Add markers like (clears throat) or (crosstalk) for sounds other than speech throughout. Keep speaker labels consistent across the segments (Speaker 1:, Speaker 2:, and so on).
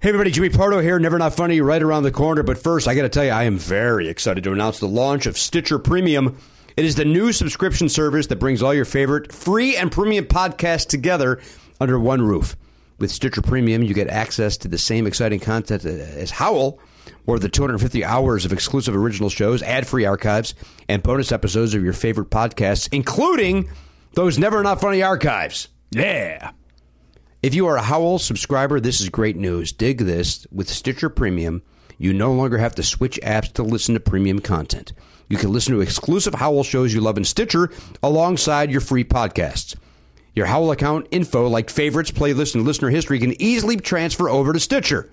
Speaker 1: Hey everybody, Jimmy Pardo here, Never Not Funny, right around the corner. But first, I got to tell you, I am very excited to announce the launch of Stitcher Premium. It is the new subscription service that brings all your favorite free and premium podcasts together under one roof. With Stitcher Premium, you get access to the same exciting content as Howl, or the 250 hours of exclusive original shows, ad-free archives, and bonus episodes of your favorite podcasts, including those Never Not Funny archives.
Speaker 2: Yeah.
Speaker 1: If you are a Howl subscriber, this is great news. Dig this. With Stitcher Premium, you no longer have to switch apps to listen to premium content. You can listen to exclusive Howl shows you love in Stitcher alongside your free podcasts. Your Howl account info, like favorites, playlists, and listener history, can easily transfer over to Stitcher.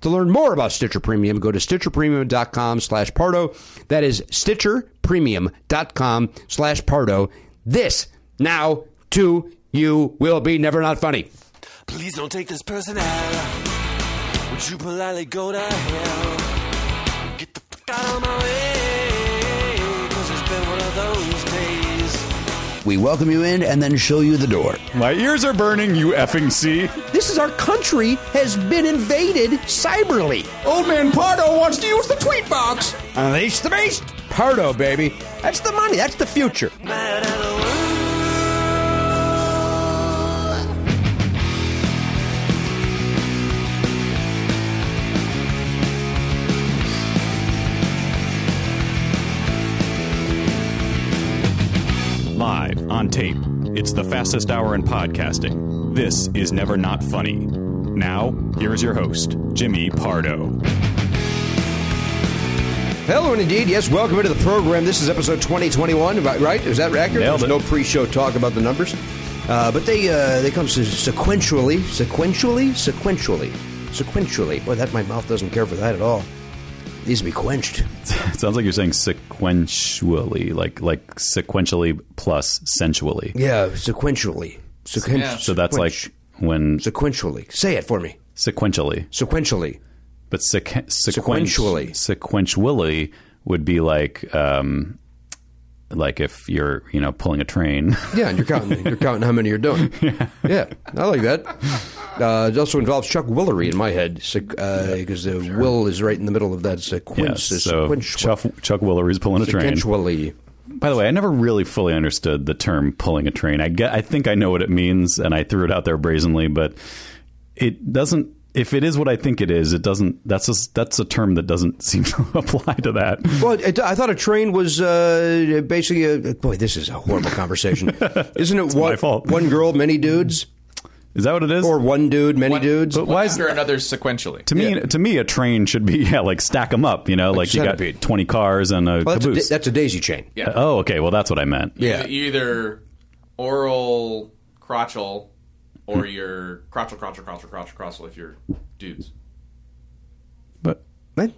Speaker 1: To learn more about Stitcher Premium, go to stitcherpremium.com slash Pardo. That is stitcherpremium.com slash Pardo. This now to you will be never not funny.
Speaker 3: Please don't take this person out. Would you politely go to hell? Get the fuck out of my way. Cause it's been one of those days.
Speaker 4: We welcome you in and then show you the door.
Speaker 2: My ears are burning, you effing see.
Speaker 1: This is our country has been invaded cyberly.
Speaker 2: Old man Pardo wants to use the tweet box.
Speaker 1: Unleash the beast. Pardo, baby. That's the money. That's the future.
Speaker 3: Mad at the world.
Speaker 2: Live on tape. It's the fastest hour in podcasting. This is Never Not Funny. Now, here's your host, Jimmy Pardo.
Speaker 1: Hello, and indeed, yes, welcome into the program. This is episode 2021, about- right? Is that accurate?
Speaker 2: Nailed
Speaker 1: There's
Speaker 2: it.
Speaker 1: no pre-show talk about the numbers. Uh, but they uh, they come s- sequentially, sequentially, sequentially, sequentially. Boy, that my mouth doesn't care for that at all. Needs to be quenched.
Speaker 2: It (laughs) sounds like you're saying sequentially, like like sequentially plus sensually.
Speaker 1: Yeah, sequentially. Sequen-
Speaker 2: So that's
Speaker 1: sequench-
Speaker 2: like when
Speaker 1: sequentially. Say it for me.
Speaker 2: sequentially,
Speaker 1: Sequentially.
Speaker 2: but sequen-
Speaker 1: Sequentially.
Speaker 2: sequentially sequentially would be like um, like if you're you know pulling a train.
Speaker 1: Yeah, and you're counting. you're counting how many you're doing. Yeah, I like that. Uh, it also involves Chuck Willery in my head because uh, Will is right in the middle of that
Speaker 2: (laughs) Yeah,
Speaker 1: sequence.
Speaker 2: so
Speaker 1: sequential-
Speaker 2: Chuck, Chuck Willery's pulling a train.
Speaker 1: sequentially.
Speaker 2: By the way, I never really fully understood the term pulling a train. I, get, I think I know what it means, and I threw it out there brazenly, but it doesn't. If it is what I think it is, it doesn't. That's a, that's a term that doesn't (laughs) seem to apply to that.
Speaker 1: Well, it, I thought a train was uh, basically a boy. This is a horrible
Speaker 2: (laughs)
Speaker 1: conversation, isn't it? One,
Speaker 2: my fault.
Speaker 1: one girl, many dudes,
Speaker 2: Is that what it is?
Speaker 1: or one dude, many
Speaker 5: One-
Speaker 1: dudes.
Speaker 2: but why is
Speaker 5: after another sequentially.
Speaker 2: to me to me a train should be (laughs) yeah like stack them up. You know, like you got
Speaker 1: centipede.
Speaker 2: twenty cars and a
Speaker 1: Well, that's, a, da-
Speaker 2: caboose.
Speaker 1: that's a daisy chain.
Speaker 5: Yeah.
Speaker 2: oh, okay. Well, that's what I meant.
Speaker 1: Yeah.
Speaker 5: You either oral crotchel
Speaker 1: Hmm.
Speaker 5: or your crotchel, crotchel, crotchel, crotchel, crotchel if you're dudes.
Speaker 2: But
Speaker 1: What?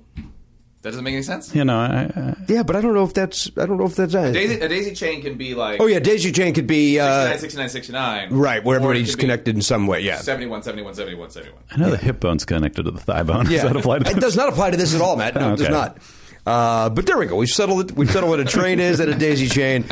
Speaker 5: That doesn't make any sense?
Speaker 2: you know, I, I,
Speaker 1: Yeah, but I don't know if that's. I don't know if that's.
Speaker 5: Daisy, a daisy chain can be like
Speaker 1: oh yeah, daisy chain could be uh,
Speaker 5: 69, 69, 69.
Speaker 1: right where
Speaker 5: or it
Speaker 1: everybody's
Speaker 5: could be
Speaker 1: connected in some way. Yeah,
Speaker 5: 71, 71, 71, 71.
Speaker 2: I know the hip bone's connected to the thigh bone. (laughs) Does that apply to
Speaker 1: it does not apply to this at all, Matt. No, it does
Speaker 2: Okay.
Speaker 1: not. Uh, but there we go. We've settled it. We've settled what a train is and a daisy chain.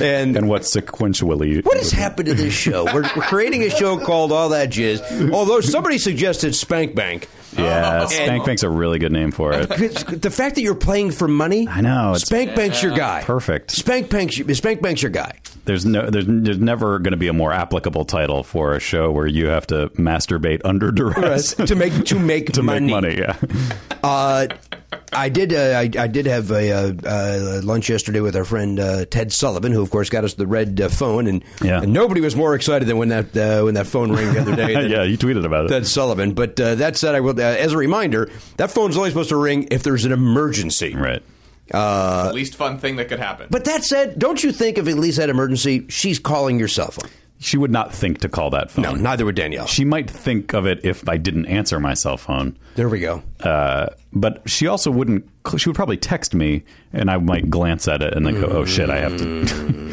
Speaker 1: And,
Speaker 2: And what sequentially?
Speaker 1: what has happened to this show? We're, we're creating a show called All That Jizz. Although somebody suggested Spank Bank.
Speaker 2: Yeah,
Speaker 5: Oh.
Speaker 2: Spank Bank's a really good name for it.
Speaker 1: 'Cause The fact that you're playing for money,
Speaker 2: I know, it's-
Speaker 1: Spank Bank's your guy.
Speaker 2: Perfect.
Speaker 1: Spank Bank's Spank Bank's your guy.
Speaker 2: There's no, there's, there's never going to be a more applicable title for a show where you have to masturbate under duress
Speaker 1: to make to make
Speaker 2: (laughs) to
Speaker 1: money.
Speaker 2: make money. Yeah, (laughs)
Speaker 1: Uh, I did. Uh, I, I did have a, uh uh lunch yesterday with our friend uh, Ted Sullivan, who of course got us the red uh, phone, and,
Speaker 2: Yeah.
Speaker 1: and nobody was more excited than when that uh, when that phone rang the other
Speaker 2: (laughs)
Speaker 1: day. Than,
Speaker 2: yeah. You tweeted about
Speaker 1: Ted
Speaker 2: it.
Speaker 1: Sullivan. But uh, that said, I will. Uh, as a reminder, that phone's only supposed to ring if there's an emergency.
Speaker 2: Right.
Speaker 5: the least fun thing that could happen.
Speaker 1: Uh, But that said, don't you think if at least that emergency, she's calling your cell phone?
Speaker 2: She would not think to call that phone.
Speaker 1: No, neither would Danielle.
Speaker 2: She might think of it if I didn't answer my cell phone.
Speaker 1: there we go.
Speaker 2: Uh, but she also wouldn't. She would probably text me, and I might glance at it and then go, "Oh shit, I have to."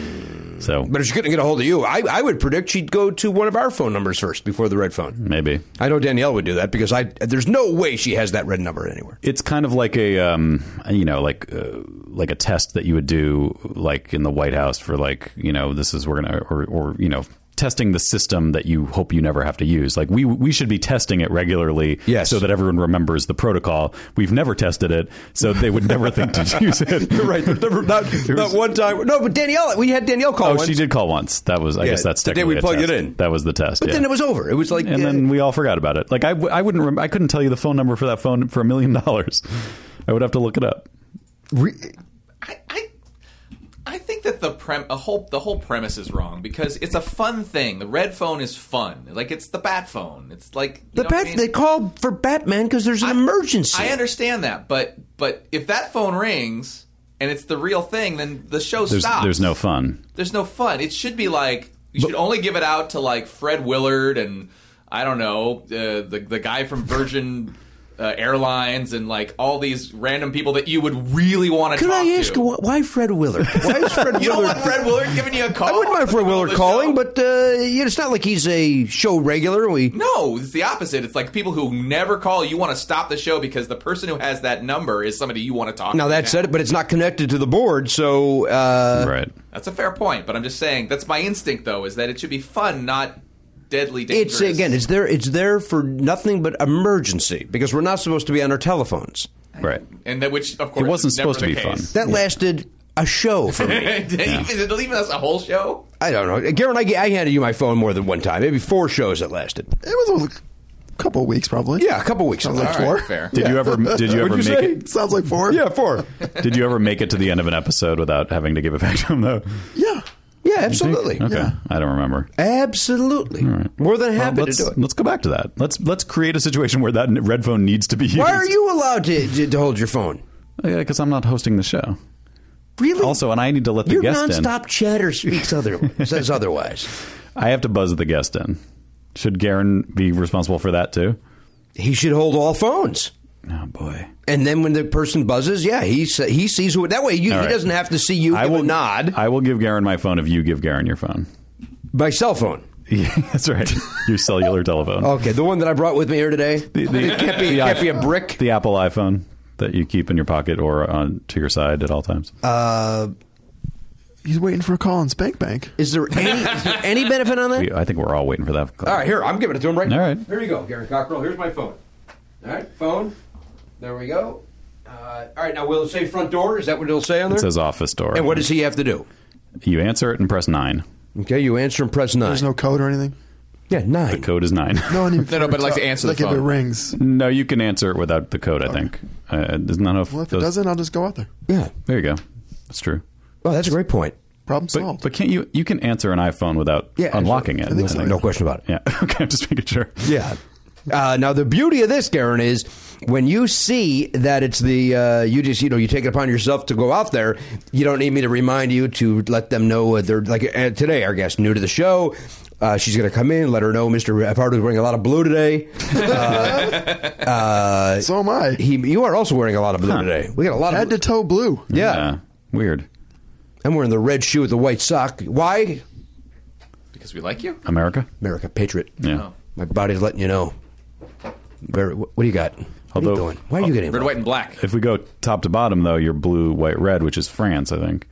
Speaker 2: (laughs) so
Speaker 1: But if she couldn't get a hold of you, I, I would predict she'd go to one of our phone numbers first before the red phone.
Speaker 2: maybe
Speaker 1: I know Danielle would do that because I there's no way she has that red number anywhere.
Speaker 2: it's kind of like a um, you know like uh, like a test that you would do like in the White House for like you know this is we're gonna or, or you know
Speaker 6: testing the system that you hope you never have to use. Like we we should be testing it regularly,
Speaker 1: Yes.
Speaker 6: so that everyone remembers the protocol. We've never tested it, so they would never
Speaker 2: (laughs)
Speaker 6: think to use it.
Speaker 1: You're right. There were
Speaker 6: (laughs)
Speaker 1: not, not one time. No, but Danielle, we had Danielle call.
Speaker 6: Oh,
Speaker 1: once,
Speaker 6: she did call once. That was, I
Speaker 1: Yeah,
Speaker 6: guess, that's
Speaker 1: the day
Speaker 6: technically
Speaker 1: we
Speaker 6: a
Speaker 1: plugged
Speaker 6: test.
Speaker 1: it in.
Speaker 6: That was the test.
Speaker 1: But
Speaker 6: yeah.
Speaker 1: then it was over. It was like
Speaker 6: and
Speaker 1: uh,
Speaker 6: then we all forgot about it. Like I, w- I wouldn't, rem- I couldn't tell you the phone number for that phone for a million (laughs) dollars. I would have to look it up.
Speaker 1: re-
Speaker 5: I, I, I think that the prem a whole the whole premise is wrong because it's a fun thing. The red phone is fun. Like it's the bat phone. It's like
Speaker 1: the
Speaker 5: you know what I
Speaker 1: bat.
Speaker 5: mean?
Speaker 1: They called for Batman because there's an emergency.
Speaker 5: I understand that, but but if that phone rings and it's the real thing, then the show
Speaker 6: There's,
Speaker 5: stops.
Speaker 6: there's no fun.
Speaker 5: There's no fun. It should be like you should only give it out to like Fred Willard and I don't know uh, the the guy from Virgin. Uh, airlines and like all these random people that you would really want to
Speaker 1: Could
Speaker 5: talk
Speaker 1: I ask
Speaker 5: to.
Speaker 1: wh- why Fred
Speaker 5: (laughs)
Speaker 1: Willard? Why is Fred
Speaker 5: You don't
Speaker 1: Willard?
Speaker 5: want Fred Willard giving you a call.
Speaker 1: I wouldn't mind Fred Willard calling, but uh, you know, it's not like he's a show regular. We
Speaker 5: no, it's the opposite. It's like people who never call. You want to stop the show because the person who has that number is somebody you want to talk.
Speaker 1: now
Speaker 5: to.
Speaker 1: that said, but it's not connected to the board, so uh,
Speaker 6: right.
Speaker 5: that's a fair point. But I'm just saying that's my instinct though is that it should be fun, not deadly dangerous.
Speaker 1: it's again, it's there. It's there for nothing but emergency because we're not supposed to be on our telephones.
Speaker 6: Right.
Speaker 1: (laughs)
Speaker 5: and that which of course
Speaker 6: It wasn't
Speaker 5: is never
Speaker 6: supposed to
Speaker 5: the
Speaker 6: be
Speaker 5: case. (laughs)
Speaker 6: fun.
Speaker 1: That lasted a show for me.
Speaker 5: Is it leaving us a whole show?
Speaker 1: (laughs) I don't know, Garen. I, I handed you my phone more than one time. Maybe four shows it lasted.
Speaker 7: It was a couple weeks, probably.
Speaker 1: Yeah, a couple weeks.
Speaker 7: Sounds like
Speaker 5: All right,
Speaker 1: (laughs)
Speaker 7: four.
Speaker 5: fair.
Speaker 6: Did you ever? Did you ever
Speaker 1: What'd you
Speaker 6: make
Speaker 1: say?
Speaker 6: it?
Speaker 7: Sounds like four.
Speaker 1: Yeah, four.
Speaker 6: Did you ever make it to the end of an episode without having to give it back to him though?
Speaker 7: Yeah.
Speaker 1: (laughs) Yeah, absolutely.
Speaker 6: Okay.
Speaker 7: Yeah.
Speaker 6: I don't remember.
Speaker 1: Absolutely. More than happy
Speaker 6: Well,
Speaker 1: to
Speaker 6: let's,
Speaker 1: do it.
Speaker 6: let's go back to that. Let's let's create a situation where that red phone needs to be used.
Speaker 1: Why are you allowed to, to, to hold your phone?
Speaker 6: Because I'm not hosting the show.
Speaker 1: Really?
Speaker 6: Also, and I need to let the
Speaker 1: Your
Speaker 6: guest
Speaker 1: nonstop chatter speaks other
Speaker 6: (laughs)
Speaker 1: says otherwise.
Speaker 6: in. I have to buzz the guest in. Should Garen be responsible for that too?
Speaker 1: He should hold all phones.
Speaker 6: Oh boy.
Speaker 1: And then when the person buzzes, yeah, he se- he sees who. That way, you,
Speaker 6: All
Speaker 1: he
Speaker 6: right.
Speaker 1: doesn't have to see you.
Speaker 6: I
Speaker 1: give
Speaker 6: will
Speaker 1: a nod.
Speaker 6: I will give Garen my phone if you give Garen your phone.
Speaker 1: My cell phone.
Speaker 6: (laughs) Yeah, that's right. Your cellular telephone.
Speaker 1: Okay, the one that I brought with me here today. it can't be, it can't be a brick.
Speaker 6: The Apple iPhone that you keep in your pocket or on to your side at all times.
Speaker 1: Uh.
Speaker 7: He's waiting for a call on Spank Bank.
Speaker 1: Is there any is there
Speaker 6: (laughs)
Speaker 1: any benefit on that?
Speaker 6: We- I think we're all waiting for that.
Speaker 1: All right, here I'm giving it to him right.
Speaker 6: All right.
Speaker 1: here you go, Gary Cockrell. Here's my phone. All right, phone. There we go. Uh, all right, now will it say front door? Is that what it'll say on there?
Speaker 6: It says uh, office door.
Speaker 1: and what does he have to do?
Speaker 6: You answer it and press nine.
Speaker 1: Okay, you answer and press nine.
Speaker 7: There's no code or anything.
Speaker 1: yeah, nine.
Speaker 6: Code is nine.
Speaker 7: No, I need
Speaker 5: (laughs) No, no, but I'd like to answer the
Speaker 7: like if it
Speaker 5: phone.
Speaker 7: rings.
Speaker 6: (laughs) No, you can answer it without the code. I think. Uh, there's not enough.
Speaker 7: Well, if it doesn't, I'll just go out there.
Speaker 1: Yeah.
Speaker 6: There you go. That's true.
Speaker 1: Oh, that's a great point.
Speaker 7: Problem
Speaker 6: But,
Speaker 7: solved.
Speaker 6: but can't you? You can answer an iPhone without
Speaker 1: Oh. Yeah,
Speaker 6: unlocking
Speaker 7: absolutely.
Speaker 6: it.
Speaker 7: I think so.
Speaker 1: No question about it.
Speaker 6: Yeah. (laughs) Okay. I'm just making sure.
Speaker 1: Yeah. Uh, now the beauty of this, Garen, is when you see that it's the uh, you just you know you take it upon yourself to go out there. You don't need me to remind you to let them know uh, they're like uh, today. Our guest new to the show. Uh, she's going to come in. Let her know, Mister Pardo is wearing a lot of blue
Speaker 6: (laughs)
Speaker 1: today. Uh,
Speaker 7: so am I.
Speaker 1: He, you are also wearing a lot of blue
Speaker 6: Huh.
Speaker 1: today. We got a lot
Speaker 7: Head
Speaker 1: of.
Speaker 7: to toe blue.
Speaker 1: yeah.
Speaker 6: Weird.
Speaker 1: I'm wearing the red shoe with the white sock. Why,
Speaker 5: Because we like you. Oh.
Speaker 6: America.
Speaker 1: America, patriot?
Speaker 6: Yeah.
Speaker 1: My body's letting you know. Where, what do you got? What are you
Speaker 6: Although-
Speaker 1: doing? Why are you getting
Speaker 5: Red, white, and black.
Speaker 6: If we go top to bottom, though, you're blue, white, red, which is France, I think.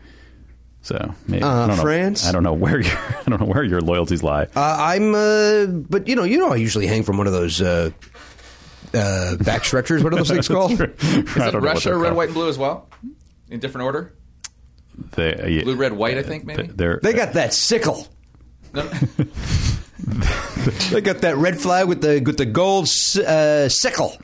Speaker 6: So maybe
Speaker 1: Uh,
Speaker 6: I don't know-
Speaker 1: France?
Speaker 6: I don't know where (laughs) your I don't know where your loyalties lie.
Speaker 1: Uh, I'm, uh, but you know, you know, I usually hang from one of those uh, uh, back stretchers. What are those things (laughs) called?
Speaker 6: (laughs) I
Speaker 5: Is it
Speaker 6: don't know what
Speaker 5: Russia
Speaker 6: they're
Speaker 5: red,
Speaker 6: called.
Speaker 5: white, and blue as well? In different order?
Speaker 6: They- yeah,
Speaker 5: Blue, red, white, I think, maybe?
Speaker 6: Uh, They're,
Speaker 1: They got that sickle.
Speaker 6: (laughs)
Speaker 5: No?
Speaker 1: They got that red flag with the with the gold s- uh, sickle.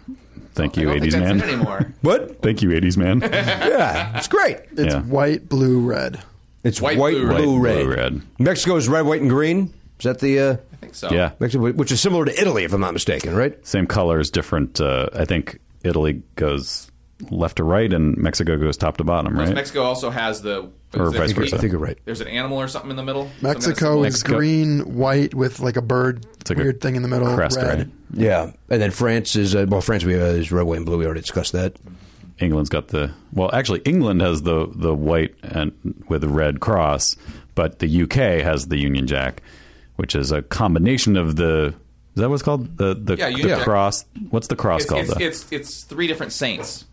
Speaker 6: Thank
Speaker 5: I
Speaker 6: you,
Speaker 5: don't think
Speaker 6: '80s
Speaker 5: that's
Speaker 6: man.
Speaker 5: it anymore.
Speaker 1: What?
Speaker 6: Thank you,
Speaker 5: (laughs)
Speaker 6: '80s man.
Speaker 1: Yeah, it's great.
Speaker 7: It's
Speaker 6: Yeah.
Speaker 7: white, blue, red.
Speaker 1: It's white,
Speaker 5: White,
Speaker 1: blue,
Speaker 5: blue, red.
Speaker 1: red.
Speaker 6: White, blue, red.
Speaker 1: Mexico is red, white, and green. Is that the uh,
Speaker 5: I think so.
Speaker 6: yeah.
Speaker 1: Mexico, which is similar to Italy, if I'm not mistaken, right?
Speaker 6: same colors, different. Uh, I think Italy goes left to right, and Mexico goes top to bottom, right?
Speaker 5: Mexico also has the.
Speaker 6: Or vice
Speaker 5: there's-
Speaker 6: versa.
Speaker 1: I think you're right.
Speaker 5: There's an animal or something in the middle? Some kind of
Speaker 7: Mexico
Speaker 5: symbol?
Speaker 7: is
Speaker 6: Mexico.
Speaker 7: green, white with like a bird
Speaker 6: It's like a
Speaker 7: weird thing in the middle.
Speaker 6: crest,
Speaker 7: red.
Speaker 6: right?
Speaker 1: Yeah, and then France is uh, well, France we uh, is red, white, and blue. We already discussed that.
Speaker 6: England's got the well. Actually, England has the the white and with a red cross, but the UK has the Union Jack, which is a combination of the. Is that what's called the the,
Speaker 5: Yeah,
Speaker 6: the
Speaker 5: Union Jack.
Speaker 6: cross? What's the cross
Speaker 5: it's,
Speaker 6: called?
Speaker 5: it's,
Speaker 6: though?
Speaker 5: it's it's three different saints.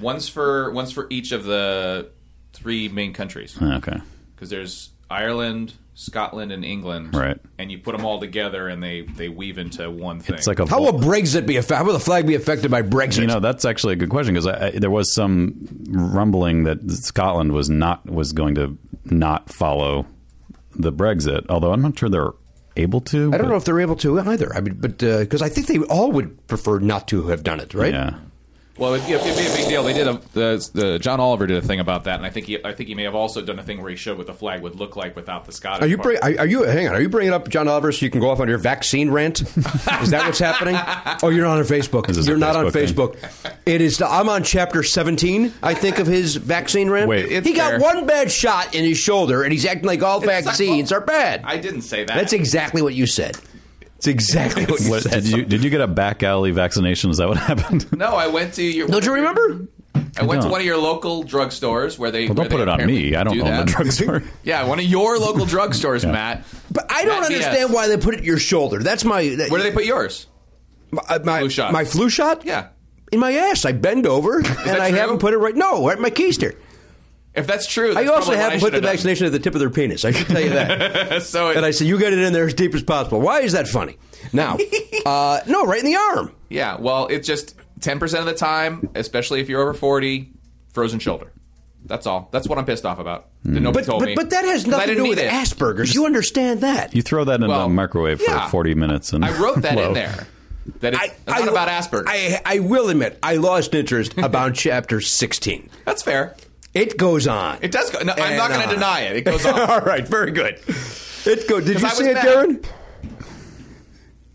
Speaker 5: One's for one's for each of the three main countries
Speaker 6: okay.
Speaker 5: because there's Ireland, Scotland, and England.
Speaker 6: Right.
Speaker 5: And you put them all together, and they they weave into one thing.
Speaker 6: It's like a
Speaker 1: How will Brexit be affected? How will the flag be affected by Brexit?
Speaker 6: You know, that's actually a good question because I, I, there was some rumbling that Scotland was not was going to not follow the Brexit. Although I'm not sure they're able to.
Speaker 1: I don't
Speaker 6: but-
Speaker 1: know if they're able to either. I mean, but because I think they all would prefer not to have done it, right? (laughs)
Speaker 6: Yeah.
Speaker 5: Well, it'd, it'd be a big deal. They did a the, the John Oliver did a thing about that, and I think he I think he may have also done a thing where he showed what the flag would look like without the Scottish.
Speaker 1: Are you
Speaker 5: part.
Speaker 1: bring, are, are you hang on? Are you bringing up John Oliver so you can go off on your vaccine rant? Is that what's (laughs) happening? Oh, you're not on Facebook.
Speaker 6: This is a
Speaker 1: You're not on
Speaker 6: Facebook
Speaker 1: Facebook. It is. I'm on chapter 17, I think, of his vaccine rant.
Speaker 6: Wait.
Speaker 5: It's
Speaker 1: he got
Speaker 5: fair.
Speaker 1: one bad shot in his shoulder, and he's acting like all
Speaker 5: It's-
Speaker 1: vaccines are bad.
Speaker 5: I didn't say that.
Speaker 1: That's exactly what you said. It's exactly what you
Speaker 6: What,
Speaker 1: said.
Speaker 6: did you did you get a back alley vaccination? Is that what happened?
Speaker 5: No, I went to your.
Speaker 1: Don't you remember?
Speaker 5: I went to
Speaker 6: don't.
Speaker 5: one of your local drugstores where they.
Speaker 6: Well,
Speaker 5: where
Speaker 6: don't put
Speaker 5: they
Speaker 6: it on
Speaker 5: apparently
Speaker 6: me. I don't
Speaker 5: do
Speaker 6: own
Speaker 5: that.
Speaker 6: the (laughs) drugstore.
Speaker 5: (laughs) Yeah, one of your local
Speaker 6: (laughs)
Speaker 5: drugstores, Matt.
Speaker 1: But I don't
Speaker 5: Matt B.S.
Speaker 1: understand why they put it in your shoulder. That's my. that-
Speaker 5: Where do they put yours?
Speaker 1: My, uh, my
Speaker 5: Flu shot.
Speaker 1: My flu shot?
Speaker 5: Yeah.
Speaker 1: In my ass. I bend over and I
Speaker 5: true?
Speaker 1: haven't put it right. No, right in my keister.
Speaker 5: If that's true,
Speaker 1: I
Speaker 5: that's
Speaker 1: also
Speaker 5: probably what
Speaker 1: haven't put the
Speaker 5: should've done.
Speaker 1: vaccination at the tip of their penis. I should tell you
Speaker 5: (laughs)
Speaker 1: that.
Speaker 5: So it,
Speaker 1: and I said, you get it in there as deep as possible. Why is that funny? Now, uh, no, right in the arm.
Speaker 5: yeah, well, it's just ten percent of the time, especially if you're over forty, frozen shoulder. That's all. That's what I'm pissed off about. That nobody
Speaker 1: Hmm. But
Speaker 5: told
Speaker 1: but,
Speaker 5: me.
Speaker 1: but that has
Speaker 5: 'Cause I
Speaker 1: nothing to
Speaker 5: didn't
Speaker 1: do with
Speaker 5: need it.
Speaker 1: Asperger's. You understand that?
Speaker 6: You throw that in
Speaker 5: Well,
Speaker 6: the microwave for
Speaker 5: yeah.
Speaker 6: 40 minutes, and
Speaker 5: I wrote that
Speaker 6: Whoa.
Speaker 5: in there. That it's, it's not about Asperger's.
Speaker 1: I, I will admit, I lost
Speaker 5: (laughs)
Speaker 1: interest about chapter 16.
Speaker 5: that's fair.
Speaker 1: It goes on.
Speaker 5: It does go. No, I'm not
Speaker 1: And
Speaker 5: going
Speaker 1: on.
Speaker 5: to deny it. It
Speaker 1: (laughs)
Speaker 5: goes on.
Speaker 1: All right, very Eh, good. It go. Did
Speaker 5: 'Cause
Speaker 1: you
Speaker 5: I
Speaker 1: see
Speaker 5: was
Speaker 1: it,
Speaker 5: mad.
Speaker 1: Darren?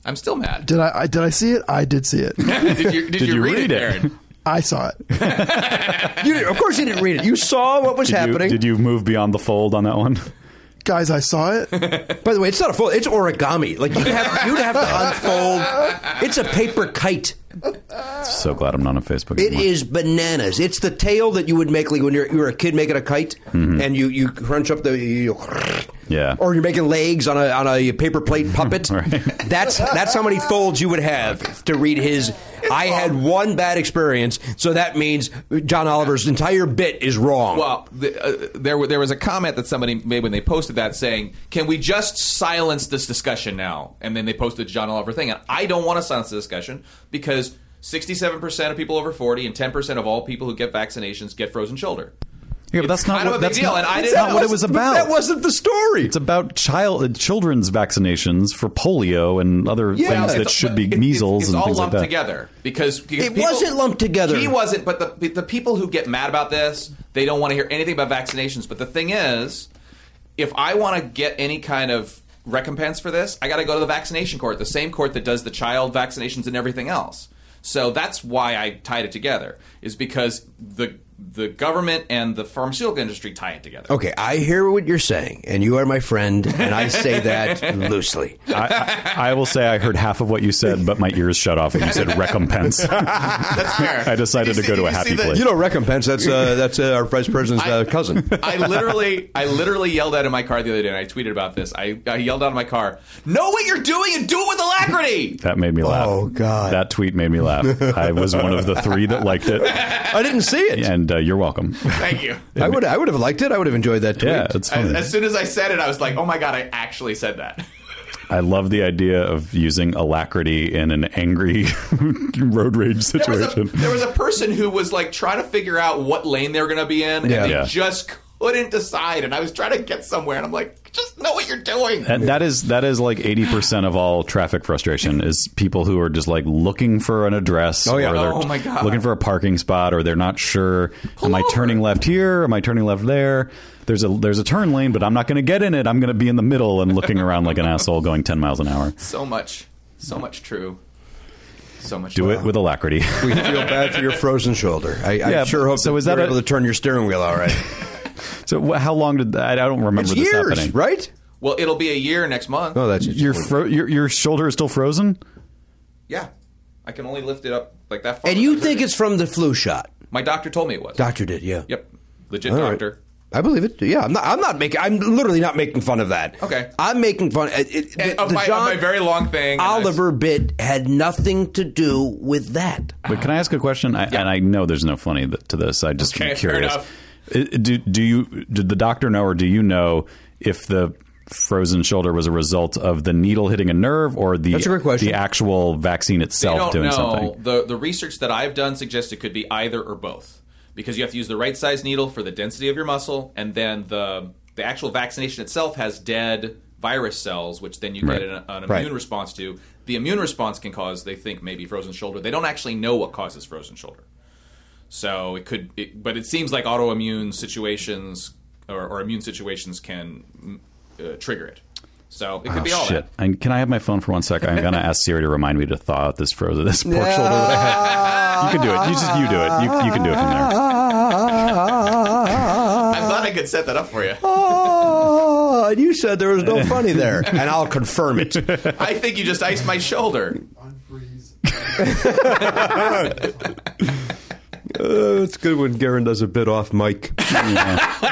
Speaker 5: I'm still mad.
Speaker 7: Did I, I did I see it? I did see it.
Speaker 5: (laughs) did you, did you read, it, Aaron?
Speaker 7: I saw it.
Speaker 1: You did, of course, you didn't read it. You saw what was
Speaker 6: Did you,
Speaker 1: happening.
Speaker 6: did you move beyond the fold on
Speaker 2: (laughs)
Speaker 6: that one?
Speaker 7: Guys, I saw
Speaker 5: (laughs)
Speaker 7: it.
Speaker 1: By the way, it's not a fold. It's origami. Like you'd have, you'd have
Speaker 6: (laughs)
Speaker 1: to unfold. It's a paper kite.
Speaker 6: so glad I'm not on Facebook.
Speaker 1: It
Speaker 6: anymore.
Speaker 1: is bananas. It's the tail that you would make like when you're you're a kid making a kite, and you you crunch up the you,
Speaker 6: Mm-hmm. Yeah.
Speaker 1: or you're making legs on a on a paper plate puppet.
Speaker 6: (laughs) Right.
Speaker 1: That's that's how many folds you would have to read his. I had one bad experience, so that means John Oliver's entire bit is wrong.
Speaker 5: Well, the, uh, there wa- there was a comment that somebody made when they posted that saying, "Can we just silence this discussion now?" And then they posted the John Oliver thing, and I don't want to silence the discussion because 67% of people over 40 and 10% of all people who get vaccinations get frozen shoulder.
Speaker 6: (laughs) yeah, but that's not
Speaker 5: kind
Speaker 6: what,
Speaker 5: of a big
Speaker 6: that's
Speaker 5: deal,
Speaker 6: not,
Speaker 5: and I
Speaker 6: that's
Speaker 5: didn't-
Speaker 6: not what it was
Speaker 1: But
Speaker 6: about.
Speaker 1: That wasn't the story.
Speaker 6: It's about child uh, children's vaccinations for polio and other things
Speaker 5: Well,
Speaker 6: that
Speaker 5: it's-
Speaker 6: should be
Speaker 5: it- it's-
Speaker 6: measles
Speaker 5: it's
Speaker 6: and
Speaker 5: all
Speaker 6: things like
Speaker 5: lumped
Speaker 6: that.
Speaker 5: together because, because
Speaker 1: It wasn't lumped together.
Speaker 5: He wasn't, but the the people who get mad about this, they don't want to hear anything about vaccinations. But the thing is, if I want to get any kind of recompense for this, I got to go to the vaccination court, the same court that does the child vaccinations and everything else. So that's why I tied it together is because the the government and the pharmaceutical industry tie it together.
Speaker 1: Okay, I hear what you're saying, and you are my friend, and I say
Speaker 6: (laughs)
Speaker 1: that loosely.
Speaker 6: I, I, I will say I heard half of what you said, but my ears shut off when you said
Speaker 5: (laughs)
Speaker 6: recompense. (laughs) I decided
Speaker 5: Did you
Speaker 6: to
Speaker 5: see- did you
Speaker 6: go to a
Speaker 5: see
Speaker 6: happy
Speaker 5: the-
Speaker 6: place.
Speaker 1: know, recompense. That's uh, that's uh, our vice president's uh, (laughs) cousin.
Speaker 5: I literally, I literally yelled out in my car the other day, and I tweeted about this. I, I yelled out in my car, "Know what you're doing and do it with alacrity."
Speaker 6: that made me laugh.
Speaker 1: Oh, God.
Speaker 6: that tweet made me laugh. I was one of the three that
Speaker 5: (laughs)
Speaker 6: liked it,
Speaker 1: I didn't see it.
Speaker 6: and uh, you're welcome.
Speaker 5: Thank you.
Speaker 1: I would I would have liked it. I would have enjoyed that tweet.
Speaker 6: Yeah, it's
Speaker 5: I-
Speaker 6: funny.
Speaker 5: as soon as I said it, I was like, "Oh my god, I actually said that."
Speaker 6: I love the idea of using alacrity in an angry (laughs) road rage
Speaker 5: There was, a,
Speaker 6: situation.
Speaker 5: there was a person who was like trying to figure out what lane they were going to be in, and
Speaker 1: Yeah.
Speaker 5: they
Speaker 6: Yeah.
Speaker 5: just couldn't decide. And I was trying to get somewhere, and I'm like, "Just know what you're doing."
Speaker 6: And that is that is like eighty percent of all traffic frustration is people who are just like looking for an address.
Speaker 1: Oh, yeah.
Speaker 6: or they're
Speaker 5: Oh, my God.
Speaker 6: Looking for a parking spot, or they're not sure. am I
Speaker 5: over.
Speaker 6: turning left here? Am I turning left there? There's a there's a turn lane, but I'm not going to get in it. I'm going to be in the middle and looking around like an asshole, going ten miles an hour.
Speaker 5: so much, so much true. So much.
Speaker 6: Do
Speaker 5: true.
Speaker 6: it with alacrity. (laughs)
Speaker 1: We feel bad for your frozen shoulder. I, I
Speaker 6: Yeah,
Speaker 1: sure hope
Speaker 6: so
Speaker 1: that
Speaker 6: is that
Speaker 1: you're
Speaker 6: a-
Speaker 1: able to turn your steering wheel all right.
Speaker 6: so wh- how long did that, I don't remember
Speaker 1: It's
Speaker 6: this
Speaker 1: years,
Speaker 6: happening?
Speaker 1: right?
Speaker 5: Well, it'll be a year next month.
Speaker 1: Oh, that's
Speaker 6: Your fro- your your shoulder is still frozen.
Speaker 5: yeah, I can only lift it up like that. Far
Speaker 1: And you think it's from the flu shot?
Speaker 5: My doctor told me it was.
Speaker 1: Doctor did, yeah.
Speaker 5: Yep. Legit
Speaker 1: All right.
Speaker 5: doctor.
Speaker 1: I believe it. Yeah, I'm not. I'm not making. I'm literally not making fun of that.
Speaker 5: Okay.
Speaker 1: I'm making fun. It, it,
Speaker 5: And
Speaker 1: the,
Speaker 5: of,
Speaker 1: the
Speaker 5: my, of
Speaker 1: John
Speaker 5: my very long thing. and I-
Speaker 1: Oliver bit had nothing to do with that.
Speaker 6: But can I ask a question? I, And I know there's no funny th- to this. I just
Speaker 5: Okay,
Speaker 6: am
Speaker 5: fair
Speaker 6: curious.
Speaker 5: enough.
Speaker 2: I- Do do you did the doctor know or do you know if the frozen shoulder was a result of the needle hitting a nerve or the
Speaker 1: That's a great question.
Speaker 2: the actual vaccine
Speaker 5: I
Speaker 2: itself
Speaker 5: don't
Speaker 2: doing
Speaker 5: know.
Speaker 2: something?
Speaker 5: The the research that I've done suggests it could be either or both, because you have to use the right size needle for the density of your muscle, and then the the actual vaccination itself has dead virus cells, which then you
Speaker 2: Right.
Speaker 5: get an, an immune
Speaker 1: Right.
Speaker 5: response to. The immune response can cause, they think, maybe frozen shoulder. They don't actually know what causes frozen shoulder, so it could. It, but it seems like autoimmune situations or, or immune situations can mm, uh, trigger it. So it could be all
Speaker 2: Oh, Shit!
Speaker 5: that.
Speaker 2: And can I have my phone for one sec? I'm gonna ask Siri to remind me to thaw out this frozen this pork shoulder. That I had. (laughs) You can do it. You just you do it. You, you can do it
Speaker 1: (laughs)
Speaker 2: from there.
Speaker 1: Ah.
Speaker 5: I'm glad I could set that up for you.
Speaker 1: Oh, and you said there was no funny there, and I'll confirm
Speaker 2: (laughs)
Speaker 1: it.
Speaker 5: I think you just iced my shoulder.
Speaker 1: Uh, it's good when Garen does a bit off mic.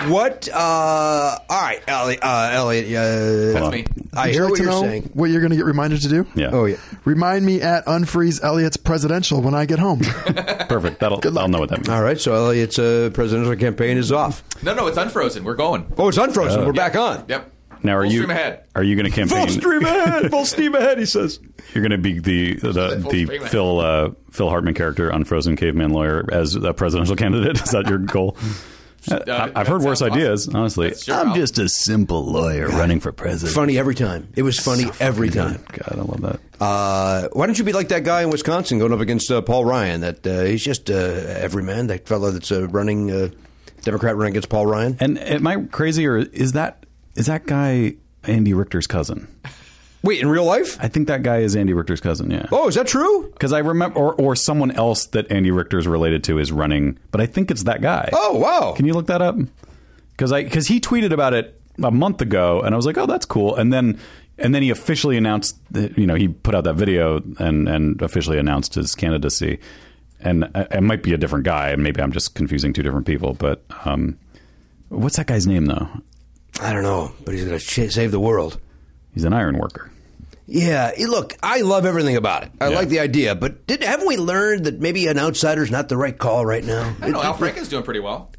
Speaker 1: what? Uh, all right, Elliot. Uh, Elliot uh,
Speaker 2: Hold on.
Speaker 5: Me.
Speaker 1: I
Speaker 7: Would you
Speaker 1: hear
Speaker 7: like
Speaker 1: what
Speaker 7: to
Speaker 1: you're
Speaker 7: know
Speaker 1: saying.
Speaker 7: What you're going to get reminded to do?
Speaker 2: Yeah.
Speaker 1: Oh yeah.
Speaker 7: Remind me at unfreeze Elliot's presidential when I get home.
Speaker 2: Perfect. That'll I'll know what that means.
Speaker 1: All right. So Elliot's uh, presidential campaign is off.
Speaker 5: No, no, it's unfrozen. We're going.
Speaker 1: Oh, it's unfrozen.
Speaker 2: Uh,
Speaker 1: We're back on.
Speaker 5: Yep.
Speaker 2: Now are
Speaker 5: Full
Speaker 2: you
Speaker 5: stream ahead.
Speaker 2: are you going to campaign?
Speaker 1: Full stream ahead.
Speaker 2: (laughs)
Speaker 1: Full steam ahead. He says.
Speaker 2: You're going to be the the,
Speaker 5: Full stream
Speaker 2: the
Speaker 5: ahead.
Speaker 2: Phil uh, Phil Hartman character on Frozen Caveman Lawyer as a presidential (laughs) candidate. Is that your
Speaker 5: (laughs)
Speaker 2: goal? I, I've
Speaker 5: that
Speaker 2: heard worse
Speaker 5: sounds
Speaker 2: ideas, honestly.
Speaker 5: your I'm mouth. just
Speaker 2: a simple lawyer running for president.
Speaker 1: Funny every time. It was funny every time.
Speaker 2: God, I love that.
Speaker 1: Uh, why don't you be like that guy in Wisconsin going up against uh, Paul Ryan? That uh, he's just uh, everyman. That fellow that's uh, running uh, Democrat running against Paul Ryan.
Speaker 2: and am I crazy or is that is that guy Andy Richter's cousin?
Speaker 1: Wait, in real life?
Speaker 2: I think that guy is Andy Richter's cousin. Yeah.
Speaker 1: Oh, is that true?
Speaker 2: Because I remember, or, or someone else that Andy Richter's related to is running, but I think it's that guy.
Speaker 1: Oh, wow.
Speaker 2: Can you look that up? Because I because he tweeted about it a month ago, and I was like, oh, that's cool. And then and then he officially announced, that, you know, he put out that video and and officially announced his candidacy. And I- it might be a different guy, and maybe I'm just confusing two different people. But um, what's that guy's name though?
Speaker 1: I don't know, but he's going to ch- save the world.
Speaker 2: He's an iron worker.
Speaker 1: Yeah, eh, look, I love everything about it. I
Speaker 2: Yeah.
Speaker 1: like the idea, but did haven't we learned that maybe an outsider's not the right call right now?
Speaker 5: I don't know. Al Franken's doing pretty well.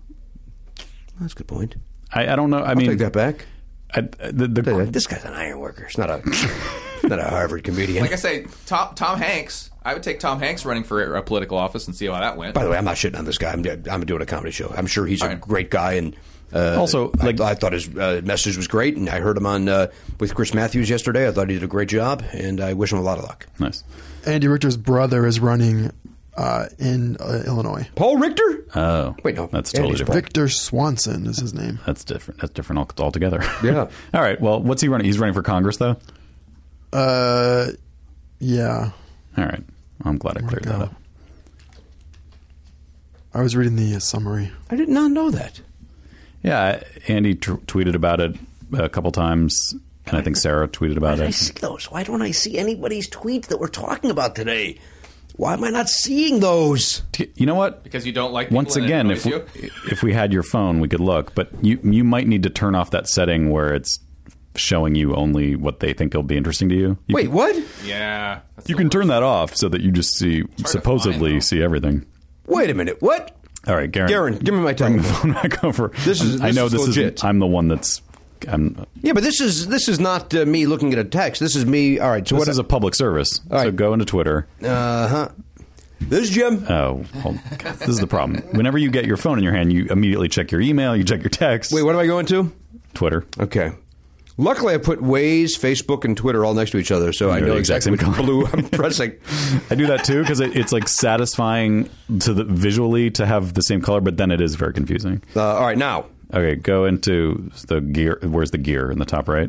Speaker 1: That's a good point.
Speaker 2: I, I don't know. I
Speaker 1: I'll
Speaker 2: mean,
Speaker 1: take that back.
Speaker 2: I, the, the,
Speaker 1: Uh, This guy's an iron worker. He's not a not a Harvard comedian.
Speaker 5: Like I say, Tom, Tom Hanks. I would take Tom Hanks running for a political office and see how that went.
Speaker 1: By the way, I'm not shitting on this guy. I'm I'm doing a comedy show. I'm sure he's a
Speaker 5: All right.
Speaker 1: great guy and. Uh,
Speaker 2: Also, like-
Speaker 1: I, I thought his uh, message was great, and I heard him on uh, with Chris Matthews yesterday. I thought he did a great job, and I wish him a lot of luck.
Speaker 2: nice.
Speaker 7: Andy Richter's brother is running uh, in uh, Illinois.
Speaker 1: Paul Richter?
Speaker 2: Oh,
Speaker 1: Wait, no.
Speaker 2: that's totally
Speaker 1: Andy's
Speaker 2: different.
Speaker 7: Victor Swanson is his name.
Speaker 2: That's different. That's different al- altogether.
Speaker 1: Yeah.
Speaker 2: (laughs) All right. Well, what's he running? He's running for Congress, though.
Speaker 7: Uh, yeah.
Speaker 2: All right. I'm
Speaker 1: Oh
Speaker 2: glad I cleared that
Speaker 7: go?
Speaker 2: up.
Speaker 7: I was reading the uh, summary.
Speaker 1: I did not know that.
Speaker 2: Yeah. Andy t- tweeted about it a couple times, and I think Sarah tweeted about
Speaker 1: Why did I
Speaker 2: it.
Speaker 1: see those? Why don't I see anybody's tweets that we're talking about today? Why am I not seeing those?
Speaker 2: You know what?
Speaker 5: because you don't like people
Speaker 2: Once
Speaker 5: and it
Speaker 2: again,
Speaker 5: annoys
Speaker 2: if we,
Speaker 5: you.
Speaker 2: if we had your phone, we could look. But you you might need to turn off that setting where it's showing you only what they think will be interesting to you. You
Speaker 1: Wait,
Speaker 2: can,
Speaker 1: what?
Speaker 5: yeah, that's
Speaker 2: you
Speaker 5: the
Speaker 2: can turn
Speaker 5: worst.
Speaker 2: that off so that you just see
Speaker 5: to
Speaker 2: supposedly
Speaker 5: find, though.
Speaker 2: see everything.
Speaker 1: Wait a minute. What?
Speaker 2: All right, Garen.
Speaker 1: Garen, give me my
Speaker 2: Bring the
Speaker 1: telephone.
Speaker 2: (laughs) phone back over.
Speaker 1: This is-
Speaker 2: I
Speaker 1: this
Speaker 2: know
Speaker 1: is
Speaker 2: this
Speaker 1: legit.
Speaker 2: is. I'm the one that's. I'm,
Speaker 1: Yeah, but this is this is not uh, me looking at a text. This is me. All right. So
Speaker 2: This
Speaker 1: what
Speaker 2: is a public service.
Speaker 1: All
Speaker 2: So
Speaker 1: right.
Speaker 2: go into Twitter.
Speaker 1: Uh huh. This is Jim.
Speaker 2: Oh, hold- God, this is the problem. Whenever you get your phone in your hand, you immediately check your email, you check your text.
Speaker 1: Wait, what am I going to?
Speaker 2: Twitter.
Speaker 1: Okay. Luckily, I put Waze, Facebook, and Twitter all next to each other, so I
Speaker 2: They're
Speaker 1: know
Speaker 2: the exact
Speaker 1: exactly
Speaker 2: same
Speaker 1: which
Speaker 2: color.
Speaker 1: blue
Speaker 2: (laughs)
Speaker 1: I'm pressing.
Speaker 2: I do that too because it, it's like satisfying to the visually to have the same color, but then it is very confusing.
Speaker 1: Uh, all right, now.
Speaker 2: Okay, go into the gear. Where's the gear in the top right?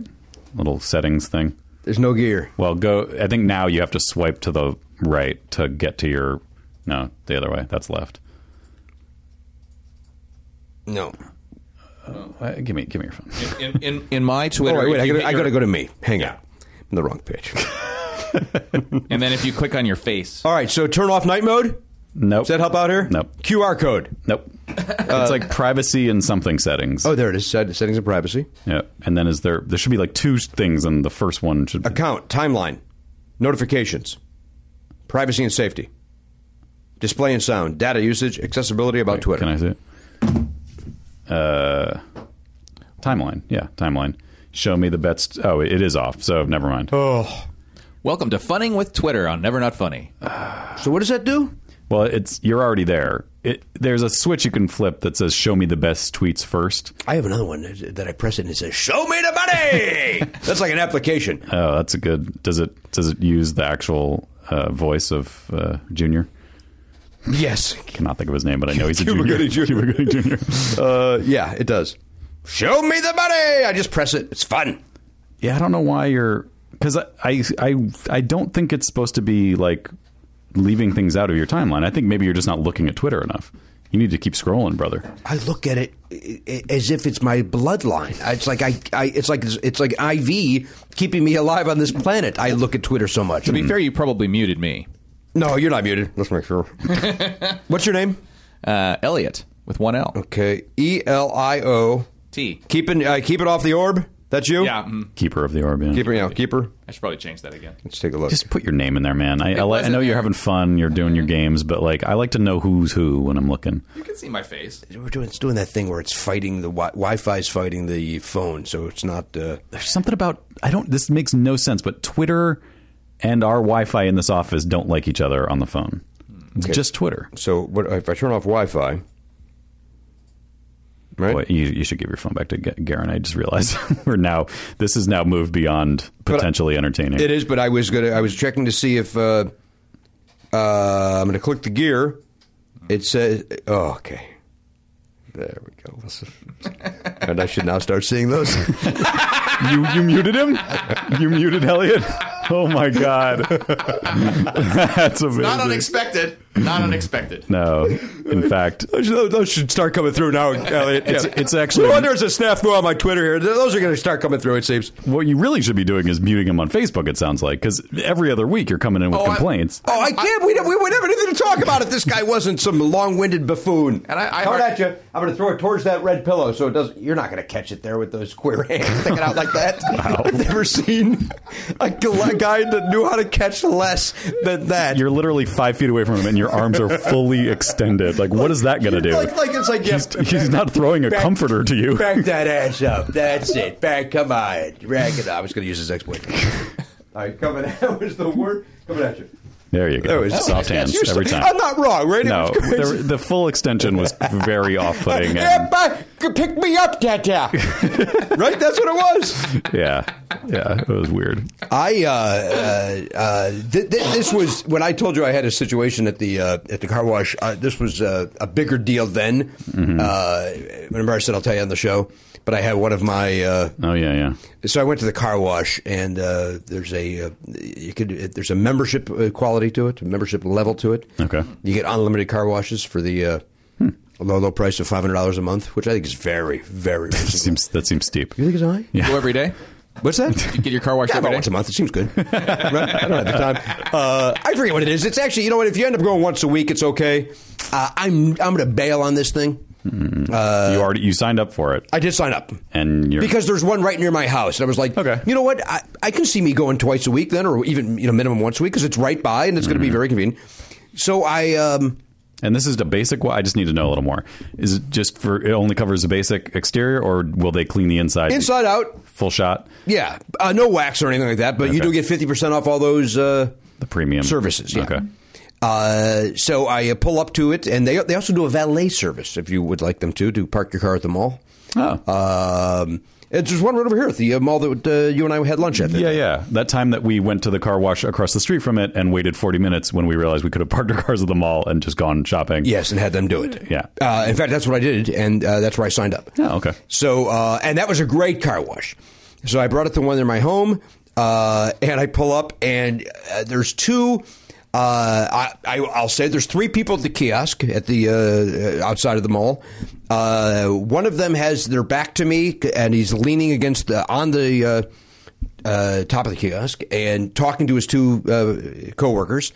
Speaker 2: Little settings thing.
Speaker 1: There's no gear.
Speaker 2: Well, go. I think now you have to swipe to the right to get to your. No, the other way. That's left.
Speaker 1: No.
Speaker 2: Uh, give me, give me your phone.
Speaker 5: in, in, in my
Speaker 1: Oh,
Speaker 5: Twitter.
Speaker 1: wait, wait.
Speaker 5: if
Speaker 1: I
Speaker 5: you
Speaker 1: gotta,
Speaker 5: hit
Speaker 1: I gotta go
Speaker 5: your-
Speaker 1: to me. Hang on. I'm the wrong page.
Speaker 5: And then if you click on your face,
Speaker 1: all right, so turn off night mode.
Speaker 2: Nope.
Speaker 1: Does that help out here?
Speaker 2: Nope.
Speaker 1: QR code. (laughs)
Speaker 2: Nope. it's like privacy and something settings.
Speaker 1: Oh, there it is. Set- Settings and privacy.
Speaker 2: Yeah. And then is there there should be like two things and the first one should be
Speaker 1: Account, timeline, notifications, privacy and safety, display and sound, data usage, accessibility about Twitter.
Speaker 2: Can I see it? uh, timeline. Yeah, timeline. Show me the bets. Oh, it is off. So never mind.
Speaker 6: Oh.
Speaker 5: Welcome to Funning with Twitter on Never Not Funny.
Speaker 1: So what does that do?
Speaker 2: Well, it's you're already there. It, there's a switch you can flip that says "Show me the best tweets first.
Speaker 1: I have another one that that I press it and it says, "Show me the money." (laughs) That's like an application.
Speaker 2: Oh, that's a good. Does it does it use the actual uh, voice of uh, Junior?
Speaker 6: Yes.
Speaker 2: Cannot think of his name, but I know he's a
Speaker 6: (laughs) Cuba
Speaker 2: junior.
Speaker 6: Gooding Jr.
Speaker 2: Cuba Gooding Jr.
Speaker 6: Uh, yeah, it does.
Speaker 1: Show me the money. I just press it. It's fun.
Speaker 2: yeah, I don't know why you're because I, I I I don't think it's supposed to be like leaving things out of your timeline. I think maybe you're just not looking at Twitter enough. You need to keep scrolling, brother.
Speaker 1: I look at it i- i- as if it's my bloodline. It's like I, I it's like it's like IV keeping me alive on this planet. I look at Twitter so much.
Speaker 5: To be fair, you probably muted me.
Speaker 6: No, you're not muted. Let's make sure. What's your name?
Speaker 5: Uh, Elliot with one L.
Speaker 6: Okay, E L I O.
Speaker 8: T.
Speaker 6: Keeping uh, keep it off the orb. That's you.
Speaker 8: Yeah, mm,
Speaker 2: Keeper of the orb. yeah.
Speaker 6: Keeper. Yeah, keeper.
Speaker 8: I should probably change that again.
Speaker 6: Let's take a look.
Speaker 2: Just put your name in there, man. I I, li- I
Speaker 8: wasn't
Speaker 2: know you're
Speaker 8: there.
Speaker 2: having fun. You're doing your games, but like I like to know who's who when I'm looking.
Speaker 8: You can see my face.
Speaker 1: We're doing it's doing that thing where it's fighting the wi- Wi-Fi is fighting the phone, so it's not. Uh,
Speaker 2: There's something about I don't. This makes no sense, but Twitter and our Wi-Fi in this office don't like each other on the phone. Just Twitter.
Speaker 6: so what, if I turn off Wi-Fi, right?
Speaker 2: Boy, you, you should give your phone back to Ga- Garen. I just realized (laughs) we're now this has now moved beyond potentially entertaining.
Speaker 6: It is, but I was gonna. I was checking to see if uh, uh, I'm gonna click the gear. It says, "Oh, okay." There we go. Let's- and I should now start seeing those.
Speaker 2: you you muted him. you muted Elliot. Oh my god, (laughs) that's amazing.
Speaker 8: Not unexpected.
Speaker 6: Mm.
Speaker 8: Not unexpected.
Speaker 2: no, in fact,
Speaker 6: Those- Those those should start coming through now, Elliot.
Speaker 2: It's- it's actually-
Speaker 6: (laughs) No wonder there's a snafu on my Twitter here. Those are going to start coming through. It seems.
Speaker 2: what you really should be doing is muting him on Facebook. It sounds like because every other week you're coming in with
Speaker 8: Oh, I-
Speaker 2: complaints.
Speaker 6: Oh, I can't. We, we would have anything to talk about if this guy wasn't some long-winded buffoon.
Speaker 8: And I- I
Speaker 6: Throw it
Speaker 8: heard-
Speaker 6: at you. I'm going to throw it towards that red pillow, so it doesn't. You're not going to catch it there with those queer (laughs) hands sticking out like (laughs) that. I've never seen a gl- guy that knew how to catch less than that.
Speaker 2: you're literally five feet away from him, and your arms are fully extended. Like, what is that going to do?
Speaker 6: Like, like it's like yeah,
Speaker 2: he's,
Speaker 6: (laughs)
Speaker 2: he's not throwing a
Speaker 6: back-
Speaker 2: comforter to you.
Speaker 1: Back that ass up. That's it. Back, come on. Rack it up. I was going to use his exploit.
Speaker 6: All right, coming. (laughs) That was the word coming at you.
Speaker 2: There you
Speaker 6: There
Speaker 2: go.
Speaker 6: was
Speaker 2: Soft hands
Speaker 6: You're so-
Speaker 2: every time.
Speaker 6: I'm not wrong, right? It
Speaker 2: No,
Speaker 6: was crazy.
Speaker 2: the, the full extension was very
Speaker 1: (laughs)
Speaker 2: off-putting.
Speaker 6: Yeah,
Speaker 2: and-
Speaker 6: bye. pick me
Speaker 2: (laughs)
Speaker 6: up, Tata. right? That's what it was.
Speaker 2: yeah, yeah, it was weird.
Speaker 1: I uh, uh, uh, th- th- this was when I told you I had a situation at the uh, at the car wash. Uh, this was uh, a bigger deal then.
Speaker 2: Mm-hmm.
Speaker 1: Uh, remember, I said I'll tell you on the show, but I had one of my. Uh,
Speaker 2: Oh yeah, yeah.
Speaker 1: so I went to the car wash, and uh, there's a uh, you could there's a membership uh, quality to it, a membership level to it.
Speaker 2: Okay. Hmm.
Speaker 1: you get unlimited car washes for the uh, low low price of five hundred dollars a month, which I think is very very reasonable.
Speaker 2: Seems (laughs) that seems steep.
Speaker 1: you think it's high?
Speaker 5: (laughs) Go every day.
Speaker 1: What's
Speaker 2: (laughs)
Speaker 1: that?
Speaker 5: You get your car washed
Speaker 1: Yeah,
Speaker 5: every
Speaker 1: about
Speaker 5: day.
Speaker 1: once a month. It seems good. Right? I don't have the time. Uh, I forget what it is. It's actually, you know what? If you end up going once a week, it's okay. Uh, I'm I'm going to bail on this thing.
Speaker 2: Mm-hmm. you already you signed up for it,
Speaker 1: I did sign up.
Speaker 2: and you're
Speaker 1: Because there's one right near my house, and I was like,
Speaker 2: Okay.
Speaker 1: you know what? I, I can see me going twice a week then, or even you know minimum once a week because it's right by and it's going to
Speaker 2: Mm-hmm.
Speaker 1: be very convenient. So I, um,
Speaker 2: and this is the basic. one. I just need to know a little more. Is it just for it only covers the basic exterior, or will they clean the inside?
Speaker 1: inside out,
Speaker 2: full shot,
Speaker 1: yeah, uh, no wax or anything like that, but you
Speaker 2: Okay.
Speaker 1: do get fifty percent off all those uh,
Speaker 2: the premium
Speaker 1: services. Yeah.
Speaker 2: Okay.
Speaker 1: Uh, so I uh, pull up to it, and they they also do a valet service if you would like them to to park your car at the mall.
Speaker 2: Oh.
Speaker 1: Um, it's just one right over here at the uh, mall that uh, you and I had lunch at.
Speaker 2: yeah, yeah. That time that we went to the car wash across the street from it and waited 40 minutes when we realized we could have parked our cars at the mall and just gone shopping.
Speaker 1: Yes, and had them do it.
Speaker 2: Yeah.
Speaker 1: Uh, in fact, that's what I did, and uh, that's where I signed up.
Speaker 2: Oh, okay.
Speaker 1: So, uh, and that was a great car wash. So I brought it to one near my home, uh, and I pull up, and uh, there's two. Uh, I, I, I'll say there's three people at the kiosk at the uh, uh, outside of the mall. Uh, one of them has their back to me, and he's leaning against the on the uh, uh, top of the kiosk and talking to his two uh, coworkers.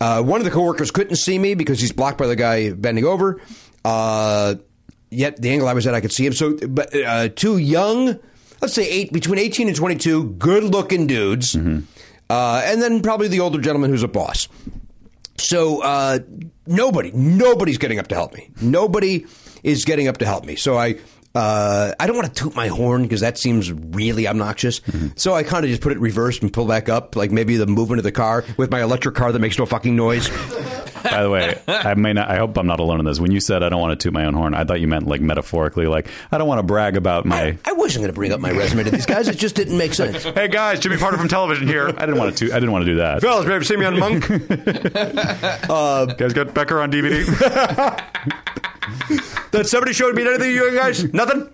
Speaker 1: Uh, one of the coworkers couldn't see me because he's blocked by the guy bending over. Uh, yet the angle I was at, I could see him. So, but uh, two young, let's say eight between eighteen and twenty-two, good-looking dudes, uh, and then probably the older gentleman who's a boss. So uh, nobody, nobody's getting up to help me. Nobody is getting up to help me. So I, uh, I don't want to toot my horn because that seems really obnoxious.
Speaker 9: Mm-hmm.
Speaker 1: So I kind of just put it reversed and pull back up, like maybe the movement of the car with my electric car that makes no fucking noise.
Speaker 6: By the way, I may not. I hope I'm not alone in this. When you said I don't want to toot my own horn, I thought you meant like metaphorically, like I don't want to brag
Speaker 1: (laughs)
Speaker 6: about my.
Speaker 1: I wasn't going to bring up my resume to these guys. It just didn't make
Speaker 9: (laughs)
Speaker 1: sense.
Speaker 6: Hey guys, Jimmy Carter from television here. I didn't want to. toot- I didn't want to do that.
Speaker 9: Fellas, have you ever seen me on Monk?
Speaker 6: guys got Becker on (laughs) DVD.
Speaker 9: that somebody showed me anything, you guys? Nothing?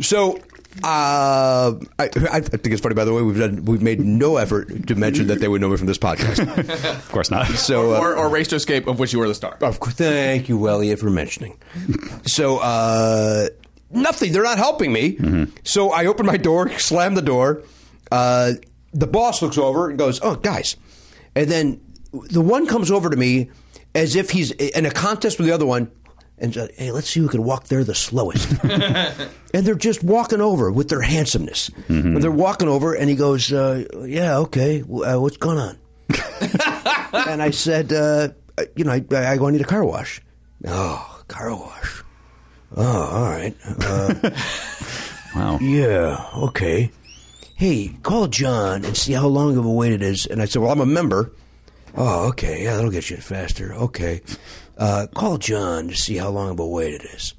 Speaker 1: So uh, I, I think it's funny. By the way, we've done we've made no effort to mention that they would know me from this podcast.
Speaker 9: (laughs)
Speaker 6: of course not.
Speaker 1: So uh,
Speaker 5: or, or Race to Escape, of which you were the star.
Speaker 6: Oh.
Speaker 1: Of course. Thank you, Elliot, for mentioning. So, uh, nothing. They're not helping me. So I open my door, (laughs) slam the door. Uh, the boss looks over and goes, "Oh, guys," and then the one comes over to me as if he's in a contest with the other one. And said, hey, let's see who can walk there the slowest. and they're just walking over with their handsomeness. And they're walking over, and he goes, uh, "Yeah, okay, w- uh, what's going on?" and I said, uh, you know, I, I go, I need a car wash. Oh, car wash. Oh, all right. Uh,
Speaker 6: (laughs) Wow.
Speaker 1: yeah, okay. Hey, call John and see how long of a wait it is. And I said, well, I'm a member. Oh, okay. Yeah, that'll get you faster. Okay. Uh, call John to see how long of a wait it is.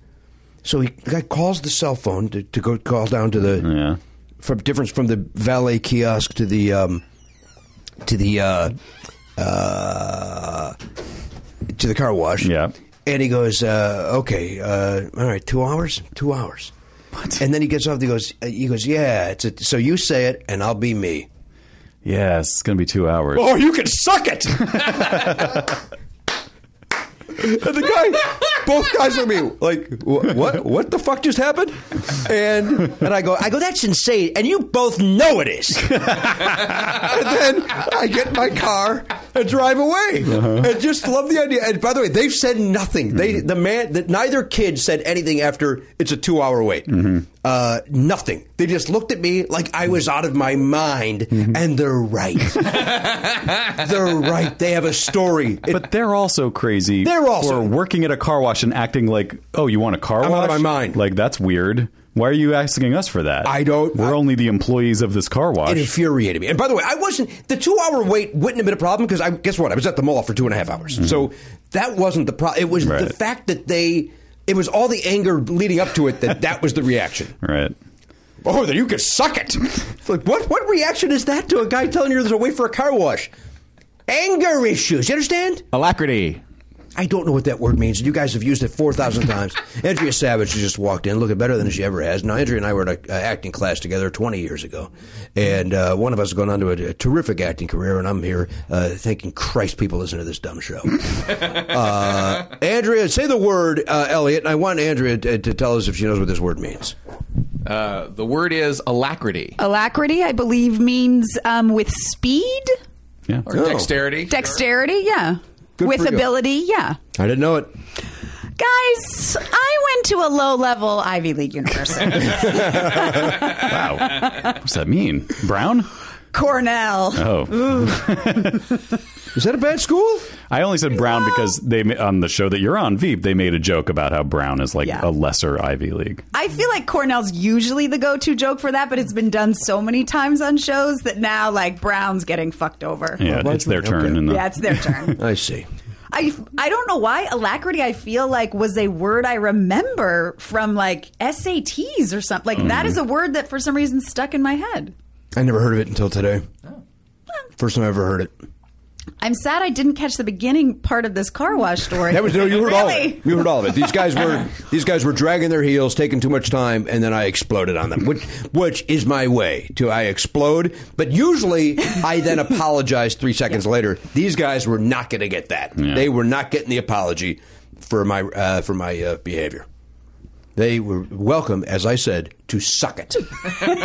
Speaker 1: So he, the guy calls the cell phone to, to go call down to the
Speaker 6: Yeah.
Speaker 1: from difference from the valet kiosk to the um, to the uh, uh, to the car wash.
Speaker 6: Yeah.
Speaker 1: And he goes, uh, okay, uh, all right, two hours, two hours. What? And then he gets off. He goes, he goes, yeah. It's a, so you say it, and I'll be me.
Speaker 6: Yeah, it's gonna be two hours.
Speaker 1: Oh, you can suck (laughs) it. and the guy, both guys look at me like, "Wh- what? What the fuck just happened? And and I go, I go, that's insane. And you both know it (laughs) is. and then I get in my car and drive away. And just love the idea. And by the way, they've said nothing. They the man that neither kid said anything after it's a two hour wait. Uh, nothing. They just looked at me like I was out of my mind, and they're right. They're right. They have a (laughs) story. It-
Speaker 6: But they're also crazy.
Speaker 1: They're also-
Speaker 6: for working at a car wash and acting like, oh, you want a car
Speaker 1: I'm
Speaker 6: wash?
Speaker 1: out of my mind.
Speaker 6: Like that's weird. Why are you asking us for that?
Speaker 1: I don't-
Speaker 6: We're
Speaker 1: I-
Speaker 6: only the employees of this car wash.
Speaker 1: it infuriated me. And by the way, I wasn't the two hour wait wouldn't have been a problem because I guess what I was at the mall for two and a half hours. So that wasn't the problem. It was the
Speaker 6: Right.
Speaker 1: fact that they. It was all the anger leading up to it that that was the (laughs) reaction.
Speaker 6: right.
Speaker 1: Oh, then you can suck it. It's like what? What reaction is that to a guy telling you there's a wait for a car wash? Anger issues. You understand?
Speaker 10: Alacrity.
Speaker 1: I don't know what that word means. You guys have used it 4,000 times. Andrea Savage has just walked in, looking better than she ever has. Now, Andrea and I were in an uh, acting class together 20 years ago. And uh, one of us has gone on to a, a terrific acting career, and I'm here uh, thanking Christ people listen to this dumb show. uh, Andrea, say the word, uh, Elliot, and I want Andrea to, to tell us if she knows what this word means.
Speaker 5: Uh, the word is alacrity
Speaker 11: Alacrity, I believe, means um, with speed,
Speaker 6: Yeah.
Speaker 5: or dexterity.
Speaker 11: dexterity, yeah.
Speaker 1: Good
Speaker 11: with
Speaker 1: for you.
Speaker 11: ability, yeah.
Speaker 1: I didn't know it.
Speaker 11: Guys, I went to a low level Ivy
Speaker 1: (laughs)
Speaker 11: League university,
Speaker 6: Wow. What's that mean? Brown?
Speaker 11: Cornell.
Speaker 6: Oh,
Speaker 1: Is that a bad school?
Speaker 6: I only said brown because they ma- on the show that you're on, Veep, they made a joke about how brown is like
Speaker 11: Yeah.
Speaker 6: a lesser Ivy League.
Speaker 11: I feel like Cornell's usually the go to joke for that, but it's been done so many times on shows that now, like, Brown's getting fucked over.
Speaker 6: Yeah,
Speaker 1: why
Speaker 6: it's
Speaker 1: is
Speaker 6: their
Speaker 1: that-
Speaker 6: turn.
Speaker 1: okay.
Speaker 6: In the,
Speaker 11: Yeah, it's
Speaker 1: (laughs)
Speaker 11: their turn.
Speaker 1: I see.
Speaker 11: I, I don't know why alacrity I feel like was a word I remember from like SATs or something. Like
Speaker 1: Mm-hmm.
Speaker 11: that is a word that for some reason stuck in my head.
Speaker 1: I never heard of it until today. First time I ever heard it.
Speaker 11: I'm sad I didn't catch the beginning part of this car wash story.
Speaker 1: That was no. You heard all. Of
Speaker 11: Really?
Speaker 1: it. You heard all of it. These guys were these guys were dragging their heels, taking too much time, and then I exploded on them, which which is my way to I explode. But usually I then apologize three seconds later. These guys were not going to get that.
Speaker 6: Yeah.
Speaker 1: They were not getting the apology for my uh, for my uh, behavior. They were welcome, as I said, to suck it.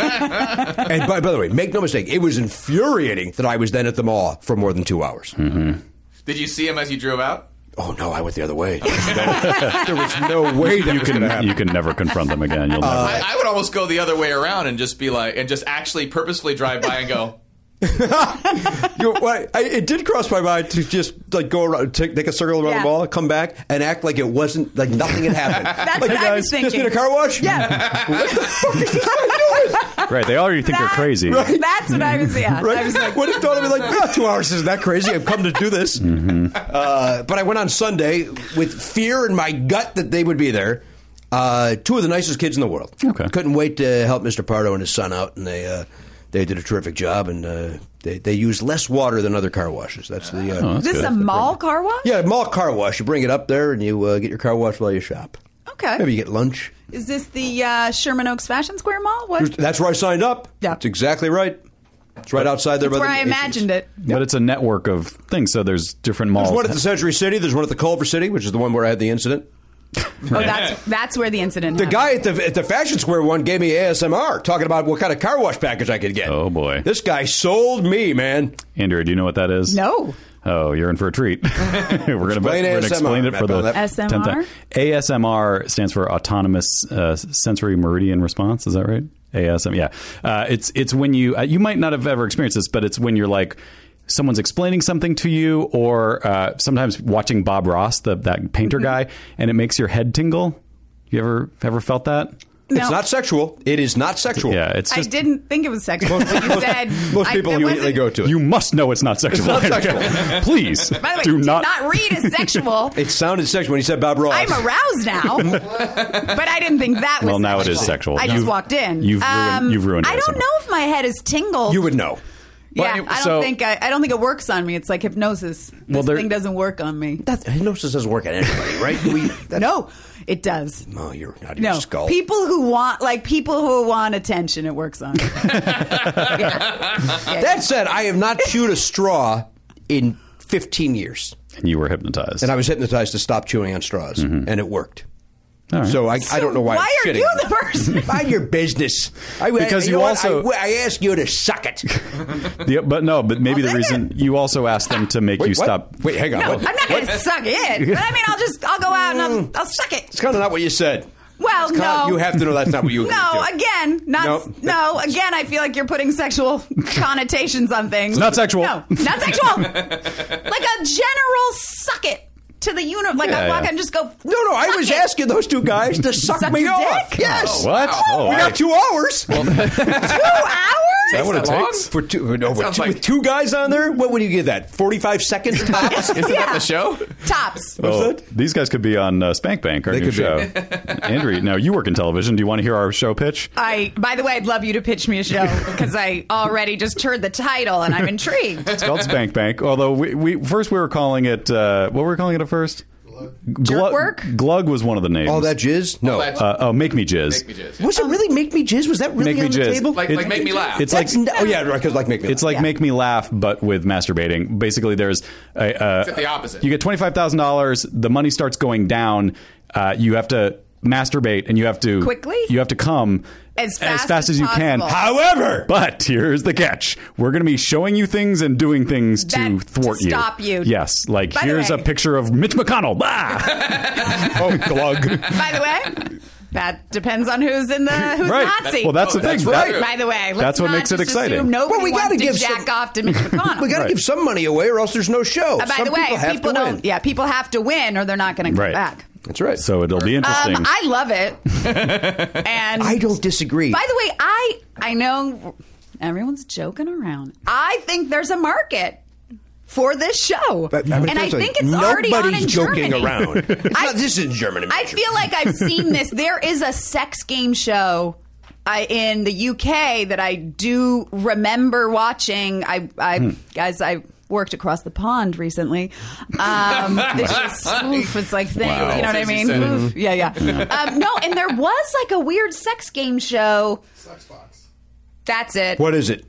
Speaker 1: and by, by the way, make no mistake, it was infuriating that I was then at the mall for more than two hours.
Speaker 5: Did you see him as you drove out?
Speaker 1: Oh no, I went the other way. (laughs) there was no way that
Speaker 6: you
Speaker 1: was gonna
Speaker 6: can
Speaker 1: happen. Uh,
Speaker 6: you can never confront them again. You'll never. (laughs)
Speaker 5: I, I would almost go the other way around and just be like, and just actually purposefully drive by and go,
Speaker 1: You know, what- I, it did cross my mind to just like go around, take, take a circle around
Speaker 11: Yeah.
Speaker 1: the ball, come back, and act like it wasn't like nothing had happened.
Speaker 11: (laughs) That's
Speaker 1: like,
Speaker 11: what I was
Speaker 1: Just
Speaker 11: thinking.
Speaker 1: in a car wash.
Speaker 11: Yeah.
Speaker 1: what the fuck is this guy doing?
Speaker 6: Right. They already think
Speaker 11: That-
Speaker 6: they're crazy.
Speaker 11: That's what I was. Yeah, I was like,
Speaker 1: what if Donna be like, "Ah, two hours isn't that crazy? I've come to do this. Uh, but I went on Sunday with fear in my gut that they would be there. Uh, two of the nicest kids in the world.
Speaker 6: Okay.
Speaker 1: Couldn't wait to help Mr. Pardo and his son out, and they uh, they did a terrific job, and uh, they, they used less water than other car washes. That's the. Uh,
Speaker 11: is this a mall car wash?
Speaker 1: yeah, mall car wash. You bring it up there and you uh, get your car washed while you shop.
Speaker 11: Okay.
Speaker 1: Maybe you get lunch.
Speaker 11: Is this the uh, Sherman Oaks Fashion Square Mall? What? That's
Speaker 1: That's where I signed up.
Speaker 11: Yeah.
Speaker 1: That's exactly right. It's right outside there. by
Speaker 11: where
Speaker 1: the,
Speaker 11: I imagined it.
Speaker 6: But it's a network of things. So there's different malls.
Speaker 1: There's one at the Century City. There's one at the Culver City, which is the one where I had the incident.
Speaker 11: Oh, that's that's where the incident.
Speaker 1: The
Speaker 11: happened.
Speaker 1: guy at the at the Fashion Square one gave me ASMR, talking about what kind of car wash package I could get.
Speaker 6: Oh, boy.
Speaker 1: this guy sold me, man.
Speaker 6: Andrew, do you know what
Speaker 2: (laughs)
Speaker 6: that is?
Speaker 11: No.
Speaker 6: Oh, you're in for
Speaker 1: (laughs)
Speaker 6: a treat. we're going to
Speaker 1: Explain
Speaker 6: explain
Speaker 1: ASMR.
Speaker 6: it for the
Speaker 11: SMR?
Speaker 6: 10th time. ASMR stands for Autonomous uh, Sensory Meridian Response. Is that right? ASM. Yeah. Uh, it's it's when you uh, you might not have ever experienced this, but it's when you're like. Someone's explaining something to you, or uh, sometimes watching Bob Ross, the, that
Speaker 2: Mm-hmm.
Speaker 6: painter guy, and it makes your head tingle. You ever ever felt that?
Speaker 1: It's
Speaker 11: No.
Speaker 1: not sexual. It is not sexual.
Speaker 6: Yeah, it's
Speaker 11: I
Speaker 6: just
Speaker 11: didn't think it was sexual. but you said
Speaker 1: Most
Speaker 11: I-
Speaker 1: people
Speaker 11: it
Speaker 1: immediately
Speaker 11: wasn't-
Speaker 1: go to it.
Speaker 6: you must know it's not sexual.
Speaker 1: It's not sexual.
Speaker 6: (laughs) Please
Speaker 11: By the way,
Speaker 6: do not.
Speaker 11: read as
Speaker 1: (laughs)
Speaker 11: sexual.
Speaker 1: it sounded sexual when he said Bob Ross.
Speaker 11: I'm aroused now,
Speaker 6: (laughs)
Speaker 11: but I didn't think that was.
Speaker 6: Well, now it is sexual.
Speaker 11: I just
Speaker 6: You've-
Speaker 11: walked in. Um,
Speaker 6: you've ruined- you've ruined
Speaker 11: I don't
Speaker 6: ASMR.
Speaker 11: know if my head is tingled.
Speaker 1: you would know.
Speaker 11: Yeah,
Speaker 6: Well,
Speaker 11: I don't
Speaker 6: so-
Speaker 11: think I, I don't think it works on me. It's like hypnosis. This
Speaker 6: there-
Speaker 11: thing doesn't work on me.
Speaker 1: That hypnosis doesn't work on anybody,
Speaker 11: (laughs)
Speaker 1: right? We, that,
Speaker 11: no, it does.
Speaker 1: no, you're out of
Speaker 11: No,
Speaker 1: your skull.
Speaker 11: people who want like people who want attention, it
Speaker 1: (laughs)
Speaker 11: works on.
Speaker 1: That said, I have not chewed a straw in 15 years,
Speaker 6: And you were hypnotized.
Speaker 1: and I was hypnotized to stop chewing on straws,
Speaker 11: Mm-hmm.
Speaker 1: and it worked.
Speaker 6: All right.
Speaker 1: So I, I don't know why. I'm
Speaker 11: Why are
Speaker 1: shitting.
Speaker 11: you the person?
Speaker 1: (laughs) Mind your business. I,
Speaker 6: Because you
Speaker 1: know what?
Speaker 6: also-
Speaker 1: I, I asked you to suck
Speaker 11: (laughs)
Speaker 1: it.
Speaker 6: The- but no, but maybe
Speaker 11: Well,
Speaker 6: the
Speaker 11: then
Speaker 6: reason you also asked them to make you
Speaker 1: what?
Speaker 6: stop.
Speaker 1: Wait, hang on.
Speaker 11: No, I'm
Speaker 1: What? Mm.
Speaker 11: not going to suck it. But I mean, I'll just I'll go out and I'll, I'll suck
Speaker 1: It's
Speaker 11: it.
Speaker 1: kind of not what you said.
Speaker 11: Well,
Speaker 1: Kinda-
Speaker 11: no,
Speaker 1: You have to know that's not what you. agreed
Speaker 11: No,
Speaker 1: to.
Speaker 11: again, not
Speaker 1: Nope.
Speaker 11: no, again. I feel like you're
Speaker 1: (laughs)
Speaker 11: putting sexual connotations on things.
Speaker 6: It's not sexual.
Speaker 11: No, not sexual. like a general suck it to the unit. Like
Speaker 6: Yeah,
Speaker 11: I walk
Speaker 6: yeah.
Speaker 11: and just go.
Speaker 1: No, no. I
Speaker 11: "Suck
Speaker 1: was
Speaker 11: it."
Speaker 1: asking those two guys to suck,
Speaker 11: Suck
Speaker 1: me
Speaker 11: your
Speaker 1: off.
Speaker 11: dick?
Speaker 1: Yes.
Speaker 6: What? Oh,
Speaker 1: We
Speaker 6: I-
Speaker 1: got two hours. (laughs)
Speaker 11: (laughs) two hours.
Speaker 1: That would have
Speaker 5: that long?
Speaker 1: taken for two, no, with,
Speaker 5: sounds
Speaker 1: two
Speaker 5: like-
Speaker 1: with two guys on there. What would you get that? Forty-five seconds
Speaker 11: (laughs)
Speaker 1: tops.
Speaker 5: Isn't
Speaker 11: Yeah.
Speaker 5: that the show?
Speaker 11: Tops.
Speaker 6: Oh,
Speaker 1: that?
Speaker 6: these guys could be on uh, Spank Bank, our
Speaker 1: They
Speaker 6: new
Speaker 1: could be.
Speaker 6: show.
Speaker 1: (laughs)
Speaker 6: Andrew, now you work in television. Do you want to hear our show pitch?
Speaker 11: I. By the way, I'd love you to pitch me a show because I already just heard the title and I'm intrigued.
Speaker 6: It's called Spank Bank. Although we, we first we were calling it uh, what were we calling it at first? Glug.
Speaker 11: work?
Speaker 6: Glug was one of the names.
Speaker 1: All Oh, that jizz? No.
Speaker 5: that-
Speaker 6: Uh, oh, make me jizz.
Speaker 5: Make me jizz.
Speaker 1: was it really make me jizz? Was that really
Speaker 6: Make me
Speaker 1: on the
Speaker 6: jizz.
Speaker 1: table?
Speaker 5: Like,
Speaker 6: It-
Speaker 5: like make me laugh.
Speaker 6: It's like
Speaker 1: That's n- oh yeah, right. Because like make me.
Speaker 6: It's like
Speaker 11: Yeah.
Speaker 6: make me laugh, but with masturbating. Basically, there's a, uh,
Speaker 5: the opposite.
Speaker 6: You get twenty five thousand dollars. The money starts going down. Uh, you have to masturbate, and you have to
Speaker 11: Quickly?
Speaker 6: You have to come
Speaker 11: As fast as
Speaker 6: you can.
Speaker 11: possible.
Speaker 6: However, but here's the catch: we're going to be showing you things and doing things to
Speaker 11: That- to
Speaker 6: thwart you,
Speaker 11: stop you.
Speaker 6: Yes, like
Speaker 11: By the
Speaker 6: here's a
Speaker 11: way-
Speaker 6: picture of Mitch
Speaker 5: (laughs)
Speaker 6: McConnell. Bah! oh, glug.
Speaker 11: By the way, that depends on who's in the who's
Speaker 6: Right.
Speaker 11: Nazi.
Speaker 6: Well, that's the
Speaker 5: That's
Speaker 6: thing. That-
Speaker 5: right.
Speaker 11: By the way, let's
Speaker 6: That's what
Speaker 11: not
Speaker 6: makes it
Speaker 11: just
Speaker 6: exciting.
Speaker 11: assume Nobody
Speaker 1: Well, we
Speaker 11: wants
Speaker 1: gotta
Speaker 11: to
Speaker 1: give
Speaker 11: jack
Speaker 1: some-
Speaker 11: off to Mitch McConnell.
Speaker 1: we got to give some money away, or else there's no show.
Speaker 11: Uh, by
Speaker 1: some
Speaker 11: the way,
Speaker 1: people have
Speaker 11: people
Speaker 1: to
Speaker 11: don't.
Speaker 1: win.
Speaker 11: Yeah, people have to win, or they're not going to come
Speaker 6: Right.
Speaker 11: back.
Speaker 1: That's right.
Speaker 6: So it'll be interesting.
Speaker 11: Um, I love it, and
Speaker 1: I don't disagree.
Speaker 11: By the way, I I know everyone's joking around. I think there's a market for this show,
Speaker 1: But I'm
Speaker 11: and
Speaker 1: gonna
Speaker 11: I
Speaker 1: tell you,
Speaker 11: think it's already on
Speaker 1: nobody's
Speaker 11: in
Speaker 1: joking
Speaker 11: Germany. (laughs)
Speaker 1: around. It's not- this is Germany.
Speaker 11: I feel like I've seen this. There is a sex game show uh, in the UK that I do remember watching. I, I
Speaker 1: Hmm.
Speaker 11: guys, I worked across the pond recently.
Speaker 1: (laughs)
Speaker 11: Um, it's just oof, it's like thing,
Speaker 6: Wow.
Speaker 11: you know what I
Speaker 5: As you
Speaker 11: mean?
Speaker 5: said it.
Speaker 11: Oof. Yeah, yeah.
Speaker 1: (laughs)
Speaker 11: Um, no, and there was like a weird sex game show. That's it.
Speaker 1: What is it?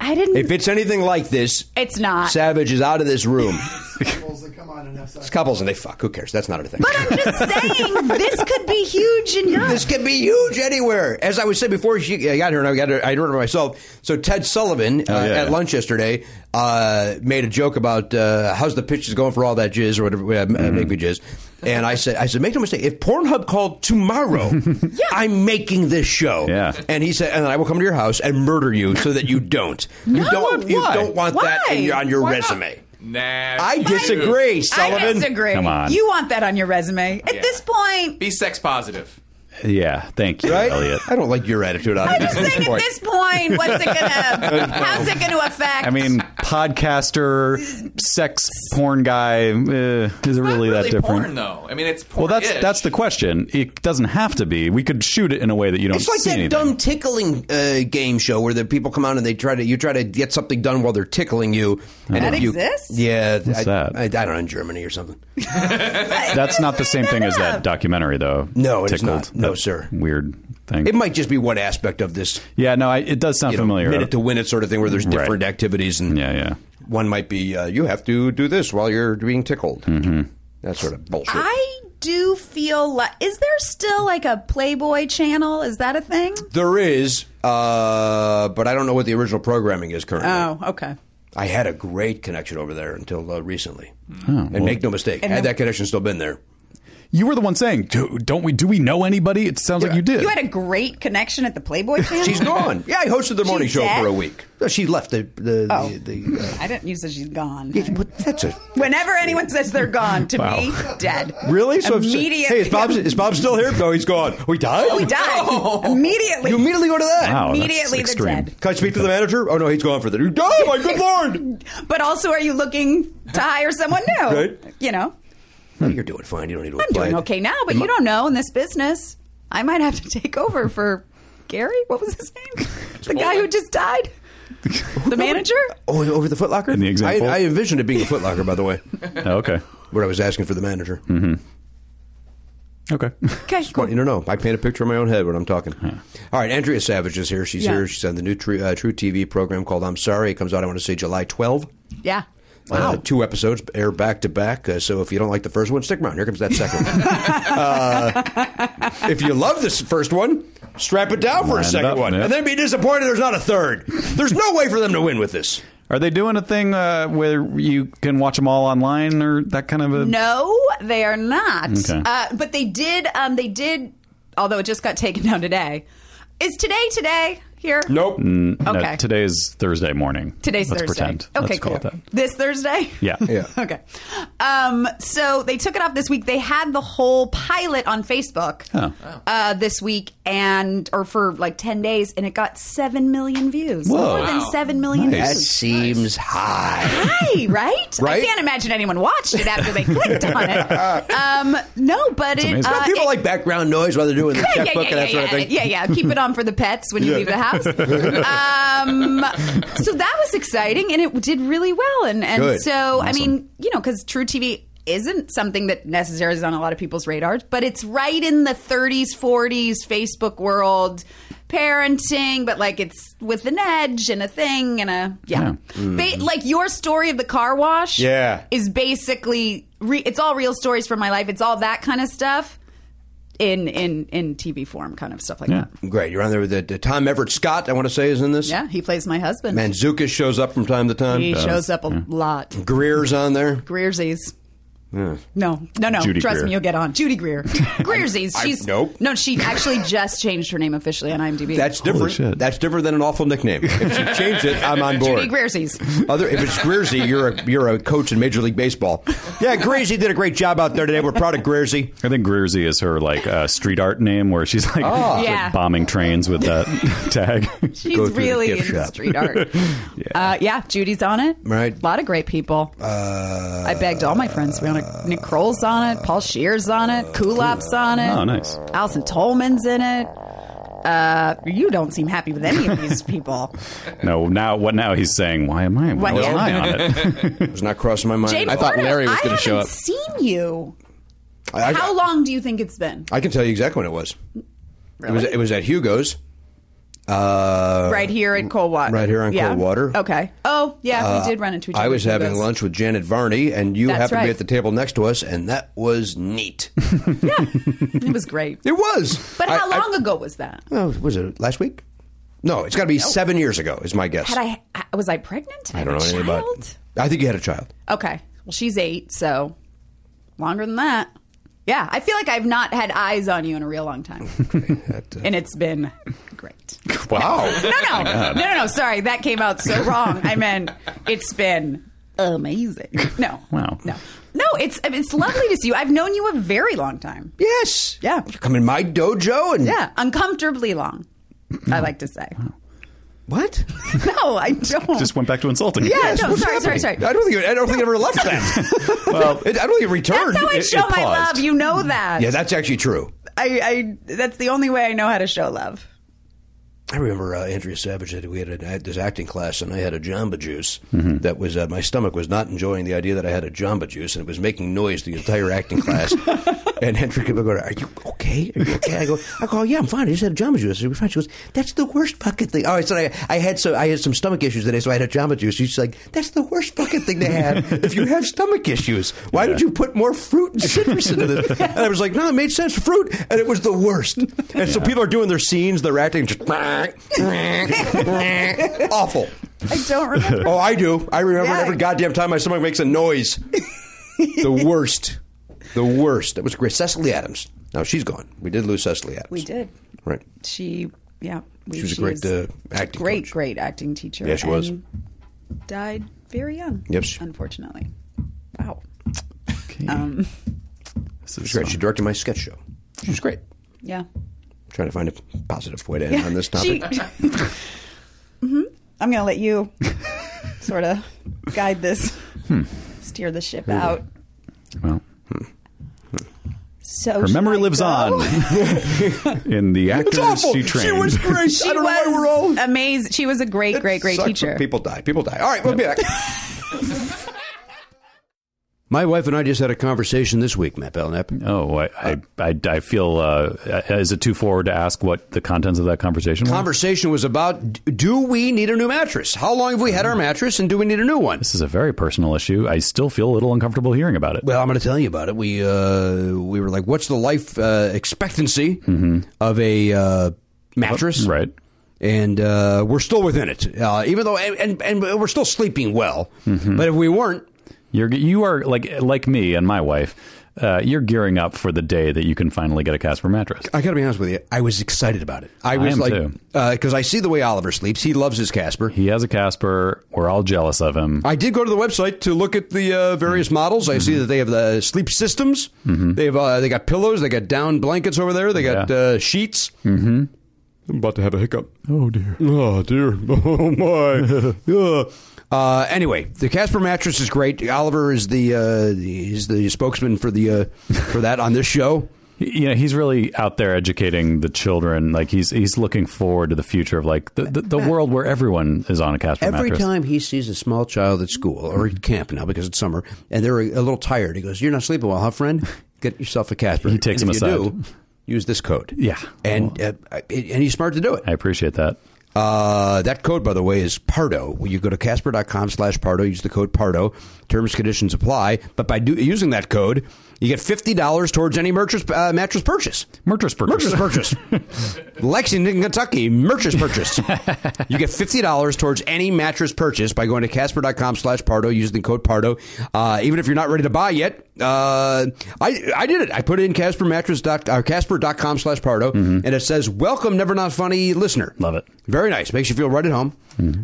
Speaker 11: I didn't.
Speaker 1: If it's anything like this,
Speaker 11: It's not.
Speaker 1: Savage is out of this room. (laughs)
Speaker 7: couples that come on and have sex.
Speaker 1: It's couples and they fuck. Who cares? That's not anything.
Speaker 11: But I'm just
Speaker 1: (laughs)
Speaker 11: saying, this could be huge in Europe.
Speaker 1: This can be huge anywhere. As I was saying before, she, I got here and I got her, I remember myself. So Ted Sullivan
Speaker 11: Oh,
Speaker 1: uh,
Speaker 6: yeah,
Speaker 1: at
Speaker 6: yeah.
Speaker 1: lunch yesterday uh, made a joke about uh, how's the pitches going for all that jizz or whatever, uh,
Speaker 11: Mm-hmm.
Speaker 1: make me jizz. And I said, I said, make no mistake. If Pornhub called
Speaker 11: (laughs)
Speaker 1: tomorrow, I'm making this show.
Speaker 6: Yeah.
Speaker 1: And he said, and I will come to your house and murder you so that you
Speaker 11: (laughs)
Speaker 1: don't. you don't. You
Speaker 11: why?
Speaker 1: don't want that in
Speaker 11: Why?
Speaker 1: your, on your
Speaker 11: Why not?
Speaker 1: resume.
Speaker 5: Nah.
Speaker 1: I
Speaker 5: you.
Speaker 1: disagree, Sullivan.
Speaker 11: I disagree.
Speaker 6: Come on.
Speaker 11: You want that on your resume. At this
Speaker 1: (laughs)
Speaker 11: point,
Speaker 5: Be sex positive.
Speaker 6: Yeah, thank you,
Speaker 1: Right?
Speaker 6: Elliot.
Speaker 1: I don't like your attitude on
Speaker 11: I'm
Speaker 1: this
Speaker 11: just
Speaker 1: (laughs)
Speaker 11: saying at
Speaker 1: point.
Speaker 11: this point, what's it gonna (laughs) how's it gonna affect
Speaker 6: I mean, podcaster, sex porn guy. Uh, is it
Speaker 5: Not
Speaker 6: really, that different?
Speaker 5: Porn, though. I mean, it's
Speaker 6: Well,
Speaker 5: porn.
Speaker 6: that's that's the question. It doesn't have to be. We could shoot it in a way that you don't
Speaker 1: It's like
Speaker 6: see
Speaker 1: that
Speaker 6: anything.
Speaker 1: dumb tickling uh, game show where the people come out and they try to you try to get something done while they're tickling you. And
Speaker 11: That
Speaker 1: if you,
Speaker 11: exists?
Speaker 1: Yeah, I,
Speaker 6: that?
Speaker 1: I, I don't know in Germany or something.
Speaker 6: That's not the same thing as
Speaker 1: (laughs)
Speaker 6: that documentary, though.
Speaker 1: No, it is
Speaker 6: Tickled.
Speaker 1: not. No,
Speaker 6: That
Speaker 1: sir.
Speaker 6: Weird thing.
Speaker 1: It might just be one aspect of this
Speaker 6: yeah, no, I, it does sound
Speaker 1: you know,
Speaker 6: familiar.
Speaker 1: minute to win it sort of thing where there's
Speaker 6: Right.
Speaker 1: different activities and
Speaker 6: yeah, yeah.
Speaker 1: one might be uh, you have to do this while you're being tickled.
Speaker 6: Mm-hmm.
Speaker 1: That sort of bullshit.
Speaker 11: I do feel like is there still like a Playboy channel? Is that a thing?
Speaker 1: there is, uh, but I don't know what the original programming is currently.
Speaker 11: Oh, okay.
Speaker 1: I had a great connection over there until uh, recently.
Speaker 6: Hmm.
Speaker 1: and make no mistake,
Speaker 11: And
Speaker 1: had
Speaker 11: the-
Speaker 1: that connection still been there.
Speaker 6: You were the one saying, "Do- "Don't we? Do we know anybody?" It sounds like you did.
Speaker 11: You had a great connection at the Playboy channel?
Speaker 1: She's gone. Yeah, I hosted the morning
Speaker 11: She's
Speaker 1: show
Speaker 11: dead?
Speaker 1: for a week. No, She left the the,
Speaker 11: Oh.
Speaker 1: the, the uh,
Speaker 11: I didn't use that she's gone.
Speaker 1: yeah, but that's a
Speaker 11: Whenever anyone says they're gone, to me, dead.
Speaker 1: really so if-
Speaker 11: Immediate-
Speaker 1: Hey, is Bob is Bob still here? No, he's gone. We died.
Speaker 11: Oh, he died. Immediately.
Speaker 1: You immediately go to that.
Speaker 6: Wow, oh, that's
Speaker 11: Immediately the
Speaker 6: extreme.
Speaker 11: dead.
Speaker 1: Can I speak to the manager? Oh no, he's gone for the. Oh
Speaker 11: (laughs)
Speaker 1: my good lord!
Speaker 11: But also, are you looking to hire someone new?
Speaker 1: Right.
Speaker 11: You know,
Speaker 1: No, you're doing fine. You don't need to.
Speaker 11: I'm doing okay now, but you don't know in this business. I might have to take over for Gary. What was his name? The guy who
Speaker 6: (laughs)
Speaker 11: just died? The manager?
Speaker 1: Oh, over the Footlocker.
Speaker 6: In the example?
Speaker 1: I, I envisioned it being a Footlocker, by the way, (laughs)
Speaker 6: Oh, okay.
Speaker 1: where I was asking for the manager.
Speaker 6: Mm-hmm. Okay.
Speaker 11: Okay,
Speaker 1: Well,
Speaker 11: cool.
Speaker 1: you don't know. I paint a picture in my own head when I'm talking. All right, Andrea Savage is here. She's
Speaker 11: Yeah.
Speaker 1: here. She's on the new True, uh, True TV program called "I'm Sorry." It comes out. I want to say July 12.
Speaker 11: Yeah.
Speaker 1: Uh, two episodes air back to back. Uh, so if you don't like the first one, stick around. Here comes that second. (laughs) uh, if you love this first one, strap it down for
Speaker 6: Line
Speaker 1: a
Speaker 6: it
Speaker 1: second
Speaker 6: up,
Speaker 1: one,
Speaker 6: yeah.
Speaker 1: and then be disappointed. There's not a third. There's no way for them to win with this.
Speaker 6: Are they doing a thing uh, where you can watch them all online or that kind of a?
Speaker 11: No, they are not.
Speaker 6: Okay.
Speaker 11: Uh, but they did. Um, they did. Although it just got taken down today. Is today today here?
Speaker 1: Nope.
Speaker 6: No,
Speaker 11: Okay.
Speaker 6: Uh, today is Thursday morning.
Speaker 11: Today's
Speaker 6: Let's
Speaker 11: Thursday.
Speaker 6: pretend.
Speaker 11: Okay,
Speaker 6: Let's
Speaker 11: cool.
Speaker 6: Call it that.
Speaker 11: This Thursday.
Speaker 6: Yeah.
Speaker 1: (laughs) Yeah.
Speaker 11: okay. Um, so they took it off this week. They had the whole pilot on Facebook
Speaker 6: Oh.
Speaker 11: uh, this week and or for like ten days, and it got seven million views.
Speaker 6: Whoa.
Speaker 11: More
Speaker 5: Wow.
Speaker 11: than seven million
Speaker 1: That
Speaker 11: views.
Speaker 1: seems high.
Speaker 11: Hey, right?
Speaker 1: Right?
Speaker 11: I can't imagine anyone watched it after they clicked
Speaker 1: (laughs)
Speaker 11: on it. Um, no, but it,
Speaker 6: amazing.
Speaker 11: uh,
Speaker 1: People
Speaker 11: it-
Speaker 1: like background noise while they're doing the
Speaker 11: yeah,
Speaker 1: checkbook
Speaker 11: yeah,
Speaker 1: and that
Speaker 11: yeah,
Speaker 1: sort of thing.
Speaker 11: yeah, yeah. Keep it on for the pets when you leave
Speaker 1: (laughs)
Speaker 11: the house. Um, so that was exciting, and it did really well. And and
Speaker 1: Good.
Speaker 11: so I mean, you know, because True TV isn't something that necessarily is on a lot of people's radars, but it's right in the 30s, 40s Facebook world, parenting, but like it's with an edge and a thing and a yeah,
Speaker 1: Mm.
Speaker 11: Ba- like your story of the car wash,
Speaker 1: Yeah.
Speaker 11: is basically re- it's all real stories from my life. It's all that kind of stuff in in in TV form, kind of stuff like
Speaker 6: Yeah.
Speaker 11: that.
Speaker 1: Great. You're on there with the, the Tom Everett Scott. I want to say is in this.
Speaker 11: Yeah, he plays my husband.
Speaker 1: Manzukas shows up from time to time.
Speaker 11: he shows up a lot.
Speaker 1: Greer's on there.
Speaker 11: Greersies. No, no, no.
Speaker 6: Judy
Speaker 11: Trust
Speaker 6: Greer.
Speaker 11: me, you'll get on.
Speaker 1: (laughs)
Speaker 11: Judy Greer. Greersies. She's
Speaker 1: nope.
Speaker 11: No, she actually just changed her name officially on IMDb.
Speaker 1: That's different.
Speaker 6: shit.
Speaker 1: That's different than an awful nickname. If you change it, I'm on board. (laughs)
Speaker 11: Judy Greersies.
Speaker 1: Other, if it's Greersey, you're a you're a coach in Major League Baseball. Yeah, Greersey did a great job out there today. We're proud of Greersey.
Speaker 6: I think Greersey is her like uh, street art name, where she's like, (laughs) like,
Speaker 11: Ah. Yeah.
Speaker 6: bombing trains with
Speaker 11: (laughs)
Speaker 6: that (laughs) tag.
Speaker 11: She's
Speaker 1: Go through the
Speaker 11: really
Speaker 1: gift
Speaker 11: into
Speaker 1: shop.
Speaker 11: street
Speaker 1: (laughs)
Speaker 11: art. yeah. Uh, yeah, Judy's on it.
Speaker 1: Right.
Speaker 11: A lot of great people.
Speaker 1: Uh,
Speaker 11: I begged all my friends to be on it. Nick Kroll's on it. Paul Shear's on it. Kulop's on it.
Speaker 6: Oh, nice.
Speaker 11: Allison Tolman's in it. Uh, you don't seem happy with any of
Speaker 1: (laughs)
Speaker 11: these people.
Speaker 6: No, now what? Now he's saying, "Why am I? Why
Speaker 11: Why-
Speaker 6: was
Speaker 11: Yeah.
Speaker 6: I on it?"
Speaker 1: it was not crossing my mind.
Speaker 11: Jane
Speaker 1: I,
Speaker 11: Porter,
Speaker 10: Larry was
Speaker 11: I
Speaker 10: gonna show
Speaker 11: haven't
Speaker 10: up.
Speaker 11: Seen you.
Speaker 1: I, I-
Speaker 11: How long do you think it's been?
Speaker 1: I can tell you exactly when it was. It was it was at Hugo's. Uh,
Speaker 11: right here in Coldwater.
Speaker 1: right here on
Speaker 11: yeah.
Speaker 1: Coldwater.
Speaker 11: Okay. Oh, yeah,
Speaker 1: Uh,
Speaker 11: we did run into each other.
Speaker 1: I was
Speaker 11: through
Speaker 1: having
Speaker 11: this.
Speaker 1: lunch with Janet Varney, and you
Speaker 11: That's
Speaker 1: happened to
Speaker 11: right.
Speaker 1: be at the table next to us, and that was neat.
Speaker 11: (laughs) It was great.
Speaker 1: it was.
Speaker 11: But how
Speaker 1: I- I-
Speaker 11: long ago was that?
Speaker 1: well, was it last week? No, it's got to be seven years ago, is my guess.
Speaker 11: Had I I- was I pregnant? Did
Speaker 1: I don't know
Speaker 11: have a
Speaker 1: anything about
Speaker 11: child?
Speaker 1: it. I think you had a child.
Speaker 11: Okay. Well, she's eight, so longer than that. Yeah, I feel like I've not had eyes on you in a real long time,
Speaker 1: uh,
Speaker 11: (laughs) and it's been great.
Speaker 1: Wow.
Speaker 11: No, no, no, no, no. Sorry, that came out so wrong. I meant it's been amazing. No,
Speaker 6: Wow.
Speaker 11: no, no. It's it's lovely to see you. I've known you a very long time.
Speaker 1: yes.
Speaker 11: Yeah.
Speaker 1: You come in my dojo and
Speaker 11: Yeah, uncomfortably long. I like to say.
Speaker 1: what?
Speaker 11: (laughs) No, I don't.
Speaker 6: Just went back to insulting.
Speaker 11: yeah, no,
Speaker 1: What's
Speaker 11: sorry,
Speaker 1: happening?
Speaker 11: sorry, sorry.
Speaker 1: I don't think I don't think I ever left that. well, I don't think it returned.
Speaker 11: That's how I
Speaker 6: It-
Speaker 11: show
Speaker 6: it
Speaker 11: my
Speaker 6: paused.
Speaker 11: love. You know that.
Speaker 1: yeah, that's actually true.
Speaker 11: I, I. That's the only way I know how to show love.
Speaker 1: I remember uh, Andrea Savage said we had, an, had this acting class, and I had a Jamba Juice that was uh, my stomach was not enjoying the idea that I had a Jamba Juice, and it was making noise the entire acting class. and Andrea would go, "Are you okay? Are you okay?" I go, "I go, yeah, I'm fine. I just had a Jamba Juice." She was fine. She goes, "That's the worst fucking thing." All right, so I, I had so I had some stomach issues today, so I had a Jamba Juice. She's like, "That's the worst fucking thing to have if you have stomach issues. Why did you put more fruit and citrus into (laughs) it?" And I was like, "No, it made sense, fruit," and it was the worst. And so people are doing their scenes, they're acting (laughs) just awful.
Speaker 11: I don't
Speaker 1: (laughs)
Speaker 11: remember.
Speaker 1: Oh, I do. I remember
Speaker 11: Yeah.
Speaker 1: every goddamn time my stomach makes a noise. (laughs) the worst. The worst. That was great. Cecily Adams. Now she's gone. We did lose Cecily Adams.
Speaker 11: we did.
Speaker 1: Right.
Speaker 11: She, yeah. We,
Speaker 1: She was a great,
Speaker 11: was
Speaker 1: uh, acting
Speaker 11: Great,
Speaker 1: coach.
Speaker 11: great acting teacher.
Speaker 1: Yeah, she was.
Speaker 11: and Died very young.
Speaker 1: Yep, she-
Speaker 11: Unfortunately. Wow.
Speaker 6: Okay.
Speaker 11: Um,
Speaker 6: This is
Speaker 1: She's great. She directed my sketch show. She was great.
Speaker 11: yeah.
Speaker 1: trying to find a positive way to end on this
Speaker 11: She- (laughs)
Speaker 1: topic.
Speaker 11: Mhm. I'm going to let you sort of guide this,
Speaker 1: Hmm.
Speaker 11: steer the ship out.
Speaker 6: well,
Speaker 11: So
Speaker 6: her
Speaker 11: should
Speaker 6: memory
Speaker 11: I
Speaker 6: lives
Speaker 11: go?
Speaker 6: on
Speaker 1: (laughs)
Speaker 6: in the actors
Speaker 1: it's awful.
Speaker 6: she trained.
Speaker 1: was great. (laughs)
Speaker 11: She
Speaker 1: I don't
Speaker 11: was
Speaker 1: know why we're all
Speaker 11: amazing. She was a great, great, great
Speaker 1: Sucks, but
Speaker 11: teacher.
Speaker 1: People die. People die. All right, we'll be
Speaker 11: (laughs)
Speaker 1: back. My wife and I just had a conversation this week, Matt Belknap.
Speaker 6: Oh, I, I, I, I feel. Uh, is it too forward to ask what the contents of that conversation? were?
Speaker 1: Conversation was about d- do we need a new mattress? How long have we had our mattress and do we need a new one?
Speaker 6: This is a very personal issue. I still feel a little uncomfortable hearing about it.
Speaker 1: Well, I'm going to tell you about it. We uh, we were like, what's the life uh, expectancy of a uh, mattress?
Speaker 6: Right.
Speaker 1: and uh, we're still within it, uh, even though and, and and we're still sleeping well.
Speaker 6: Mm-hmm.
Speaker 1: But if we weren't,
Speaker 6: You're you are like like me and my wife. Uh, you're gearing up for the day that you can finally get a Casper mattress.
Speaker 1: I got to be honest with you, I was excited about it. I was
Speaker 6: am too.
Speaker 1: like, because I see the way Oliver sleeps. He loves his Casper.
Speaker 6: He has a Casper. We're all jealous of him.
Speaker 1: I did go to the website to look at the uh, various
Speaker 6: Mm-hmm.
Speaker 1: models. I see that they have the sleep systems. They have uh, they got pillows. They got down blankets over there. They got
Speaker 6: Yeah. Mm-hmm.
Speaker 1: uh, sheets.
Speaker 12: I'm about to have a hiccup.
Speaker 6: Oh dear.
Speaker 12: Oh dear. (laughs) Oh
Speaker 6: (laughs)
Speaker 12: my.
Speaker 1: Ugh. Uh, anyway, the Casper mattress is great. Oliver is the uh, he's the spokesman for the uh, for that on this show.
Speaker 6: you know he's really out there educating the children like he's he's looking forward to the future of like the, the, the world where everyone is on a casper
Speaker 1: Every
Speaker 6: mattress
Speaker 1: time he sees a small child at school or at camp now because it's summer and they're a little tired, he goes, "You're not sleeping well, huh, friend? Get yourself a Casper."
Speaker 6: He takes
Speaker 1: and
Speaker 6: them
Speaker 1: if You
Speaker 6: aside.
Speaker 1: do, use this code.
Speaker 6: Yeah.
Speaker 1: and uh, it- and he's smart to do it.
Speaker 6: i appreciate that
Speaker 1: Uh, that code, by the way, is Pardo. You go to Casper.com slash Pardo, use the code Pardo. Terms, conditions apply. But by do, using that code, you get $50 towards any mattress, uh, mattress purchase.
Speaker 6: Mattress purchase.
Speaker 1: Mattress purchase. (laughs) Lexington, Kentucky, mattress
Speaker 6: (laughs)
Speaker 1: purchase. you get $50 towards any mattress purchase by going to Casper.com slash Pardo, using the code Pardo. Uh, even if you're not ready to buy yet, uh, I, I did it. I put in Casper mattress dot, uh, Casper.com slash Pardo, and it says, Welcome, Never Not Funny listener.
Speaker 6: Mm-hmm. Love it. Mm-hmm.
Speaker 1: Very nice. Makes you feel right at home.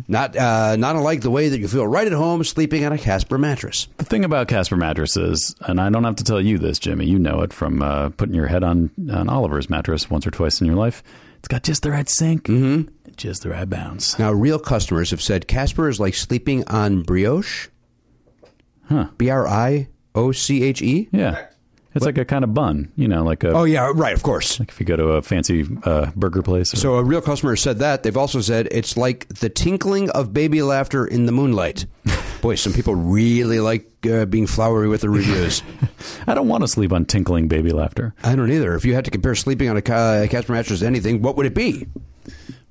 Speaker 1: Not uh, not unlike the way that you feel right at home sleeping on a Casper mattress.
Speaker 6: the thing about casper mattresses and i don't have to tell you this jimmy you know it from uh, putting your head on on oliver's mattress once or twice in your life it's got just the right sink mm-hmm. just the right bounce
Speaker 1: Now, real customers have said Casper is like sleeping on brioche.
Speaker 6: Huh.
Speaker 1: B R I O C H E.
Speaker 6: yeah it's like a kind of bun you know like a
Speaker 1: Oh yeah, right. Of course.
Speaker 6: if you go to a fancy uh, burger place or,
Speaker 1: So a real customer said that. They've also said it's like the tinkling of baby laughter in the
Speaker 6: (laughs)
Speaker 1: moonlight. Boy, some people really like uh, being flowery with the
Speaker 6: (laughs)
Speaker 1: reviews.
Speaker 6: i don't want to sleep on tinkling baby laughter
Speaker 1: I don't either. If you had to compare sleeping on a ca- Casper mattress to anything, what would it be?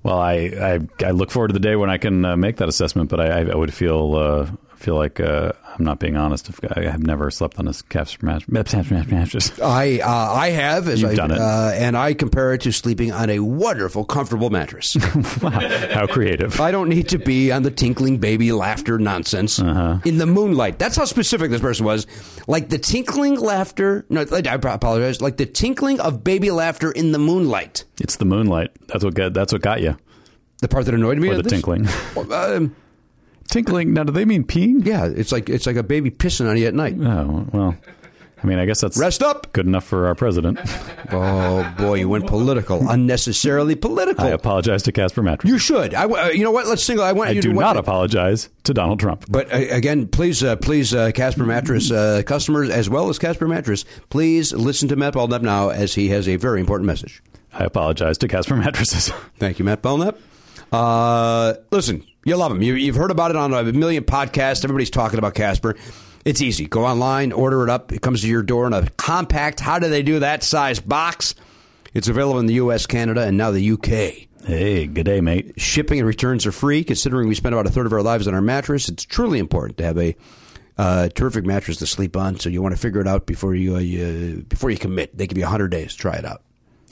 Speaker 6: Well, I, I I look forward to the day when I can uh, make that assessment, but I, I would feel uh, feel like uh, I'm not being honest. If I have never slept on a calf mattress. (laughs) mattress.
Speaker 1: I uh, I have as
Speaker 6: You've
Speaker 1: I
Speaker 6: done it.
Speaker 1: Uh, and I compare it to sleeping on a wonderful, comfortable mattress.
Speaker 6: wow, how creative!
Speaker 1: I don't need to be on the tinkling baby laughter nonsense
Speaker 6: Uh-huh.
Speaker 1: in the moonlight. That's how specific this person was. Like the tinkling laughter. No, I I apologize. Like the tinkling of baby laughter in the moonlight.
Speaker 6: It's the moonlight. That's what got, that's what got you.
Speaker 1: The part that annoyed me.
Speaker 6: Or
Speaker 1: is
Speaker 6: the
Speaker 1: this?
Speaker 6: tinkling.
Speaker 1: Well, Um,
Speaker 6: (laughs) tinkling. Now, do they mean peeing?
Speaker 1: yeah, it's like it's like a baby pissing on you at night.
Speaker 6: Oh well, I mean, I guess that's
Speaker 1: Rest up.
Speaker 6: good enough for our (laughs) president.
Speaker 1: Oh boy, you went political, unnecessarily political.
Speaker 6: I apologize to Casper Mattress.
Speaker 1: you should. I. w- uh, You know what? Let's single. I want
Speaker 6: I
Speaker 1: you
Speaker 6: do
Speaker 1: to
Speaker 6: not apologize to Donald Trump.
Speaker 1: But uh, again, please, uh, please, uh, Casper Mattress uh, customers as well as Casper Mattress, please listen to Matt Belknap now as he has a very important message.
Speaker 6: I apologize to Casper (laughs) Mattresses.
Speaker 1: Thank you, Matt Belknap. Uh, listen, you love him. You, you've heard about it on a million podcasts. Everybody's talking about Casper. It's easy. Go online, order it up. It comes to your door in a compact. How do they do that size box? It's available in the U.S., Canada, and now the U.K.
Speaker 6: hey, good day, mate.
Speaker 1: Shipping and returns are free. Considering we spend about a third of our lives on our mattress, it's truly important to have a uh, terrific mattress to sleep on. So you want to figure it out before you, uh, you before you commit. They give you hundred days. Try it out.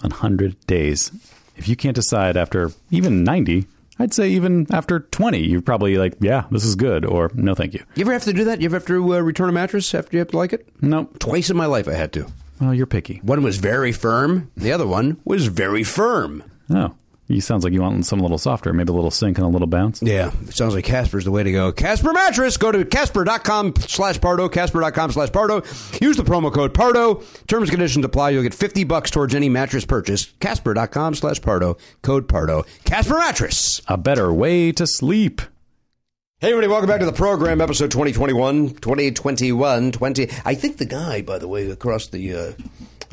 Speaker 6: 100 days. If you can't decide after even 90, I'd say even after 20, you're probably like, yeah, this is good, or no, thank you.
Speaker 1: You ever have to do that? You ever have to uh, return a mattress after you have to like it?
Speaker 6: Nope.
Speaker 1: Twice in my life, I had to.
Speaker 6: Well, you're picky.
Speaker 1: One was very firm. The other one was very firm.
Speaker 6: Oh, you sounds like you want some a little softer, maybe a little sink and a little bounce.
Speaker 1: Yeah, it sounds like Casper's the way to go. Casper Mattress. Go to casper.com slash Pardo, casper.com slash Pardo. Use the promo code Pardo. Terms and conditions apply. You'll get 50 bucks towards any mattress purchase. Casper.com slash Pardo, code Pardo. Casper Mattress.
Speaker 6: A better way to sleep.
Speaker 1: Hey, everybody, welcome back to the program, episode 2021, 2021, 20. I think the guy, by the way, across the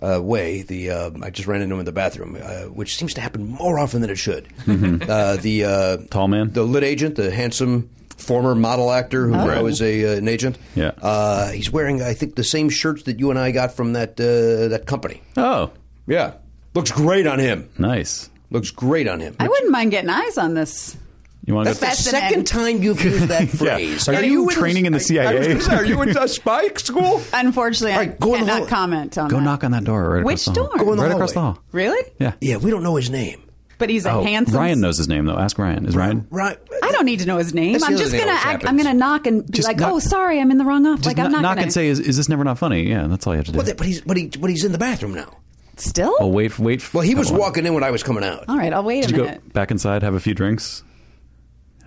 Speaker 1: uh, uh, way, the uh, I just ran into him in the bathroom, uh, which seems to happen more often than it should. Uh, the uh,
Speaker 6: Tall man?
Speaker 1: the lit agent, the handsome former model actor who now is a, uh, an agent.
Speaker 6: Oh. Yeah.
Speaker 1: uh, he's wearing, I think, the same shirts that you and I got from that uh, that company.
Speaker 6: Oh,
Speaker 1: Yeah, looks great on him.
Speaker 6: nice.
Speaker 1: Looks great on him.
Speaker 11: I wouldn't mind getting eyes on this.
Speaker 6: You want to
Speaker 1: That's
Speaker 6: go?
Speaker 1: the second
Speaker 11: Specimen.
Speaker 1: time you've used
Speaker 6: (laughs)
Speaker 1: that
Speaker 6: Yeah.
Speaker 1: phrase.
Speaker 6: Are, you,
Speaker 1: in-
Speaker 6: training in the
Speaker 1: I was
Speaker 6: CIA?
Speaker 1: gonna
Speaker 6: (laughs)
Speaker 1: say, are you in uh, spy school?
Speaker 11: Unfortunately,
Speaker 1: All
Speaker 11: I
Speaker 1: right, go in the
Speaker 11: cannot
Speaker 1: hallway.
Speaker 11: comment on
Speaker 6: Go
Speaker 11: that.
Speaker 6: knock on that door right across
Speaker 11: Which
Speaker 6: the hall.
Speaker 11: door? Go in
Speaker 1: the
Speaker 6: right across the
Speaker 1: hallway.
Speaker 6: hall.
Speaker 11: Really?
Speaker 6: Yeah.
Speaker 1: Yeah, we don't know his name.
Speaker 11: But he's a
Speaker 6: Oh,
Speaker 11: handsome.
Speaker 6: Ryan knows his name though. Ask Ryan. Is Ryan?
Speaker 1: Right.
Speaker 11: I don't need to know his name.
Speaker 1: That's the
Speaker 11: I'm
Speaker 1: other
Speaker 11: just
Speaker 1: thing
Speaker 11: gonna
Speaker 1: that always
Speaker 11: act. I'm
Speaker 1: happens.
Speaker 11: gonna knock and be
Speaker 6: Just
Speaker 11: like,
Speaker 6: knock-
Speaker 11: "Oh, sorry, I'm in the wrong off."
Speaker 6: Just
Speaker 11: Like I'm
Speaker 6: kno-
Speaker 11: not
Speaker 6: knock
Speaker 11: gonna
Speaker 6: and say, is, "Is this never not funny?" Yeah, that's all you have to do.
Speaker 1: But, that- but he's but he but he's in the bathroom now.
Speaker 11: still.
Speaker 6: Oh, wait, wait.
Speaker 1: Well, he was
Speaker 6: Come on.
Speaker 1: walking in when I was coming out.
Speaker 11: All right, I'll wait a
Speaker 6: Did you go
Speaker 11: minute.
Speaker 6: back inside, have a few drinks?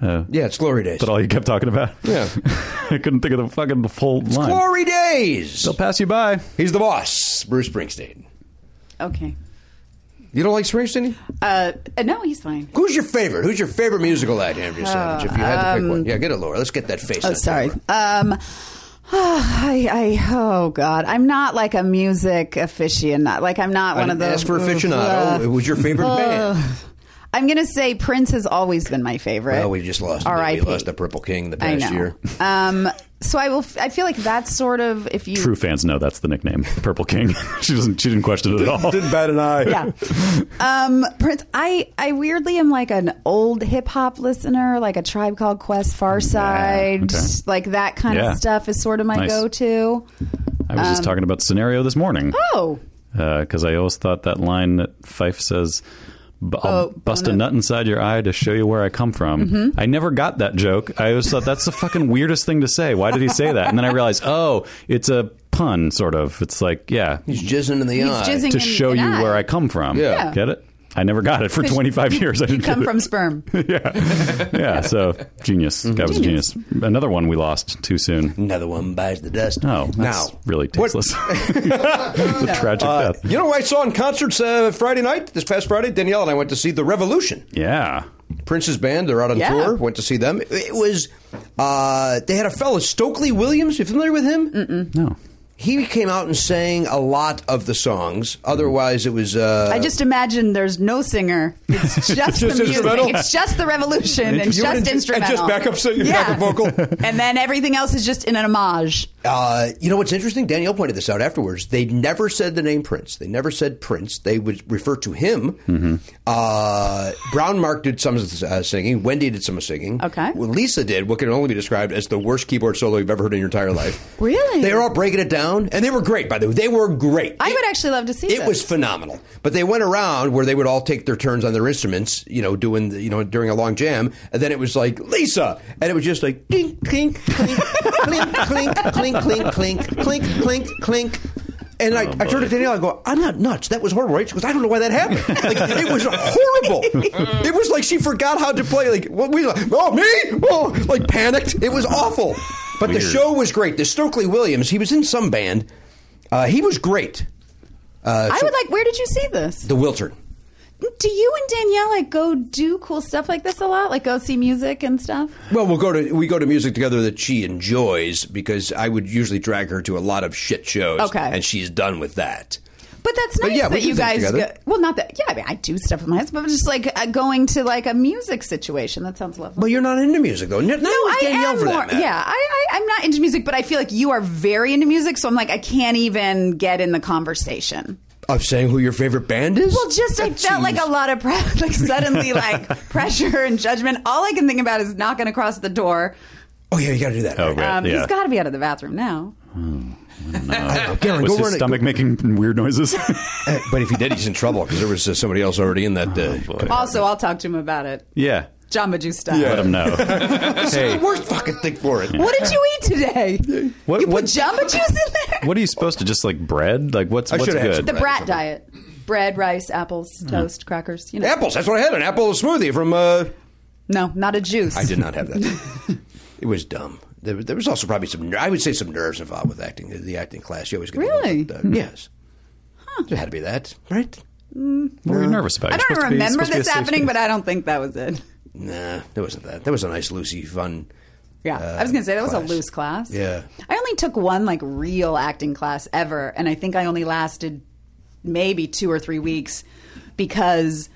Speaker 1: Yeah, it's glory days.
Speaker 6: That all you kept talking about? (laughs)
Speaker 1: Yeah.
Speaker 6: (laughs) I couldn't think of the fucking the full line.
Speaker 1: Glory days.
Speaker 6: They'll pass you by.
Speaker 1: He's the boss, Bruce Springsteen.
Speaker 11: Okay.
Speaker 1: You don't like Springsteen?
Speaker 11: Uh, uh, no, he's fine.
Speaker 1: Who's your favorite? Who's your favorite musical act, Andrew Savage? If you had to pick one, yeah, get it, Laura. Let's get that face.
Speaker 11: Uh, um, Oh,
Speaker 1: on
Speaker 11: sorry.
Speaker 1: camera.
Speaker 11: Um, (sighs) I, I, oh God, I'm not like a music aficionado. Like I'm not
Speaker 1: I
Speaker 11: one of uh,
Speaker 1: didn't
Speaker 11: those.
Speaker 1: ask for aficionado. it was your favorite band.
Speaker 11: I'm gonna say Prince has always been my favorite.
Speaker 1: Well, we just lost.
Speaker 11: R.I.P.
Speaker 1: We lost the Purple King the
Speaker 11: I
Speaker 1: past
Speaker 11: know.
Speaker 1: year.
Speaker 11: Um, so I will. f- I feel like that's sort of if you
Speaker 6: True fans know that's the nickname, Purple King. (laughs) she doesn't. She didn't question it at all.
Speaker 1: bat an eye.
Speaker 11: yeah. Um, Prince, I, I weirdly am like an old hip hop listener, like a Tribe Called Quest, Far Side,
Speaker 6: okay.
Speaker 11: like that kind
Speaker 6: Yeah.
Speaker 11: of stuff is sort of my
Speaker 6: Nice.
Speaker 11: go to.
Speaker 6: I was
Speaker 2: Um,
Speaker 6: just talking about scenario this morning
Speaker 11: Oh,
Speaker 6: because I always thought that line that Fife says. "B- I'll
Speaker 11: Oh,
Speaker 6: bust a
Speaker 11: bonnet.
Speaker 6: nut inside your eye to show you where I come from. I never got that joke. I always thought that's the fucking weirdest thing to say. Why did he say that? And then I realized, oh, it's a pun, sort of. It's like, yeah,
Speaker 1: He's jizzing in the
Speaker 11: he's
Speaker 1: eye.
Speaker 11: jizzing
Speaker 6: to
Speaker 11: in-
Speaker 6: show
Speaker 11: in
Speaker 6: you
Speaker 11: eye.
Speaker 6: where I come from.
Speaker 1: Yeah.
Speaker 6: Get it? I never got it for 25 years. I
Speaker 11: You
Speaker 6: didn't
Speaker 11: come
Speaker 6: get
Speaker 11: from
Speaker 6: it.
Speaker 11: sperm.
Speaker 6: yeah. yeah. So genius. Guy was a genius. Another one we lost too soon.
Speaker 1: Another one buys the dust.
Speaker 6: Oh, that's
Speaker 1: now
Speaker 6: really
Speaker 1: what- (laughs)
Speaker 6: tasteless. the tragic
Speaker 1: Uh,
Speaker 6: death.
Speaker 1: you know who I saw in concerts uh, Friday night, this past Friday? Danielle and I went to see The Revolution.
Speaker 6: Yeah.
Speaker 1: Prince's band, they're out on
Speaker 11: Yeah.
Speaker 1: tour, went to see them. It was, uh, they had a fellow, Stokely Williams. You familiar with him?
Speaker 6: No.
Speaker 1: he came out and sang a lot of the songs. Otherwise, it was. Uh,
Speaker 11: I just imagine there's no singer. It's just, the music.
Speaker 9: instrumental.
Speaker 11: It's just the revolution and
Speaker 9: You would- and
Speaker 11: just
Speaker 9: just
Speaker 11: instrumental.
Speaker 9: backup singing, backup vocal.
Speaker 11: and then everything else is just in an homage.
Speaker 1: Uh, you know what's interesting? Danielle pointed this out afterwards. They never said the name Prince. They never said Prince. They would refer to him. Uh, Brown Mark did some of the uh, singing. Wendy did some of the singing.
Speaker 11: Okay.
Speaker 1: Well, Lisa did what can only be described as the worst keyboard solo you've ever heard in your entire life.
Speaker 11: Really?
Speaker 1: They were all breaking it down, and they were great. By the way, they were great.
Speaker 11: I
Speaker 1: It-
Speaker 11: would actually love to see
Speaker 1: It
Speaker 11: this.
Speaker 1: was phenomenal. But they went around where they would all take their turns on their instruments, you know, doing the, you know during a long jam, and then it was like Lisa, and it was just like clink clink clink clink clink clink clink clink clink clink clink. And I, I turned to Danielle. I go, I'm not nuts. That was horrible, right? She goes, I don't know why that happened. Like it was horrible. it was like she forgot how to play. Like what we? Oh me? Oh, like panicked. It was awful. But the
Speaker 6: Weird.
Speaker 1: show was great. The Stokely Williams. He was in some band. Uh, he was great.
Speaker 11: I would like. Where did you see this?
Speaker 1: The Wiltern.
Speaker 11: do you and Danielle like go do cool stuff like this a lot? Like go see music and stuff?
Speaker 1: Well, we'll go to we go to music together that she enjoys because I would usually drag her to a lot of shit shows.
Speaker 11: Okay.
Speaker 1: and she's done with that.
Speaker 11: But that's nice
Speaker 1: But yeah, we
Speaker 11: that
Speaker 1: do
Speaker 11: you
Speaker 1: things
Speaker 11: guys.
Speaker 1: together.
Speaker 11: Go, well, not that. Yeah, I mean, I do stuff with my husband, but just like uh, going to like a music situation. That sounds lovely.
Speaker 1: But you're not into music though. Not no,
Speaker 11: I
Speaker 1: Danielle
Speaker 11: am
Speaker 1: for
Speaker 11: more.
Speaker 1: that matter.
Speaker 11: yeah, I, I, I'm not into music, but I feel like you are very into music, so I'm like, I can't even get in the conversation.
Speaker 1: of saying who your favorite band is.
Speaker 11: Well, just I felt like a lot of pre- (laughs) like
Speaker 1: (laughs)
Speaker 11: suddenly like pressure and judgment. All I can think about is knocking across the door.
Speaker 1: Oh yeah, you got to do that.
Speaker 6: Oh, right.
Speaker 11: Um,
Speaker 6: yeah.
Speaker 11: He's got to be out of the bathroom now.
Speaker 1: Garen,
Speaker 6: Was
Speaker 1: go
Speaker 6: his
Speaker 1: run it-
Speaker 6: stomach making weird noises? (laughs)
Speaker 1: Uh, but if he did, he's in trouble because there was uh, somebody else already in that.
Speaker 6: Oh,
Speaker 1: Uh, (laughs)
Speaker 11: Also, I'll talk to him about it.
Speaker 6: yeah.
Speaker 11: Jamba Juice style.
Speaker 6: Let him know.
Speaker 1: the worst fucking thing for it.
Speaker 11: What did you
Speaker 6: (laughs)
Speaker 11: eat today?
Speaker 6: What-
Speaker 11: you put
Speaker 6: what-
Speaker 11: Jamba Juice in there?
Speaker 6: What are you supposed to just like bread? Like what's
Speaker 1: I
Speaker 6: what's
Speaker 1: should've had
Speaker 6: good?
Speaker 1: some
Speaker 11: the
Speaker 1: bread or
Speaker 11: brat
Speaker 1: something.
Speaker 11: diet: bread, rice, apples,
Speaker 6: Uh-huh.
Speaker 11: toast, crackers. You know,
Speaker 1: Apples. That's what I had. An apple smoothie from. Uh,
Speaker 11: no, not a juice.
Speaker 1: I did not have
Speaker 11: (laughs)
Speaker 1: that. it was dumb. There, there was also probably some. ner- I would say some nerves involved with acting. The acting class. You always get a little
Speaker 11: Really? Hmm.
Speaker 1: bit, uh, yes. There had to be that, right?
Speaker 6: what were you nervous about?
Speaker 11: I
Speaker 6: You're
Speaker 11: don't
Speaker 6: supposed to be-
Speaker 11: remember
Speaker 6: supposed to be
Speaker 11: this
Speaker 6: a safe
Speaker 11: happening,
Speaker 6: space.
Speaker 11: but I don't think that was it.
Speaker 1: Nah, there wasn't that. That was a nice, loosey, fun.
Speaker 11: Yeah,
Speaker 1: uh,
Speaker 11: I was gonna say that
Speaker 1: class.
Speaker 11: was a loose class.
Speaker 1: Yeah.
Speaker 11: I only took one like real acting class ever, and I think I only lasted maybe two or three weeks because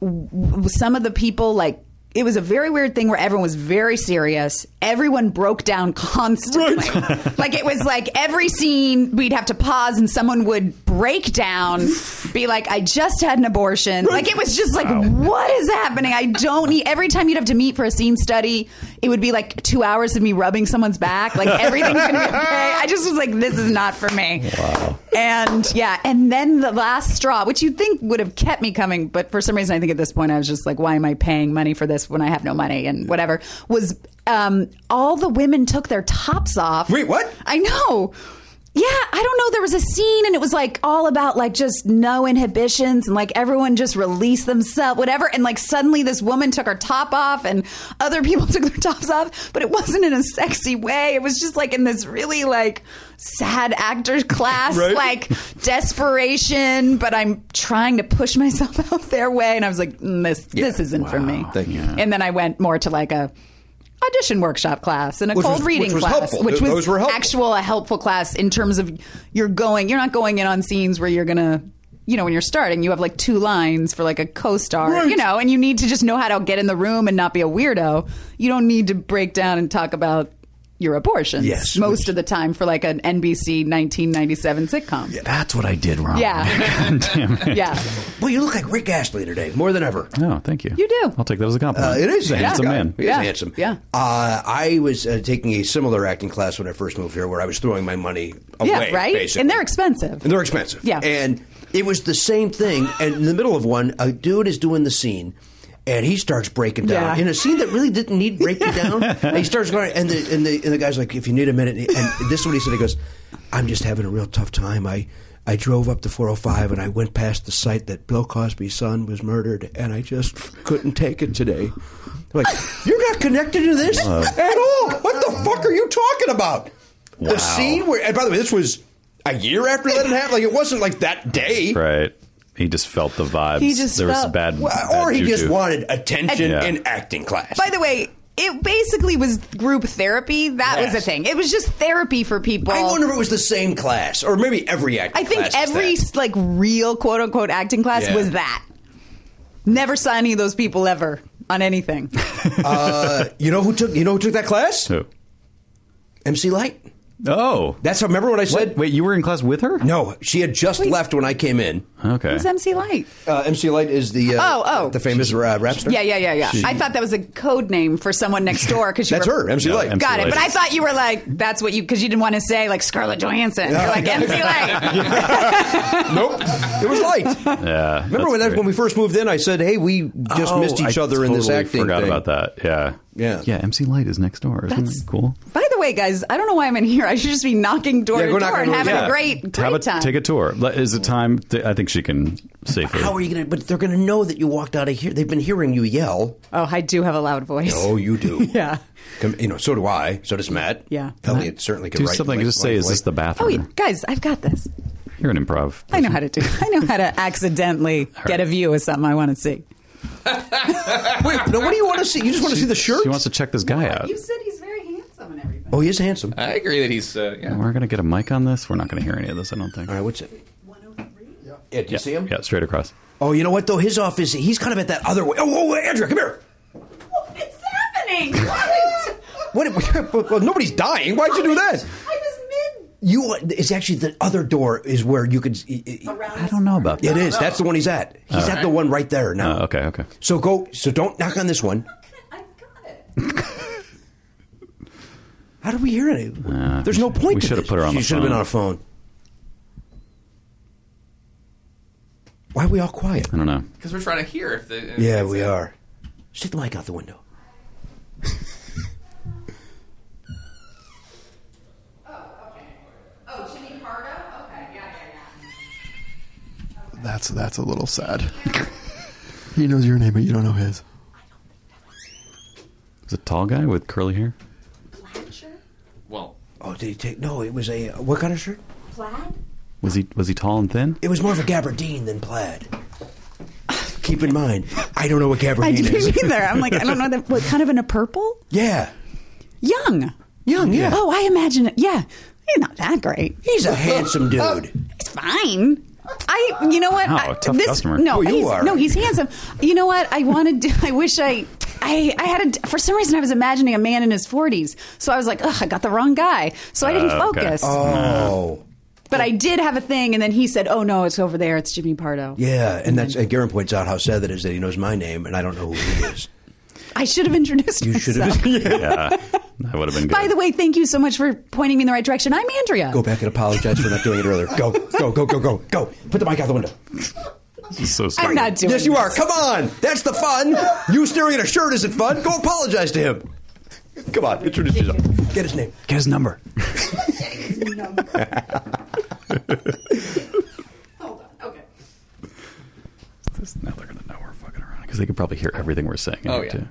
Speaker 11: w- some of the people like. It was a very weird thing where everyone was very serious. Everyone broke down (laughs) constantly.
Speaker 1: (laughs)
Speaker 11: like it was like every scene we'd have to pause and someone would break down, be like, "I just had an abortion." Like it was just like, "What is happening?" I don't need. Every time you'd have to meet for a scene study, it would be like two hours of me rubbing someone's back. Like everything's
Speaker 1: (laughs)
Speaker 11: gonna be okay. I just was like, "This is not for me." Wow. And yeah, and then the last straw, which you'd think would have kept me coming, but for some reason, I think at this point I was just like, "Why am I paying money for this when I have no money?" And whatever was. Um, all the women took their tops off.
Speaker 1: Wait, what?
Speaker 11: I know. Yeah, I don't know. There was a scene and it was like all about like just no inhibitions and like everyone just release themselves, whatever. And like suddenly this woman took her top off and other people (laughs) took their tops off, but it wasn't in a sexy way. It was just like in this really like sad actor class, like desperation, but I'm trying to push myself (laughs) out their way. And I was like, mm, this, this isn't for me.
Speaker 1: Thank you.
Speaker 11: And then I went more to like a, Audition workshop class and a
Speaker 1: Which
Speaker 11: cold
Speaker 1: was-
Speaker 11: reading
Speaker 1: which was
Speaker 11: class,
Speaker 1: helpful.
Speaker 11: which
Speaker 1: Th-
Speaker 11: was
Speaker 1: those were helpful.
Speaker 11: actual well a helpful class in terms of you're going you're not going in on scenes where you're gonna you know when you're starting you have like two lines for like a co-star you know and you need to just know how to get in the room and not be a weirdo you don't need to break down and talk about your abortions
Speaker 1: Yes,
Speaker 11: most
Speaker 1: which-
Speaker 11: of the time for like an NBC 1997 sitcom yeah
Speaker 6: That's what I did wrong.
Speaker 11: yeah,
Speaker 1: (laughs)
Speaker 6: God damn it.
Speaker 1: Well, you look like Rick Astley today, more than ever.
Speaker 6: No, Oh, thank you.
Speaker 11: You do.
Speaker 6: I'll take that as a compliment.
Speaker 1: Uh, it is
Speaker 6: He's a handsome
Speaker 1: guy.
Speaker 6: man.
Speaker 1: He is
Speaker 11: Yeah.
Speaker 1: handsome.
Speaker 11: Yeah.
Speaker 1: Uh, I was uh, taking a similar acting class when I first moved here, where I was throwing my money away.
Speaker 11: yeah right
Speaker 1: basically.
Speaker 11: and they're expensive
Speaker 1: And they're expensive.
Speaker 11: Yeah.
Speaker 1: And it was the same thing. And in the middle of one, a dude is doing the scene. And he starts breaking down
Speaker 11: Yeah.
Speaker 1: in a scene that really didn't need breaking down.
Speaker 11: (laughs)
Speaker 1: And he starts going, and the, and the and the guy's like, "If you need a minute," and this is what he said. He goes, "I'm just having a real tough time. I I drove up to 405 and I went past the site that Bill Cosby's son was murdered, and I just couldn't take it today." I'm like, you're not connected to this at all. What the fuck are you talking about? The scene where, and by the way, this was a year after that had happened. Like it wasn't like that day,
Speaker 6: Right. He just felt the vibes.
Speaker 11: He just
Speaker 6: there was
Speaker 11: felt-
Speaker 6: bad,
Speaker 1: Well,
Speaker 6: bad
Speaker 1: Uh, or he
Speaker 6: juju.
Speaker 1: just wanted attention
Speaker 6: Yeah.
Speaker 1: in acting class.
Speaker 11: By the way, it basically was group therapy. That was
Speaker 1: Yes.
Speaker 11: a thing. It was just therapy for people.
Speaker 1: I wonder if it was the same class, or maybe every acting.
Speaker 11: I think
Speaker 1: class is
Speaker 11: every
Speaker 1: that.
Speaker 11: like real quote unquote acting class
Speaker 1: Yeah.
Speaker 11: was that. Never saw any of those people ever
Speaker 6: (laughs)
Speaker 11: on anything.
Speaker 1: Uh, you know who took you know who took that class?
Speaker 6: So,
Speaker 1: MC Light.
Speaker 6: oh,
Speaker 1: That's remember what I said.
Speaker 6: what? Wait, you were in class with her?
Speaker 1: No, she had just left when I came in.
Speaker 6: Okay.
Speaker 11: Who's MC Light?
Speaker 1: Uh, MC Light is the uh,
Speaker 11: Oh, oh.
Speaker 1: the famous uh, rap star.
Speaker 11: Yeah, yeah, yeah, yeah. I thought that was a code name for someone
Speaker 6: (laughs)
Speaker 11: next door because
Speaker 1: That's her, MC
Speaker 6: Yeah,
Speaker 1: Light.
Speaker 6: MC
Speaker 11: Got it,
Speaker 6: Light.
Speaker 11: but I thought you were like that's what you because you didn't want to say like Scarlett Johansson. You're like MC
Speaker 1: (laughs)
Speaker 11: Light.
Speaker 1: Nope, it was
Speaker 6: (laughs)
Speaker 1: Light.
Speaker 6: Yeah. Oh,
Speaker 1: Remember when, that, when we first moved in? I said, "Hey, we
Speaker 11: Oh,
Speaker 1: just missed each other in this acting."
Speaker 6: Forgot
Speaker 1: thing.
Speaker 6: about that. Yeah.
Speaker 1: Yeah.
Speaker 6: Yeah. MC Light is next door. Isn't
Speaker 11: That's-
Speaker 6: that cool?
Speaker 11: By the way, guys, I don't know why I'm in here. I should just be knocking door
Speaker 1: Yeah,
Speaker 11: to
Speaker 1: go
Speaker 11: door
Speaker 1: knock on
Speaker 11: and
Speaker 1: doors.
Speaker 11: having
Speaker 1: Yeah.
Speaker 11: a great, great
Speaker 6: Have a,
Speaker 11: time.
Speaker 6: Take a tour. Le- Is it time? Th- I think she can safely.
Speaker 1: How are you gonna? But they're gonna know that you walked out of here. They've been hearing you yell.
Speaker 11: oh, I do have a loud voice.
Speaker 1: Oh, you (laughs) do.
Speaker 11: (laughs) Yeah.
Speaker 1: Com- You know, so do I. So does Matt.
Speaker 11: Yeah.
Speaker 1: Elliot certainly could
Speaker 6: Do
Speaker 1: write
Speaker 6: something.
Speaker 1: like-
Speaker 6: just say,
Speaker 1: like-
Speaker 6: "Is this the
Speaker 11: Oh,
Speaker 6: bathroom?"
Speaker 11: yeah. guys, I've got this.
Speaker 6: You're an improv.
Speaker 11: I know how to do. I know how
Speaker 1: (laughs)
Speaker 11: to accidentally get a view of something I want to see.
Speaker 1: Wait, no. What do you want to see? You just want to see the shirt?
Speaker 6: She wants to check this guy out.
Speaker 11: said he's very handsome and everything.
Speaker 1: Uh, oh, he is handsome. All
Speaker 5: I agree that he's uh, yeah.
Speaker 6: We're gonna get a mic on this. We're not gonna hear any of this. I don't think.
Speaker 1: right, what's it?
Speaker 11: oh
Speaker 1: Yeah, do you see him?
Speaker 6: Yeah, straight across.
Speaker 1: Oh, you know what though? His office. He's kind of at that other way. Oh, oh Andrea, come here.
Speaker 11: What is happening?
Speaker 1: (laughs)
Speaker 11: What?
Speaker 1: What? (laughs) Well, nobody's dying. Why'd you do that?
Speaker 11: I was mid.
Speaker 1: You. It's actually the other door is where you could. e,
Speaker 6: I don't know about
Speaker 1: It
Speaker 6: that.
Speaker 1: is. That's the one he's at. He's at the one right there now.
Speaker 6: Uh, okay. Okay.
Speaker 1: So go. So don't knock on this one.
Speaker 11: I've got it.
Speaker 1: How did we hear it? There's no point.
Speaker 6: Uh,
Speaker 1: to
Speaker 6: we should have
Speaker 1: this.
Speaker 6: put her on
Speaker 1: She
Speaker 6: the
Speaker 1: should have been
Speaker 6: phone.
Speaker 1: on a phone. Why are we all quiet?
Speaker 6: I don't know.
Speaker 5: Because we're trying to hear if the if
Speaker 1: Yeah,
Speaker 5: it's-
Speaker 1: we are. Stick the mic out the window.
Speaker 11: Oh,
Speaker 7: That's that's a little sad. (laughs) he knows your name, but you don't know his.
Speaker 6: Is it a tall guy with curly hair?
Speaker 5: Well,
Speaker 1: Oh, did he take? No, it was a what kind of shirt?
Speaker 6: Was he was he tall and thin?
Speaker 1: It was more of a gabardine than plaid. Keep in mind, I don't know what
Speaker 11: I
Speaker 1: gabardine is.
Speaker 11: didn't either. I'm like, I don't know that. What kind of in a purple?
Speaker 1: Yeah,
Speaker 11: Young.
Speaker 1: young. Yeah,
Speaker 11: Oh, I imagine it. Yeah, he's not that great.
Speaker 1: he's a handsome
Speaker 11: (laughs)
Speaker 1: dude.
Speaker 11: He's fine. I, you know what?
Speaker 6: Wow,
Speaker 11: I,
Speaker 6: a tough customer.
Speaker 11: No,
Speaker 1: Well, you
Speaker 11: he's,
Speaker 1: are.
Speaker 11: no, he's handsome. You know what? I wanted. To, (laughs) I wish I. I, I had a, for some reason I was imagining a man in his 40s, so I was like, "Ugh, I got the wrong guy." So I didn't
Speaker 6: Uh, okay.
Speaker 11: focus,
Speaker 1: Oh,
Speaker 11: but I did have a thing, and then he said, "Oh no, it's over there. It's Jimmy Pardo."
Speaker 1: yeah. And that's. Uh, Garen points out how sad that is that he knows my name and I don't know who he is.
Speaker 11: I should have introduced (laughs)
Speaker 1: You should have.
Speaker 6: Yeah, that would have been good.
Speaker 11: By the way, thank you so much for pointing me in the right direction. I'm Andrea.
Speaker 1: Go back and apologize for not doing it earlier. Go, go, go, go, go, go. Put the mic out the window.
Speaker 6: This is so
Speaker 11: I'm
Speaker 6: smart.
Speaker 11: not doing.
Speaker 1: Yes, you
Speaker 11: this.
Speaker 1: are. Come on. That's the fun. You staring at a shirt isn't fun. Go apologize to him. Come on. Introduce yourself. Get his name.
Speaker 6: Get his number. (laughs)
Speaker 11: Hold on. Okay.
Speaker 6: Now they're gonna know we're fucking around because they could probably hear everything we're saying. in
Speaker 5: Oh,
Speaker 6: here,
Speaker 5: yeah.
Speaker 6: Too.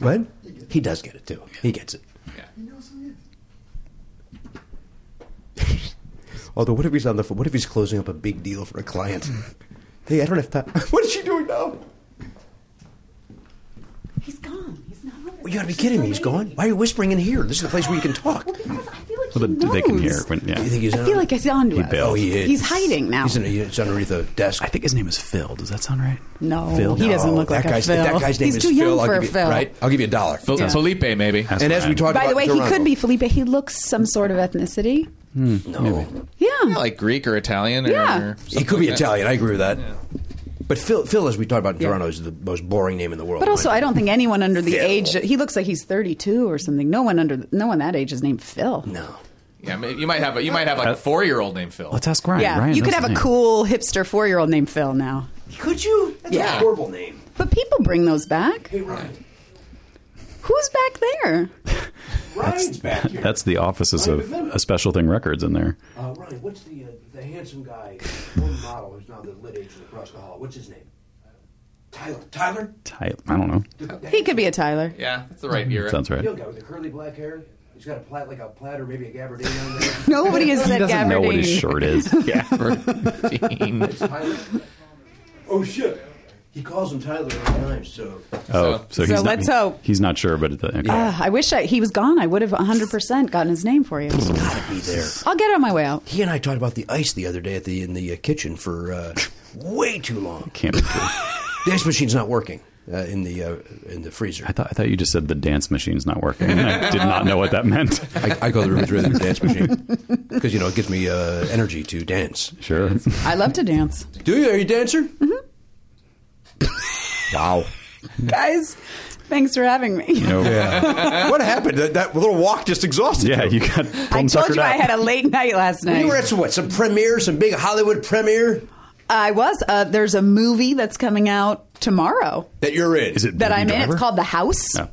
Speaker 1: What? He does get it, too. He gets it.
Speaker 5: yeah.
Speaker 1: Although, what if he's on the phone? What if he's closing up a big deal for a client? hey, I don't have time. (laughs) what is she doing now?
Speaker 11: He's gone. He's not. over
Speaker 1: You gotta be
Speaker 11: there.
Speaker 1: kidding me. He's gone. Why are you whispering in here? This is the place where you can talk.
Speaker 11: Well, because I feel like
Speaker 6: Well,
Speaker 11: he
Speaker 6: the, they can hear.
Speaker 11: knows.
Speaker 6: When, yeah.
Speaker 1: You think he's
Speaker 11: I feel
Speaker 1: on-
Speaker 11: like he's onto
Speaker 6: He
Speaker 11: us.
Speaker 6: bailed.
Speaker 1: Oh, he is.
Speaker 11: He's hiding now.
Speaker 1: He's, in, he's underneath a desk.
Speaker 6: I think his name is Phil. Does that sound right?
Speaker 11: No,
Speaker 6: Phil.
Speaker 11: he doesn't look like
Speaker 1: that guy's,
Speaker 11: a Phil.
Speaker 1: That guy's name
Speaker 11: he's
Speaker 1: is
Speaker 11: too
Speaker 1: Phil.
Speaker 11: young
Speaker 1: I'll
Speaker 11: for a
Speaker 1: give you,
Speaker 11: Phil.
Speaker 1: Right? I'll give you a dollar.
Speaker 5: Fel-
Speaker 11: Yeah.
Speaker 5: Felipe maybe.
Speaker 6: That's
Speaker 1: And as we
Speaker 6: fine.
Speaker 1: talked
Speaker 11: By
Speaker 1: about
Speaker 11: the way, he
Speaker 1: Geronimo-
Speaker 11: could be Felipe. He looks some sort of ethnicity.
Speaker 1: Hmm. No.
Speaker 11: Yeah.
Speaker 5: like Greek or Italian or,
Speaker 11: Yeah.
Speaker 5: or
Speaker 1: He could
Speaker 5: something
Speaker 1: be
Speaker 5: like that.
Speaker 1: Italian. I agree with that. But Phil, Phil, as we talked about in Toronto, is the most boring name in the world.
Speaker 11: but also, I don't think anyone under the
Speaker 1: Phil.
Speaker 11: age he looks like he's 32 or something. No one under no one that age is named Phil.
Speaker 1: No.
Speaker 5: Yeah, maybe- you might have a, you might have like a four year old named Phil.
Speaker 6: Let's ask Ryan.
Speaker 11: Yeah,
Speaker 6: Ryan
Speaker 11: you could
Speaker 6: knows
Speaker 11: have
Speaker 6: the
Speaker 11: a
Speaker 6: name.
Speaker 11: cool hipster four year old named Phil now.
Speaker 1: Could you? That's
Speaker 11: Yeah.
Speaker 1: horrible name.
Speaker 11: But people bring those back.
Speaker 1: Hey, Ryan.
Speaker 11: Who's back there?
Speaker 1: Ryan's back here.
Speaker 6: That's the offices
Speaker 1: Ryan
Speaker 6: of
Speaker 1: McMillan.
Speaker 6: a special thing records in there.
Speaker 1: Uh, Ryan, what's the uh, the handsome guy, one model who's now the lit agent across the hall? What's his name? Tyler. Tyler.
Speaker 6: Ty- I don't know.
Speaker 11: He could be a Tyler.
Speaker 5: yeah, that's the right year.
Speaker 6: Sounds right.
Speaker 1: Young guy with the curly black hair. He's got a plaid, like a plaid or maybe a gabardine on (laughs) there.
Speaker 11: Nobody has
Speaker 6: He
Speaker 11: said
Speaker 6: doesn't know what his shirt
Speaker 11: Gabardine.
Speaker 6: is. yeah.
Speaker 5: right.
Speaker 1: Oh shit. He calls him Tyler all the time, so
Speaker 6: Oh, so,
Speaker 11: (laughs) So
Speaker 6: he's
Speaker 11: let's
Speaker 6: not,
Speaker 11: hope.
Speaker 6: he's not sure, but okay.
Speaker 11: Ah, I wish I, he was gone. I would have 100% gotten his
Speaker 6: (laughs)
Speaker 11: name for you.
Speaker 1: gotta be there.
Speaker 11: I'll get it on my way out.
Speaker 1: He and I talked about the ice the other day at the in the uh, kitchen for uh, way too long.
Speaker 6: can't be true.
Speaker 1: The ice machine's not working uh, in the uh, in the freezer.
Speaker 6: I thought, I thought you just said the dance machine's not working. and I did not know what that (laughs) meant.
Speaker 13: I, I go to the room
Speaker 1: Rather than dance machine because you know it gives me uh, energy to dance. Mm-hmm.
Speaker 6: Sure.
Speaker 11: I love to dance.
Speaker 1: Do you? Are you a dancer? (laughs)
Speaker 13: Wow.
Speaker 11: Guys, thanks for having me.
Speaker 6: You know, yeah.
Speaker 13: what happened? That, that little walk just exhausted. you.
Speaker 6: you got.
Speaker 11: I
Speaker 6: plum
Speaker 11: told
Speaker 6: suckered
Speaker 11: you I
Speaker 6: out.
Speaker 11: had a late night last night.
Speaker 1: You were at some what? Some premiere? Some big Hollywood premiere
Speaker 11: I was. Uh, there's a movie that's coming out tomorrow
Speaker 1: that you're in?
Speaker 6: Is it
Speaker 11: that
Speaker 6: Baby
Speaker 11: I'm in.
Speaker 6: Driver?
Speaker 11: It's called The House.
Speaker 6: No.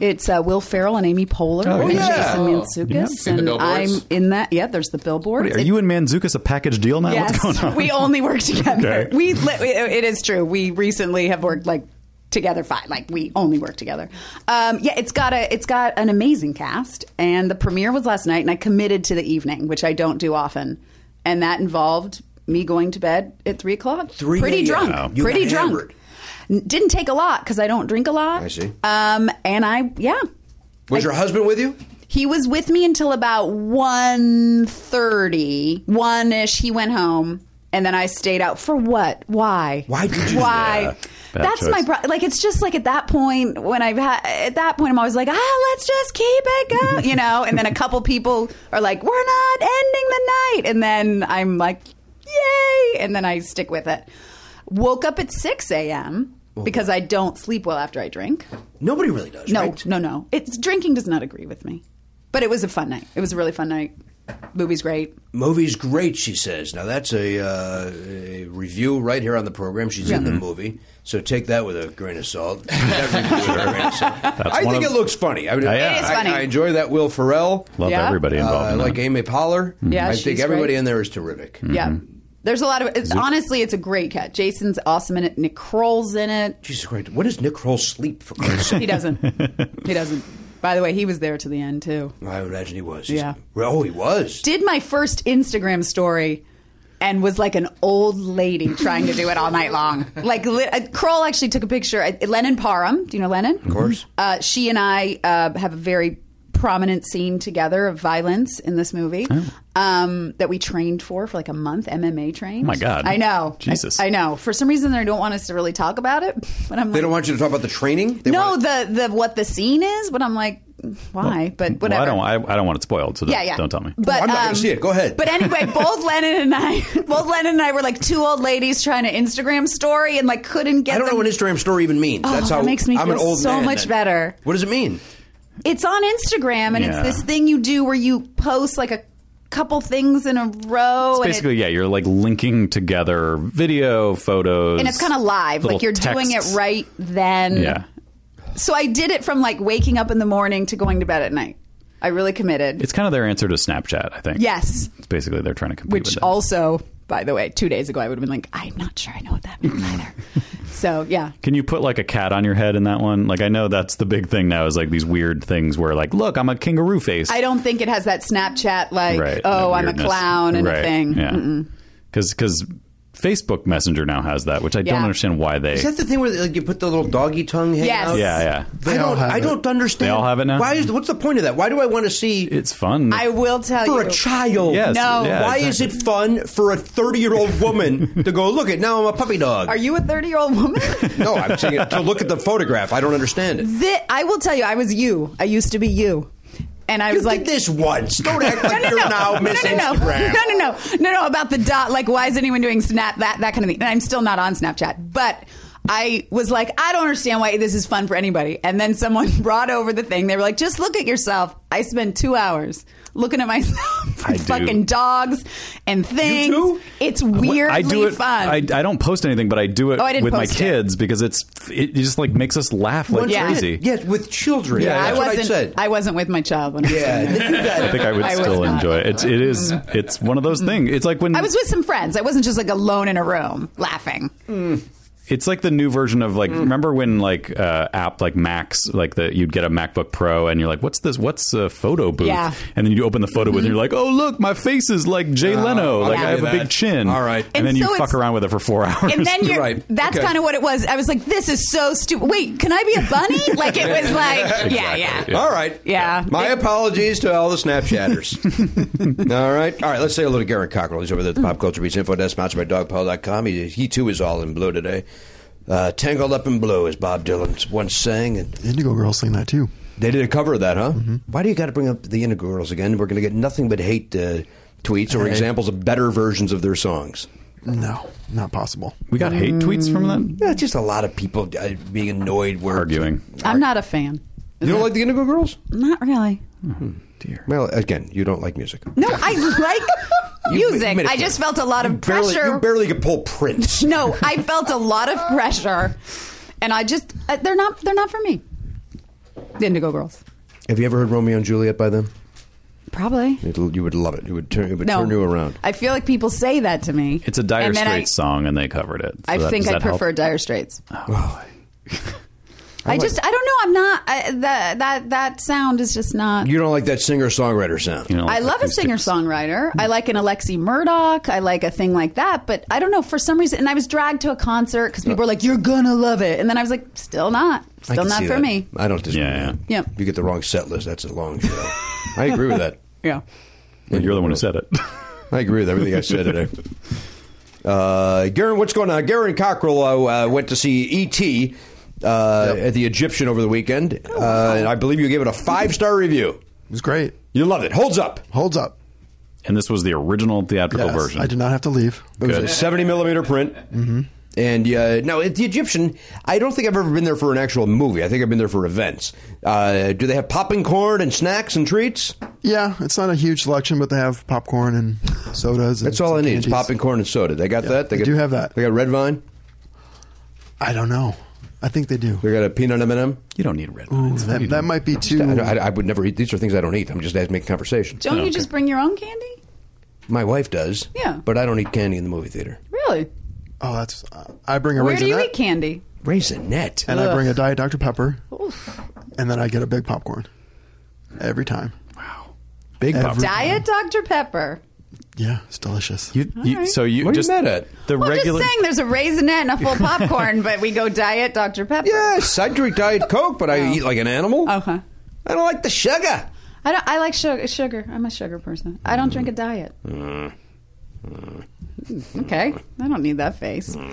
Speaker 11: It's uh, Will Ferrell and Amy Poehler
Speaker 6: Oh,
Speaker 11: and
Speaker 6: yeah.
Speaker 11: Jason Mantzoukas,
Speaker 5: Yeah.
Speaker 11: and I'm
Speaker 5: Billboards?
Speaker 11: in that. Yeah, there's the billboard.
Speaker 6: Are you and Manzukas a package deal now?
Speaker 11: Yes,
Speaker 6: What's going on?
Speaker 11: we
Speaker 6: (laughs)
Speaker 11: only work together.
Speaker 6: Okay.
Speaker 11: We li- it is true. We recently have worked like together fine. Like we only work together. Um, yeah, it's got a it's got an amazing cast, and the premiere was last night, and I committed to the evening, which I don't do often, and that involved me going to bed at three o'clock,
Speaker 1: 3
Speaker 11: pretty
Speaker 1: a.m.
Speaker 11: drunk,
Speaker 1: Wow. You
Speaker 11: pretty
Speaker 1: got
Speaker 11: drunk.
Speaker 1: hammered.
Speaker 11: N- Didn't take a lot because I don't drink a lot. I
Speaker 1: see.
Speaker 11: Um, and I yeah.
Speaker 1: Was your husband with you?
Speaker 11: He was with me until about 1.30, 1-ish. He went home. And then I stayed out for what? Why?
Speaker 1: Why did you do
Speaker 11: Why?
Speaker 6: Bad
Speaker 11: That's
Speaker 6: choice.
Speaker 11: my pro- like. It's just like at that point when I've had at that point I'm always like ah let's just keep
Speaker 1: (laughs)
Speaker 11: it going you know and then a couple people are like we're not ending the night and then I'm like yay and then I stick with it. Woke up at six a.m. because I don't sleep well after I drink.
Speaker 1: Nobody really does.
Speaker 11: No,
Speaker 1: right?
Speaker 11: no, no. It's drinking does not agree with me. But it was a fun night. It was a really fun night. Movie's great.
Speaker 1: Movie's great, she says. Now that's a, uh, a review right here on the program. She's in the movie, so take that with a grain of
Speaker 6: (laughs)
Speaker 1: salt. That review with a grain of salt.
Speaker 13: I
Speaker 6: one
Speaker 13: think
Speaker 6: of-
Speaker 13: it looks funny. I mean,
Speaker 6: Oh, yeah. It
Speaker 11: is
Speaker 13: I-
Speaker 11: funny.
Speaker 13: I, enjoy that Will Ferrell.
Speaker 6: Love
Speaker 11: Yeah.
Speaker 6: everybody
Speaker 13: Uh,
Speaker 6: involved.
Speaker 13: I
Speaker 6: in that. Mm-hmm.
Speaker 13: like Amy Poehler.
Speaker 11: Yeah,
Speaker 13: I
Speaker 11: she's
Speaker 13: think everybody
Speaker 11: great.
Speaker 13: in there is terrific.
Speaker 11: Yeah. There's a lot of it's, honestly, it's a great cut. Jason's awesome in it. Nick Kroll's in it.
Speaker 1: Jesus Christ, what does Nick Kroll sleep for?
Speaker 6: (laughs)
Speaker 1: Christ's sake?
Speaker 11: He doesn't. he doesn't. By the way, he was there to the end too.
Speaker 1: I would imagine he was. He's-
Speaker 11: Yeah.
Speaker 1: Oh, he was.
Speaker 11: Did my first Instagram story and was like an old lady trying to do it all night long. Like li- uh, Kroll actually took a picture. Uh, Lennon Parham, do you know Lennon? Of
Speaker 1: course.
Speaker 11: Uh, she and I uh, have a very prominent scene together of violence in this movie
Speaker 6: Oh.
Speaker 11: um, that we trained for for like a month. MMA trained. Oh
Speaker 6: my God.
Speaker 11: I know.
Speaker 6: Jesus.
Speaker 11: I, I know. For some reason, they don't want us to really talk about it. (laughs) But I'm like,
Speaker 13: They don't want you to talk about the training. They
Speaker 11: no,
Speaker 13: want-
Speaker 11: the the what the scene is. But I'm like, why? but
Speaker 6: Well,
Speaker 11: whatever.
Speaker 6: I don't. I, I don't want it spoiled. So don't,
Speaker 11: Yeah, yeah.
Speaker 6: don't tell me.
Speaker 11: But
Speaker 13: I'm not gonna
Speaker 11: um,
Speaker 13: see it. Go ahead. (laughs)
Speaker 11: But anyway, both Lennon and I, (laughs) both Lennon and I were like two old ladies trying to Instagram story and like couldn't get.
Speaker 1: I don't know
Speaker 11: them-
Speaker 1: what Instagram story even means.
Speaker 11: Oh,
Speaker 1: That's how
Speaker 11: that makes me
Speaker 1: I'm
Speaker 11: feel
Speaker 1: an old
Speaker 11: so
Speaker 1: man
Speaker 11: much
Speaker 1: then.
Speaker 11: better.
Speaker 1: What does it mean?
Speaker 11: It's on Instagram, and
Speaker 6: Yeah.
Speaker 11: it's this thing you do where you post like a couple things in a row. and oh, it-
Speaker 6: Basically, yeah, you're like linking together video, photos,
Speaker 11: and it's kind of live,
Speaker 6: little
Speaker 11: like you're doing it
Speaker 6: texts.
Speaker 11: right then.
Speaker 6: Yeah,
Speaker 11: So I did it from like waking up in the morning to going to bed at night. I really committed.
Speaker 6: it's kind of their answer to Snapchat. I think.
Speaker 11: yes.
Speaker 6: It's basically they're trying to compete
Speaker 11: which
Speaker 6: with it.
Speaker 11: also by the way two days ago i would have been like i'm not sure i know what that means
Speaker 6: (laughs)
Speaker 11: either so yeah
Speaker 6: Can you put like a cat on your head in that one? Like I know that's the big thing now is like these weird things where like, look, I'm a kangaroo face.
Speaker 11: i don't think it has that snapchat like
Speaker 6: right.
Speaker 11: oh
Speaker 6: that
Speaker 11: i'm a
Speaker 6: weirdness.
Speaker 11: clown and
Speaker 6: Right,
Speaker 11: a thing
Speaker 6: Yeah. Because Facebook Messenger now has that, which I don't
Speaker 11: Yeah.
Speaker 6: understand why they.
Speaker 1: Is that the thing where like, you put the little doggy tongue head
Speaker 11: Yes.
Speaker 1: out?
Speaker 6: yeah, yeah.
Speaker 1: I
Speaker 7: all
Speaker 1: don't.
Speaker 7: have
Speaker 1: I
Speaker 7: it.
Speaker 1: don't understand.
Speaker 6: They all have it now?
Speaker 1: Why is? What's the point of that? Why do I want to see
Speaker 6: It's fun.
Speaker 11: i will tell
Speaker 1: for
Speaker 11: you
Speaker 1: a child?
Speaker 6: Yes,
Speaker 11: No.
Speaker 6: yeah,
Speaker 1: Why
Speaker 6: exactly.
Speaker 1: is it fun for a 30 year old woman to go, look at now I'm a puppy dog?
Speaker 11: are you a 30 year old woman
Speaker 1: (laughs) no, I'm saying it to look at the photograph. I don't understand it.
Speaker 11: Thi- i will tell you i was you i used to be you and i was
Speaker 1: you
Speaker 11: like
Speaker 1: did this once. Don't act like you're now
Speaker 11: (laughs) no,
Speaker 1: Miss
Speaker 11: no, no, (laughs)
Speaker 1: Instagram.
Speaker 11: no, no, no, no, no. About the dot, like, why is anyone doing snap that that kind of thing? And I'm still not on Snapchat, but I was like, I don't understand why this is fun for anybody. And then someone (laughs) brought over the thing. They were like, just look at yourself. I spent two hours looking at myself, (laughs)
Speaker 6: I do.
Speaker 11: fucking dogs and things.
Speaker 1: too?
Speaker 11: It's weirdly
Speaker 6: I do it.
Speaker 11: fun.
Speaker 6: I, I don't post anything, but I do it
Speaker 11: Oh, I didn't
Speaker 6: with my
Speaker 11: post it.
Speaker 6: kids because it's it just like makes us laugh like
Speaker 11: Yeah.
Speaker 6: crazy.
Speaker 1: Yes, with children. Yeah,
Speaker 6: Yeah, yeah.
Speaker 11: I
Speaker 1: that's what I
Speaker 11: wasn't.
Speaker 1: said.
Speaker 11: I wasn't with my child when (laughs) I was
Speaker 1: yeah,
Speaker 11: doing that.
Speaker 1: then you got-
Speaker 6: I think I would
Speaker 11: I was
Speaker 6: still
Speaker 11: not. Mm-hmm.
Speaker 6: enjoy it. It's, it is. It's one of those things. It's like when
Speaker 11: I was with some friends. I wasn't just like alone in a room laughing.
Speaker 6: It's like the new version of like remember when like uh, app like Macs like the you'd get a MacBook Pro and you're like what's this what's a photo booth
Speaker 11: Yeah.
Speaker 6: and then you open the photo booth and you're like oh look my face is like Jay Leno like
Speaker 11: I'll
Speaker 6: I have
Speaker 11: do
Speaker 6: a big
Speaker 14: that.
Speaker 6: chin
Speaker 14: All right.
Speaker 6: and,
Speaker 11: And
Speaker 6: then
Speaker 11: so
Speaker 6: you fuck
Speaker 11: it's-
Speaker 6: around with it for four (laughs) hours
Speaker 11: And then you're,
Speaker 14: right.
Speaker 11: that's
Speaker 14: Okay.
Speaker 11: kind of what it was. I was like, this is so stupid. Wait, can I be a
Speaker 1: (laughs)
Speaker 11: bunny? Like, it was like, yeah, yeah.
Speaker 6: Yeah.
Speaker 1: All right.
Speaker 11: Yeah.
Speaker 1: My apologies to all the Snapchatters. all right. All right. Let's say hello to Garrett Cockrell. He's over there at the Pop Culture Beats Info Desk, sponsored by DogPile.com. He, he too is all in blue today. Uh, Tangled Up in Blue, as Bob Dylan once sang. And
Speaker 7: Indigo Girls sing that too.
Speaker 1: they did a cover of that, huh? Why do you got to bring up the Indigo Girls again? We're going to get nothing but hate uh, tweets or examples of better versions of their songs.
Speaker 7: No, not possible.
Speaker 6: we got hate tweets from that
Speaker 1: Yeah, just a lot of people uh, being annoyed. Where
Speaker 6: arguing
Speaker 11: I'm not a fan.
Speaker 1: You don't like the Indigo Girls?
Speaker 11: Not really.
Speaker 6: dear
Speaker 1: Well, again, you don't like music.
Speaker 11: No, I
Speaker 1: (laughs)
Speaker 11: like music.
Speaker 1: made a
Speaker 11: I
Speaker 1: point.
Speaker 11: just felt a lot of
Speaker 1: Barely,
Speaker 11: pressure.
Speaker 1: you barely could pull Prince.
Speaker 11: no, I felt a lot of pressure, and I just uh, they're not they're not for me. The Indigo Girls,
Speaker 1: Have you ever heard Romeo and Juliet by them?
Speaker 11: probably.
Speaker 1: It'll, you would love it. It would turn, it would
Speaker 11: No,
Speaker 1: turn you around.
Speaker 11: I feel like people say that to me.
Speaker 6: it's a Dire
Speaker 11: And then I-
Speaker 6: Straits song and they covered it
Speaker 11: I
Speaker 6: So that-
Speaker 11: think
Speaker 6: does
Speaker 11: I
Speaker 6: that help? Oh.
Speaker 11: prefer Dire Straits. I just I don't know. I'm not I, that that that sound is just not.
Speaker 1: You don't like that singer songwriter sound.
Speaker 6: You know,
Speaker 11: I love a
Speaker 6: acoustic-
Speaker 11: singer songwriter. I like an Alexi Murdoch. I like a thing like that. But I don't know for some reason. And I was dragged to a concert because people were like, "You're gonna love it," and then I was like, "Still not.
Speaker 1: I
Speaker 11: Still
Speaker 1: can
Speaker 11: not
Speaker 1: see
Speaker 11: for
Speaker 1: that.
Speaker 11: me."
Speaker 1: I don't disagree.
Speaker 6: Yeah,
Speaker 1: with
Speaker 11: yeah.
Speaker 1: that.
Speaker 11: Yep.
Speaker 1: You get the wrong set list. That's a long show. I agree with that.
Speaker 11: Yeah.
Speaker 6: You're the one who said it.
Speaker 1: I agree with everything I said today. Uh, Garen, what's going on? Garen Cockrell uh, uh, went to see E.T. Uh, at the Egyptian over the weekend.
Speaker 11: Oh,
Speaker 1: Uh, and I believe you gave it a five star review.
Speaker 7: It was great.
Speaker 1: You loved it. Holds up.
Speaker 7: Holds up.
Speaker 6: (laughs) and this was the original theatrical
Speaker 7: Yes,
Speaker 6: version.
Speaker 7: I did not have to leave.
Speaker 1: It was a
Speaker 6: Good.
Speaker 1: 70 millimeter print. Mm-hmm. And uh, now, at the Egyptian, I don't think I've ever been there for an actual movie. I think I've been there for events. Uh, do they have popping corn and snacks and treats?
Speaker 7: Yeah, it's not a huge selection, but they have popcorn and sodas. And
Speaker 1: That's all I
Speaker 7: some
Speaker 1: need. It's
Speaker 7: candies.
Speaker 1: popping corn and soda. They got that. They,
Speaker 7: they
Speaker 1: got,
Speaker 7: do have that.
Speaker 1: They got red vine.
Speaker 7: I don't know. I think they do.
Speaker 1: They got a peanut M and m
Speaker 6: you don't need red
Speaker 7: Ooh,
Speaker 6: lines.
Speaker 7: that, that might be too.
Speaker 1: I, I, I would never eat. These are things I don't eat. I'm just making conversation.
Speaker 11: Don't you just bring your own candy?
Speaker 1: My wife does.
Speaker 11: Yeah.
Speaker 1: But I don't eat candy in the movie theater.
Speaker 11: Really?
Speaker 7: Oh, that's. I bring a
Speaker 11: Where do you
Speaker 7: raisinette
Speaker 11: eat candy?
Speaker 1: Raisinette.
Speaker 7: and I bring a diet Dr Pepper,
Speaker 11: Oof.
Speaker 7: and then I get a big popcorn every time.
Speaker 1: Big
Speaker 7: Every
Speaker 1: pop.
Speaker 11: Diet Dr Pepper.
Speaker 7: Yeah, it's delicious.
Speaker 6: You, you,
Speaker 11: right.
Speaker 6: So you
Speaker 1: What are you
Speaker 6: just
Speaker 1: mad at?
Speaker 6: the
Speaker 11: Well,
Speaker 6: regular.
Speaker 11: just saying, there's a raisinette and a
Speaker 1: (laughs)
Speaker 11: full popcorn, but we go Diet Dr Pepper.
Speaker 1: Yes, I drink Diet Coke, but I eat like an animal.
Speaker 11: Uh huh.
Speaker 1: I don't like the sugar.
Speaker 11: I don't. I like sugar. Sugar. I'm a sugar person. I don't
Speaker 1: Mm.
Speaker 11: drink a diet. Okay. I don't need that face.
Speaker 1: Mm.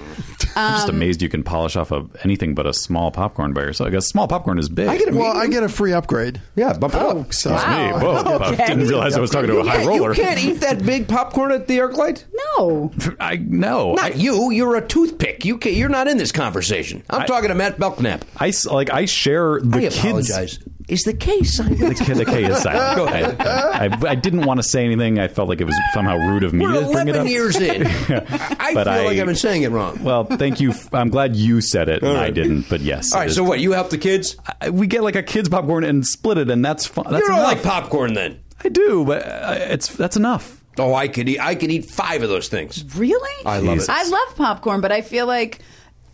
Speaker 6: I'm
Speaker 11: Um,
Speaker 6: just amazed you can polish off of anything but a small popcorn by yourself. I guess small popcorn is big.
Speaker 1: I get a
Speaker 7: Well, I get a free upgrade.
Speaker 1: Yeah, bump it up.
Speaker 7: So
Speaker 6: Hey,
Speaker 11: Wow. (laughs)
Speaker 6: whoa! I didn't realize I was talking to a high
Speaker 1: Yeah,
Speaker 6: roller.
Speaker 1: You can't eat that big popcorn at the ArcLight.
Speaker 11: No.
Speaker 6: I know.
Speaker 1: Not you. You're a toothpick. You can't, you're not in this conversation. I'm talking to Matt Belknap.
Speaker 6: I s- like I share the
Speaker 1: I
Speaker 6: kids.
Speaker 1: apologize. Is the case? I
Speaker 6: The kid, the K is silent.
Speaker 1: Go ahead.
Speaker 6: I, I, I didn't want to say anything. I felt like it was somehow rude of me
Speaker 1: We're
Speaker 6: to bring
Speaker 1: 11
Speaker 6: it up.
Speaker 1: years
Speaker 6: (laughs)
Speaker 1: (laughs) in. I
Speaker 6: But
Speaker 1: feel
Speaker 6: I-
Speaker 1: like I've been saying it wrong.
Speaker 6: Well, thank you. f- I'm glad you said it and I
Speaker 1: right.
Speaker 6: didn't. But yes.
Speaker 1: All
Speaker 6: it
Speaker 1: right,
Speaker 6: is-
Speaker 1: so what? You help the kids?
Speaker 6: I- we get like a kid's popcorn and split it, and that's fun. That's
Speaker 1: you don't
Speaker 6: enough.
Speaker 1: like popcorn then.
Speaker 6: I do, but uh, it's that's enough.
Speaker 1: Oh, I could eat. I could eat five of those things.
Speaker 11: Really?
Speaker 1: I love it.
Speaker 11: I love popcorn, but I feel like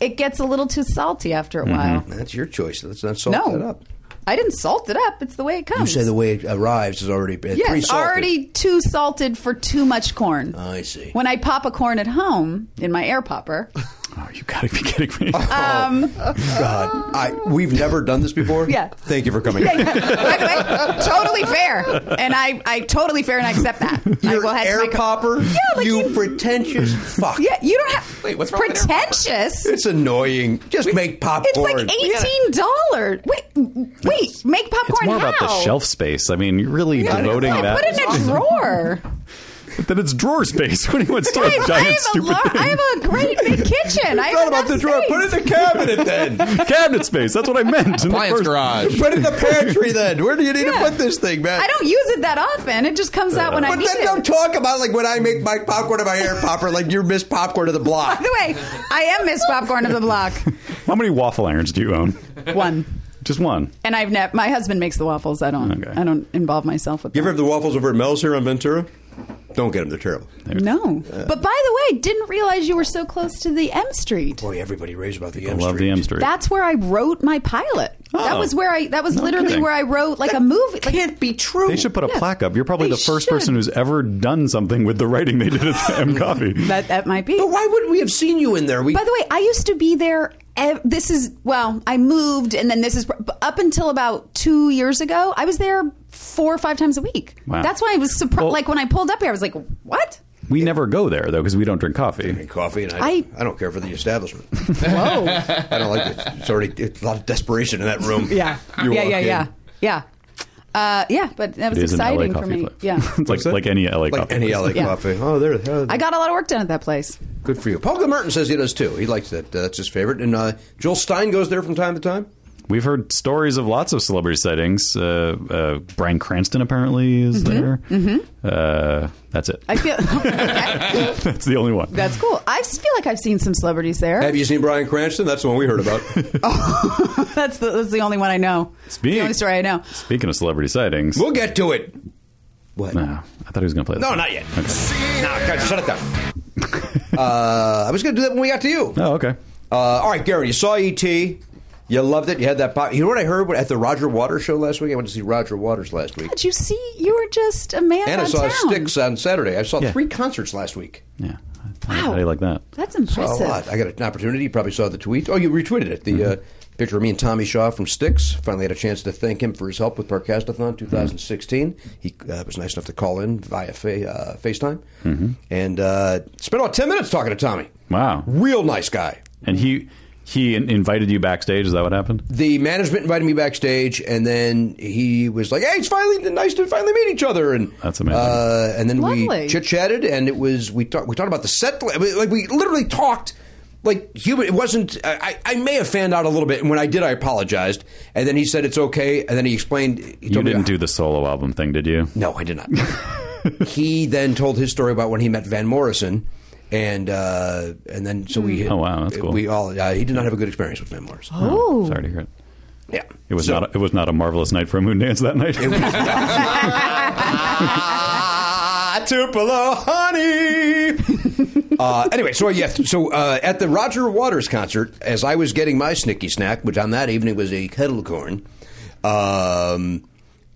Speaker 11: it gets a little too salty after a while.
Speaker 1: That's your choice. Let's not salt
Speaker 11: No.
Speaker 1: that up.
Speaker 11: I didn't salt it up. It's the way it
Speaker 1: You
Speaker 11: comes.
Speaker 1: say the way it arrives is already uh,
Speaker 11: yeah, it's
Speaker 1: pre-salted.
Speaker 11: already too salted for too much corn.
Speaker 1: I see.
Speaker 11: When I pop a corn at home in my
Speaker 1: (laughs)
Speaker 11: air popper,
Speaker 6: Oh, you gotta be kidding me.
Speaker 11: um,
Speaker 1: Oh, God, I, we've never done this before.
Speaker 11: (laughs) Yeah.
Speaker 1: Thank you for coming.
Speaker 11: Yeah, yeah. By the way, totally fair, and I, I totally fair, and I accept that. I
Speaker 1: You're
Speaker 11: will head to
Speaker 1: air
Speaker 11: my co-
Speaker 1: popper.
Speaker 11: Yeah, like
Speaker 1: you,
Speaker 11: you- (laughs)
Speaker 1: pretentious fuck.
Speaker 11: Yeah, you don't have.
Speaker 5: Wait, what's wrong with air popper? (laughs)
Speaker 11: pretentious?
Speaker 1: It's annoying. Just make
Speaker 11: It's
Speaker 1: popcorn.
Speaker 11: like eighteen dollars. Wait, wait, make popcorn.
Speaker 6: It's more
Speaker 11: how?
Speaker 6: about the shelf space. I mean, you're really devoting
Speaker 11: Why,
Speaker 6: that.
Speaker 11: Put it in
Speaker 6: (laughs)
Speaker 11: a drawer.
Speaker 6: then it's drawer space. (laughs) What do you want? Still
Speaker 11: Guys,
Speaker 6: a
Speaker 11: I
Speaker 6: giant
Speaker 11: have a
Speaker 6: stupid
Speaker 11: lar-
Speaker 6: thing.
Speaker 11: I have a
Speaker 6: (laughs)
Speaker 11: great big kitchen.
Speaker 1: It's
Speaker 11: I have
Speaker 1: not about
Speaker 11: enough
Speaker 1: the drawer. Put it
Speaker 11: space.
Speaker 1: in the cabinet then.
Speaker 11: (laughs)
Speaker 6: Cabinet space. That's what I
Speaker 1: (laughs)
Speaker 6: meant. in the
Speaker 5: Appliance
Speaker 6: first-
Speaker 5: garage.
Speaker 1: put it in the pantry then. Where do you need
Speaker 11: Yeah.
Speaker 1: to put this thing, man?
Speaker 11: I don't use it that often. It just comes out when I
Speaker 1: But
Speaker 11: need
Speaker 1: then
Speaker 11: it.
Speaker 1: don't talk about like when I make my popcorn and my air popper. Like you miss popcorn to the block.
Speaker 11: (laughs) By the way, I am Miss Popcorn of the
Speaker 6: (laughs)
Speaker 11: Block.
Speaker 6: How many waffle irons do you own?
Speaker 11: One.
Speaker 6: Just one.
Speaker 11: And I've ne- my husband makes the waffles. I don't.
Speaker 6: Okay.
Speaker 11: I don't involve myself with.
Speaker 1: You ever
Speaker 11: that.
Speaker 1: have the waffles over at Mel's here on Ventura?
Speaker 15: Don't get them; they're terrible.
Speaker 11: No. But by the way, didn't realize you were so close to the M Street.
Speaker 1: Boy, everybody raves about the
Speaker 6: I
Speaker 1: M
Speaker 6: love
Speaker 1: Street.
Speaker 6: the M Street.
Speaker 11: That's where I wrote my pilot. That
Speaker 6: Oh.
Speaker 11: was where I. That was
Speaker 6: No
Speaker 11: literally
Speaker 6: kidding.
Speaker 11: where I wrote like a movie. Like,
Speaker 1: Can't be true.
Speaker 6: they should put a plaque up. You're probably
Speaker 11: They
Speaker 6: the first
Speaker 11: should.
Speaker 6: person who's ever done something with the writing they did at the M Coffee.
Speaker 11: (laughs) that that might be.
Speaker 1: But why wouldn't we have seen you in there? We
Speaker 11: By the way, I used to be there. ev- This is well, I moved, and then this is but up until about two years ago. I was there four or five times a week.
Speaker 6: Wow.
Speaker 11: That's why I was surprised.
Speaker 6: Well-
Speaker 11: like when I pulled up here, I was like, "What?
Speaker 6: We never go there though because we don't drink coffee.
Speaker 1: drink coffee, and I,
Speaker 11: I-
Speaker 1: I, don't care for the establishment.
Speaker 11: (laughs)
Speaker 1: I don't like it. It's already it's a lot of desperation in that room.
Speaker 11: (laughs) Yeah,
Speaker 1: You
Speaker 11: yeah,
Speaker 1: walk
Speaker 11: yeah,
Speaker 1: in.
Speaker 11: yeah, yeah, uh, yeah." But that was
Speaker 6: It is an LA
Speaker 11: exciting for
Speaker 6: coffee
Speaker 11: me.
Speaker 6: place.
Speaker 11: Yeah,
Speaker 6: (laughs) it's like like any LA
Speaker 1: Like
Speaker 6: coffee.
Speaker 1: any
Speaker 6: place.
Speaker 1: LA
Speaker 11: Yeah.
Speaker 1: coffee. Oh, there. Uh,
Speaker 11: I got a lot of work done at that place.
Speaker 1: good for you. Paul Gilmartin says he does too. He likes that. Uh, that's his favorite. And uh, Joel Stein goes there from time to time.
Speaker 6: We've heard stories of lots of celebrity sightings. Uh, uh, Brian Cranston apparently is there. Mm-hmm. Uh, that's it. (laughs)
Speaker 11: I feel (laughs) okay.
Speaker 6: that's the only one.
Speaker 11: that's cool. I s- feel like I've seen some celebrities there.
Speaker 1: Have you seen Brian Cranston? That's the one we heard about.
Speaker 11: (laughs) that's the that's the only one I know.
Speaker 6: (laughs)
Speaker 11: It's
Speaker 6: Speak.
Speaker 11: The only story I know.
Speaker 6: Speaking of celebrity sightings,
Speaker 1: (laughs) we'll get to it. What?
Speaker 6: no, I thought he was going to play.
Speaker 1: No,
Speaker 6: this.
Speaker 1: not yet. No, God, shut it down. (laughs) uh, I was going to do that when we got to you.
Speaker 6: Oh, okay.
Speaker 1: Uh, all right, Gary, you saw ET. You loved it. You had that. Pop- you know what I heard at the Roger Waters show last week? I went to see Roger Waters last week.
Speaker 11: But you see, you were just a man
Speaker 1: And I
Speaker 11: about
Speaker 1: saw
Speaker 11: town.
Speaker 1: Sticks on Saturday. I saw
Speaker 6: Yeah.
Speaker 1: three concerts last week.
Speaker 6: Yeah.
Speaker 11: Wow.
Speaker 6: How do you like that?
Speaker 11: That's
Speaker 1: Saw Oh,
Speaker 11: impressive.
Speaker 1: a lot. I got an opportunity. You probably saw the tweet. Oh, you retweeted it. The uh, picture of me and Tommy Shaw from Sticks. Finally had a chance to thank him for his help with Parcastathon 2016. He uh, was nice enough to call in via fa- uh, FaceTime and uh, spent about 10 minutes talking to Tommy.
Speaker 6: Wow.
Speaker 1: Real nice guy.
Speaker 6: And he he in- invited you backstage. Is that what happened?
Speaker 1: the management invited me backstage, and then he was like, "Hey, it's finally nice to finally meet each other." And
Speaker 6: That's amazing.
Speaker 1: Uh, and then
Speaker 11: Lovely.
Speaker 1: we chit chatted, and it was we talked we talked about the set I mean, like we literally talked like human. It wasn't. I, I I may have fanned out a little bit, and when I did, I apologized. And then he said it's okay, and then he explained. He
Speaker 6: You
Speaker 1: told me-
Speaker 6: didn't do the solo album thing, did you?
Speaker 1: no, I did not.
Speaker 6: (laughs)
Speaker 1: he then told his story about when he met Van Morrison. And uh, and then so we
Speaker 6: Oh, wow, that's cool.
Speaker 1: we all uh, he did not have a good experience with Van Morrison
Speaker 11: Oh,
Speaker 6: Sorry to hear it.
Speaker 1: yeah
Speaker 6: It was
Speaker 1: So-
Speaker 6: not. A, it was not a marvelous night for a moon dance that night. (laughs)
Speaker 1: Ah, Tupelo honey. uh, anyway, so yeah, so uh, at the Roger Waters concert, as I was getting my snicky snack, which on that evening was a kettle corn, um,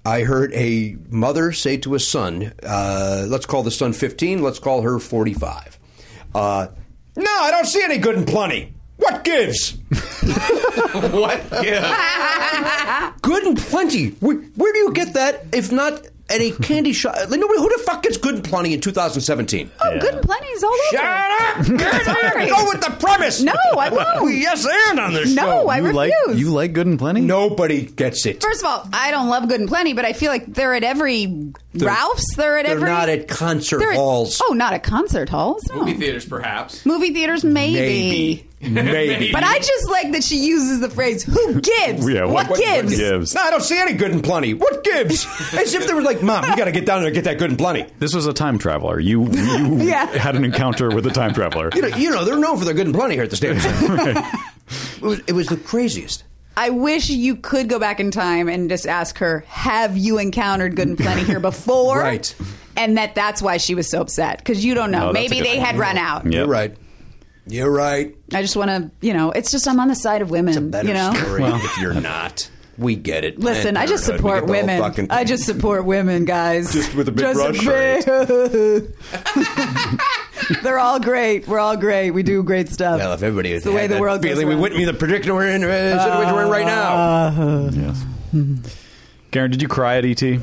Speaker 1: I heard a mother say to a son, uh, "Let's call the son 15. Let's call her 45." Uh, no, I don't see any good and plenty. What gives?
Speaker 5: what? Yeah.
Speaker 1: Good and plenty. Where, where do you get that if not at a candy shop? Like, nobody, who the fuck gets good and plenty in 2017?
Speaker 11: oh, good and plenty is all over.
Speaker 1: Shut
Speaker 11: (laughs)
Speaker 1: up!
Speaker 11: Sorry.
Speaker 1: Go with the premise.
Speaker 11: No,
Speaker 1: (laughs)
Speaker 11: I won't.
Speaker 1: We yes and on this
Speaker 11: No,
Speaker 1: show.
Speaker 11: I
Speaker 6: you
Speaker 11: refuse.
Speaker 6: like you like Good and Plenty?
Speaker 1: Nobody gets it.
Speaker 11: First of all, I don't love Good and Plenty, but I feel like they're at every Ralph's. They're at
Speaker 1: They're
Speaker 11: every.
Speaker 1: not at concert
Speaker 11: they're at-
Speaker 1: halls.
Speaker 11: Oh, not at concert halls. No.
Speaker 5: Movie theaters, perhaps.
Speaker 11: Movie theaters, maybe.
Speaker 1: maybe.
Speaker 11: (laughs) But I just like that she uses the phrase "Who gives?
Speaker 6: Yeah.
Speaker 11: what, gives?"
Speaker 6: gives?
Speaker 1: No, I don't see any good and plenty. What
Speaker 11: (laughs)
Speaker 1: gives? As if they were like, Mom, you got to get down there and get that good and plenty.
Speaker 6: This was a time traveler. You you
Speaker 11: (laughs) Yeah.
Speaker 6: had an encounter with a time traveler.
Speaker 1: You know, you know, they're known for their good and plenty here at the
Speaker 6: (laughs)
Speaker 1: stage. it, was, it was the craziest.
Speaker 11: I wish you could go back in time and just ask her, "Have you encountered Good and Plenty here before?"
Speaker 1: Right.
Speaker 11: And that that's why she was so upset because you don't know.
Speaker 6: Oh, that's a
Speaker 11: Maybe
Speaker 6: good
Speaker 11: they
Speaker 6: point.
Speaker 11: had run out.
Speaker 6: Yep.
Speaker 1: You're right. You're right.
Speaker 11: I just want to, you know, it's just I'm on the side of women.
Speaker 1: It's a better
Speaker 11: Mm, you know,
Speaker 1: story if you're not. We get it.
Speaker 11: (laughs) listen,
Speaker 1: Planned
Speaker 11: I just
Speaker 1: Parenthood, we
Speaker 11: support
Speaker 1: get the whole
Speaker 11: women.
Speaker 1: fucking
Speaker 11: I
Speaker 1: thing.
Speaker 11: just support women, guys. Just with a big (laughs) big- (laughs) They're all great. We're all great. We do great stuff.
Speaker 1: Well, if everybody
Speaker 11: it's
Speaker 1: had
Speaker 11: the way the
Speaker 1: that
Speaker 11: world goes
Speaker 1: feeling, we
Speaker 11: around.
Speaker 1: wouldn't be in the predicament we're in, uh, situation we're in right now.
Speaker 6: Yes. Karen, did you cry at E ET? You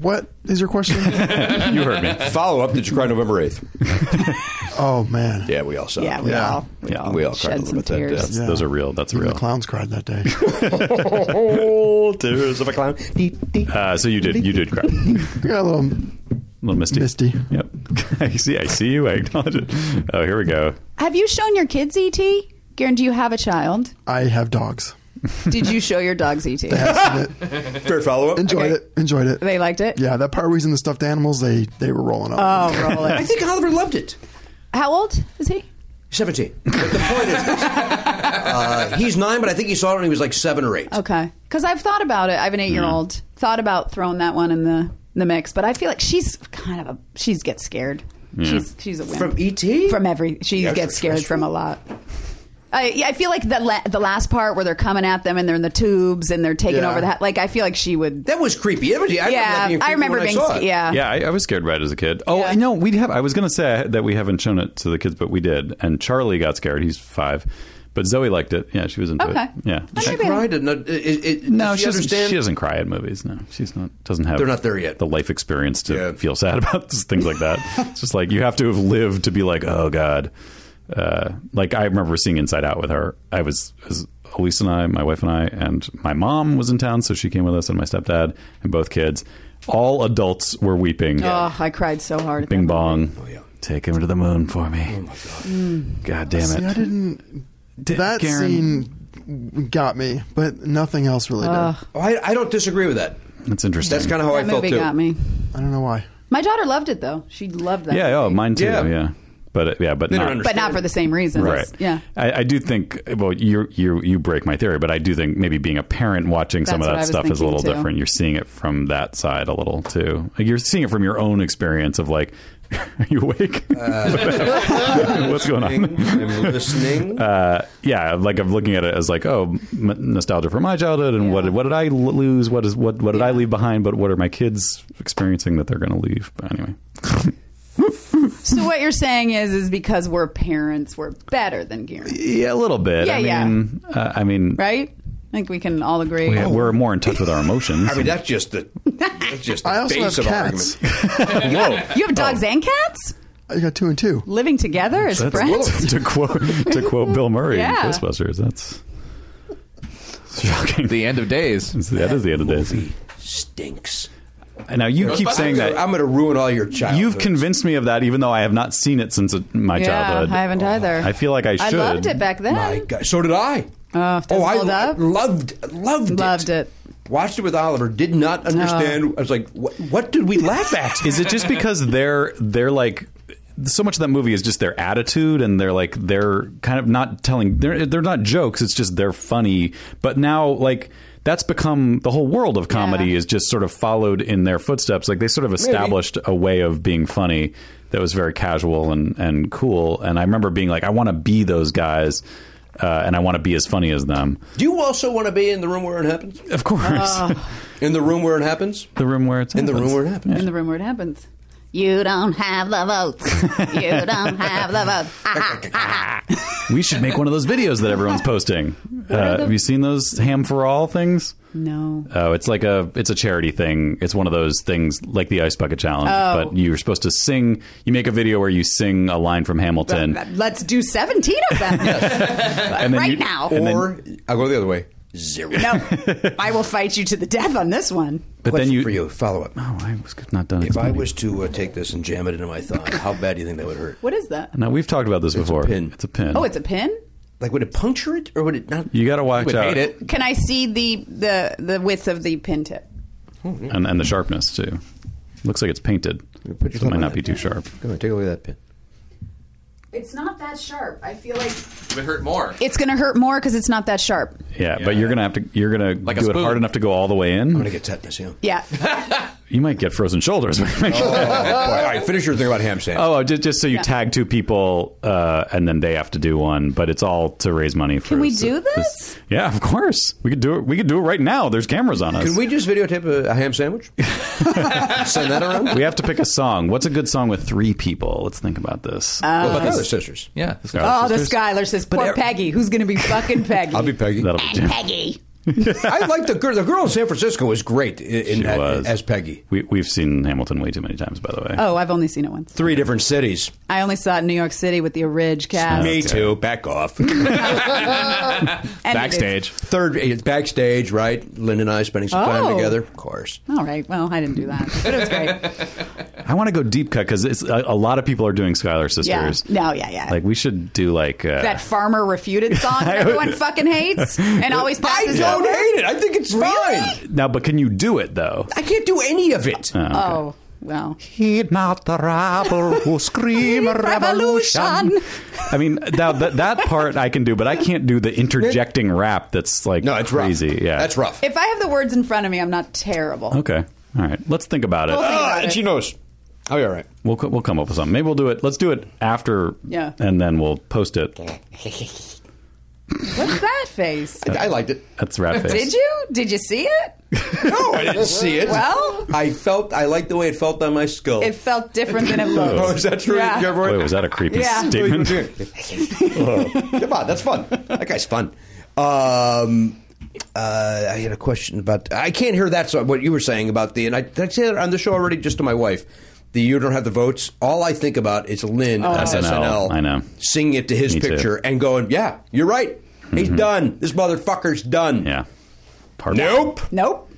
Speaker 7: What is your question?
Speaker 6: heard me.
Speaker 11: Uh,
Speaker 1: Follow up: Did you cry November
Speaker 11: (laughs)
Speaker 1: eighth?
Speaker 7: oh man,
Speaker 1: Yeah, we all saw.
Speaker 11: yeah, we
Speaker 7: Yeah.
Speaker 11: all
Speaker 6: Yeah.
Speaker 1: we all cried a
Speaker 11: shed
Speaker 1: little
Speaker 11: some
Speaker 1: bit that day.
Speaker 11: tears.
Speaker 6: That's, Those are real. That's
Speaker 7: Even
Speaker 6: real.
Speaker 7: the clowns cried that day.
Speaker 1: (laughs) Oh, tears of a clown. Dee, dee.
Speaker 6: Uh, so you did. You did cry.
Speaker 7: I got a little
Speaker 6: little misty.
Speaker 7: Misty.
Speaker 6: Yep. (laughs) I see. I see you. I acknowledge it. Oh, here we go.
Speaker 11: Have you shown your kids ET? Garen, do you have a child?
Speaker 7: I have dogs.
Speaker 11: Did you show your dogs E ET?
Speaker 7: I've seen it.
Speaker 1: Fair follow up.
Speaker 7: Enjoyed
Speaker 11: Okay.
Speaker 7: it. Enjoyed it.
Speaker 11: They liked it.
Speaker 7: yeah, that part where he's in the stuffed animals, they they were rolling up.
Speaker 11: Oh, roll
Speaker 1: I
Speaker 11: it.
Speaker 1: think Oliver loved it.
Speaker 11: How old is he?
Speaker 1: Seventeen. But the point is,
Speaker 11: (laughs)
Speaker 1: uh, he's nine, but I think he saw it when he was like seven or eight.
Speaker 6: Mm-hmm.
Speaker 11: Okay, because I've thought about it. I have an eight-year-old. Thought about throwing that one in the the mix. But I feel like she's kind of a she's gets scared. She's she's a wimp
Speaker 1: From E E.T.?
Speaker 11: From every she
Speaker 1: Yeah,
Speaker 11: gets
Speaker 1: sure, sure,
Speaker 11: scared from a lot. I, yeah, I feel like the la- the last part where they're coming at them and they're in the tubes and they're taking
Speaker 7: Yeah.
Speaker 11: over the ha- like I feel like she would.
Speaker 1: That was creepy. It was- I
Speaker 11: yeah,
Speaker 1: remember that being
Speaker 11: I
Speaker 1: creepy
Speaker 11: remember
Speaker 1: when
Speaker 11: being
Speaker 1: saw
Speaker 11: sc-
Speaker 1: it.
Speaker 11: yeah.
Speaker 6: Yeah, I, I was scared right as a kid. Oh,
Speaker 11: Yeah.
Speaker 6: I know we have. I was going to say that we haven't shown it to the kids, but we did. And Charlie got scared. He's five, but Zoe liked it. Yeah, she was into
Speaker 11: Okay.
Speaker 6: it. Yeah,
Speaker 11: I
Speaker 6: She-
Speaker 11: maybe-
Speaker 1: Cried and not- it- it- it-
Speaker 6: no,
Speaker 1: does
Speaker 6: she doesn't.
Speaker 1: understand.
Speaker 6: She doesn't cry at movies. No, she's not. Doesn't have.
Speaker 1: They're not there yet.
Speaker 6: The life experience to
Speaker 1: Yeah.
Speaker 6: feel sad (laughs) about things like that. it's just like you have to have lived to be like, oh god. Uh, like I remember seeing Inside Out with her. I was, was Elise and I, my wife and I, and my mom was in town, so she came with us, and my stepdad and both kids. All adults were weeping.
Speaker 11: Oh, I cried so hard. at
Speaker 6: Bing
Speaker 11: that.
Speaker 6: bong. Oh, Take him to the moon for me. Oh my god. God damn it.
Speaker 7: See, I didn't.
Speaker 6: Did-
Speaker 7: that
Speaker 6: Karen-
Speaker 7: scene got me, but nothing else really did.
Speaker 1: Oh, I, I don't disagree with that.
Speaker 6: That's interesting.
Speaker 1: That's kind of how
Speaker 11: That
Speaker 1: I felt
Speaker 11: movie
Speaker 1: too.
Speaker 11: got me.
Speaker 7: I don't know why.
Speaker 11: My daughter loved it though. She loved that.
Speaker 6: Yeah, oh,
Speaker 11: movie.
Speaker 6: mine too.
Speaker 1: Yeah.
Speaker 6: Yeah. But uh, yeah, but
Speaker 1: They don't
Speaker 6: not,
Speaker 1: understand.
Speaker 11: but not for the same reasons.
Speaker 6: Right.
Speaker 11: Yeah.
Speaker 6: I, I do think. Well, you you you break my theory, but I do think maybe being a parent watching some of
Speaker 11: That's what I
Speaker 6: that
Speaker 11: was
Speaker 6: stuff is a
Speaker 11: thinking,
Speaker 6: little
Speaker 11: too.
Speaker 6: different. You're seeing it from that side a little too. Like you're seeing it from your own experience of like, (laughs) are you awake?
Speaker 1: Uh,
Speaker 6: (laughs) What's going on?
Speaker 1: I'm
Speaker 6: (laughs)
Speaker 1: listening.
Speaker 6: uh, yeah, like I'm looking at it as like, oh, m- nostalgia for my childhood, and what what did I l- lose? What is what what did I leave behind? But what are my kids experiencing that they're going to leave? But anyway,
Speaker 11: So what you're saying is, is because we're parents, we're better than Garen,
Speaker 6: yeah, a little bit.
Speaker 11: Yeah,
Speaker 6: I
Speaker 11: yeah.
Speaker 6: mean, uh, I mean,
Speaker 11: right? I think we can all agree.
Speaker 6: we, we're more in touch with our emotions.
Speaker 1: (laughs) I mean, that's just the that's just the
Speaker 7: I also
Speaker 1: base
Speaker 7: have
Speaker 1: of our
Speaker 7: cats.
Speaker 1: argument.
Speaker 6: Whoa.
Speaker 11: You have dogs and cats
Speaker 7: I got two and two.
Speaker 11: living together as
Speaker 6: Oh. That's
Speaker 11: friends.
Speaker 6: to quote to quote Bill Murray
Speaker 11: Yeah.
Speaker 6: in Ghostbusters. That's shocking.
Speaker 16: The end of days.
Speaker 6: that is the end of this.
Speaker 1: Stinks.
Speaker 6: And Now you keep
Speaker 5: Ghostbusters
Speaker 6: saying that.
Speaker 1: I'm going to ruin all your childhood.
Speaker 6: You've convinced me of that, even though I have not seen it since uh, my
Speaker 11: (laughs) yeah,
Speaker 6: childhood.
Speaker 11: I haven't either.
Speaker 6: oh, I feel like I
Speaker 11: I
Speaker 6: should.
Speaker 11: loved it back then.
Speaker 1: My God. So did I.
Speaker 11: Oh, does it
Speaker 1: I
Speaker 11: hold
Speaker 1: lo-
Speaker 11: up?
Speaker 1: loved loved
Speaker 11: Loved it.
Speaker 1: Watched it with Oliver. Did not understand. I was like, what, what did we laugh
Speaker 6: (laughs)
Speaker 1: at?
Speaker 6: Is it just because they're they're like so much of that movie is just their attitude and they're like they're kind of not telling they're they're not jokes. It's just they're funny. But now like that's become the whole world of comedy
Speaker 11: Yeah.
Speaker 6: is just sort of followed in their footsteps. Like they sort of established a way of being funny that was very casual and and cool. And I remember being like, I want to be those guys. Uh, and I want to be as funny as them.
Speaker 1: Do you also want to be in the room where it happens?
Speaker 6: Of course,
Speaker 11: Ah.
Speaker 1: In the room where it happens?
Speaker 6: (laughs) the room where it's
Speaker 1: In the room where it happens.
Speaker 11: In the room where it happens. You don't have the votes. You
Speaker 6: (laughs)
Speaker 11: don't have the votes. Ah, ah, ah, ah.
Speaker 6: We should make one of those videos that
Speaker 1: (laughs)
Speaker 6: everyone's posting. Uh, have you seen those ham for all things?
Speaker 11: Ah, No.
Speaker 6: Oh, it's like a it's a charity thing. It's one of those things like the ice bucket challenge,
Speaker 11: Oh.
Speaker 6: but you're supposed to sing. You make a video where you sing a line from Hamilton,
Speaker 11: Let's do 17 of them
Speaker 6: (laughs) and then
Speaker 11: right
Speaker 6: you,
Speaker 11: now.
Speaker 6: and then-
Speaker 1: Or I'll go the other way. Zero.
Speaker 11: no, I will fight you to the death on this one.
Speaker 6: but then
Speaker 1: Question
Speaker 6: you.
Speaker 1: for you follow up.
Speaker 6: Oh, I was not done.
Speaker 1: If I was to uh, take this and jam it into my thigh, how bad do you think that would hurt?
Speaker 11: What is that?
Speaker 6: Now we've talked about this before.
Speaker 1: pin.
Speaker 6: It's a pin.
Speaker 11: Oh, it's a pin?
Speaker 1: Like, would it puncture it, or would it not?
Speaker 6: You got to watch
Speaker 16: would hate
Speaker 6: out,
Speaker 16: it.
Speaker 11: Can I see the, the, the width of the pin tip?
Speaker 6: and and the sharpness too. Looks like it's painted.
Speaker 1: put your
Speaker 6: so it
Speaker 1: thumb
Speaker 6: might
Speaker 1: on
Speaker 6: not
Speaker 1: that.
Speaker 6: be too sharp.
Speaker 1: Come on, take away that pin.
Speaker 11: It's not that sharp. I feel like
Speaker 5: It would hurt more.
Speaker 11: it's going to hurt more because it's not that sharp.
Speaker 6: Yeah, but you're gonna have to. You're gonna
Speaker 16: a
Speaker 6: do it
Speaker 16: spoon.
Speaker 6: hard enough to go all the way in.
Speaker 1: I'm gonna get tetanus. Yeah. (laughs)
Speaker 11: Yeah.
Speaker 6: You might get frozen shoulders. (laughs) oh,
Speaker 1: Boy, all right, finish your thing about ham sandwich.
Speaker 6: just, just so you tag two people uh, and then they have to do one, but it's all to raise money for.
Speaker 11: Can we
Speaker 6: s-
Speaker 11: do this?
Speaker 6: Yeah, of course. We could do it. We could do it right now. There's cameras on us.
Speaker 1: Can we just videotape a, a ham
Speaker 6: (laughs)
Speaker 1: sandwich? Send that around.
Speaker 6: We have to pick a song. What's a good song with three people? Let's think about this.
Speaker 1: what about the other sisters?
Speaker 16: Yeah. this guy.
Speaker 11: Oh, the
Speaker 6: Sisters?
Speaker 11: Skylar says, poor Peggy. Who's going to
Speaker 1: (laughs)
Speaker 11: be fucking Peggy?
Speaker 1: I'll be Peggy.
Speaker 6: That'll be Jim.
Speaker 11: Peggy.
Speaker 1: I like the girl. The girl in San Francisco was great in, in
Speaker 6: She
Speaker 1: that,
Speaker 6: was.
Speaker 1: uh, as Peggy.
Speaker 6: We, we've seen Hamilton way too many times, by the way.
Speaker 11: Oh, I've only seen it once.
Speaker 1: Three different cities.
Speaker 11: I only saw it in New York City with the Ridge cast.
Speaker 1: Me too. Back
Speaker 6: (laughs)
Speaker 1: off.
Speaker 11: And it is-
Speaker 16: Backstage.
Speaker 1: Third, it's backstage, right? Lynn and I spending some time
Speaker 11: Oh.
Speaker 1: together. Of course.
Speaker 11: All right. Well, I didn't do that. But it
Speaker 1: (laughs)
Speaker 11: was great.
Speaker 6: I want to go deep cut because a, a lot of people are doing Skylar
Speaker 11: Yeah.
Speaker 6: Sisters.
Speaker 11: No, yeah, yeah.
Speaker 6: Like we should do like uh,
Speaker 11: that farmer refuted
Speaker 1: (laughs)
Speaker 11: song that everyone fucking hates and always
Speaker 1: I
Speaker 11: passes
Speaker 1: don't
Speaker 11: over.
Speaker 1: hate it. I think it's fine.
Speaker 6: now, but can you do it though?
Speaker 1: I can't do any of it.
Speaker 11: Oh, well.
Speaker 6: Heed not the rabble who scream a revolution.
Speaker 11: Revolution.
Speaker 6: I mean, now that that part I can do, but I can't do the interjecting rap. That's like
Speaker 1: no, it's
Speaker 6: crazy.
Speaker 1: rough.
Speaker 6: Yeah,
Speaker 1: that's rough.
Speaker 11: If I have the words in front of me, I'm not terrible.
Speaker 6: Okay, All right, let's think about it.
Speaker 11: We'll think
Speaker 17: Ah,
Speaker 11: about
Speaker 17: and
Speaker 11: it.
Speaker 17: she knows.
Speaker 6: Oh,
Speaker 17: I'll be all right.
Speaker 6: We'll co- we'll come up with something. Maybe we'll do it. Let's do it after.
Speaker 11: Yeah.
Speaker 6: And then we'll post it.
Speaker 11: What's that face?
Speaker 17: I liked it.
Speaker 6: That's rat face.
Speaker 11: Did you? Did you see it?
Speaker 17: No, I didn't see it.
Speaker 11: Well,
Speaker 1: I felt I liked the way it felt on my skull. (laughs)
Speaker 11: it felt different than it looked.
Speaker 17: Oh, is that true?
Speaker 11: Yeah.
Speaker 17: You ever-
Speaker 6: Wait, was that a creepy
Speaker 1: (laughs)
Speaker 11: Yeah.
Speaker 6: statement?
Speaker 17: Come on, that's fun.
Speaker 1: that guy's fun. Um, uh, I had a question about. I can't hear that. So what you were saying about the and I did I say that on the show already just to my wife. The you don't have the votes. All I think about is
Speaker 11: Oh.
Speaker 1: Lynn on
Speaker 6: SNL.
Speaker 1: SNL.
Speaker 6: I know.
Speaker 1: Singing it to his
Speaker 6: Me too. Mm-hmm.
Speaker 1: picture and going, "Yeah, you're right. He's done. This motherfucker's done."
Speaker 6: Yeah. Part
Speaker 1: Nope.
Speaker 11: Nope.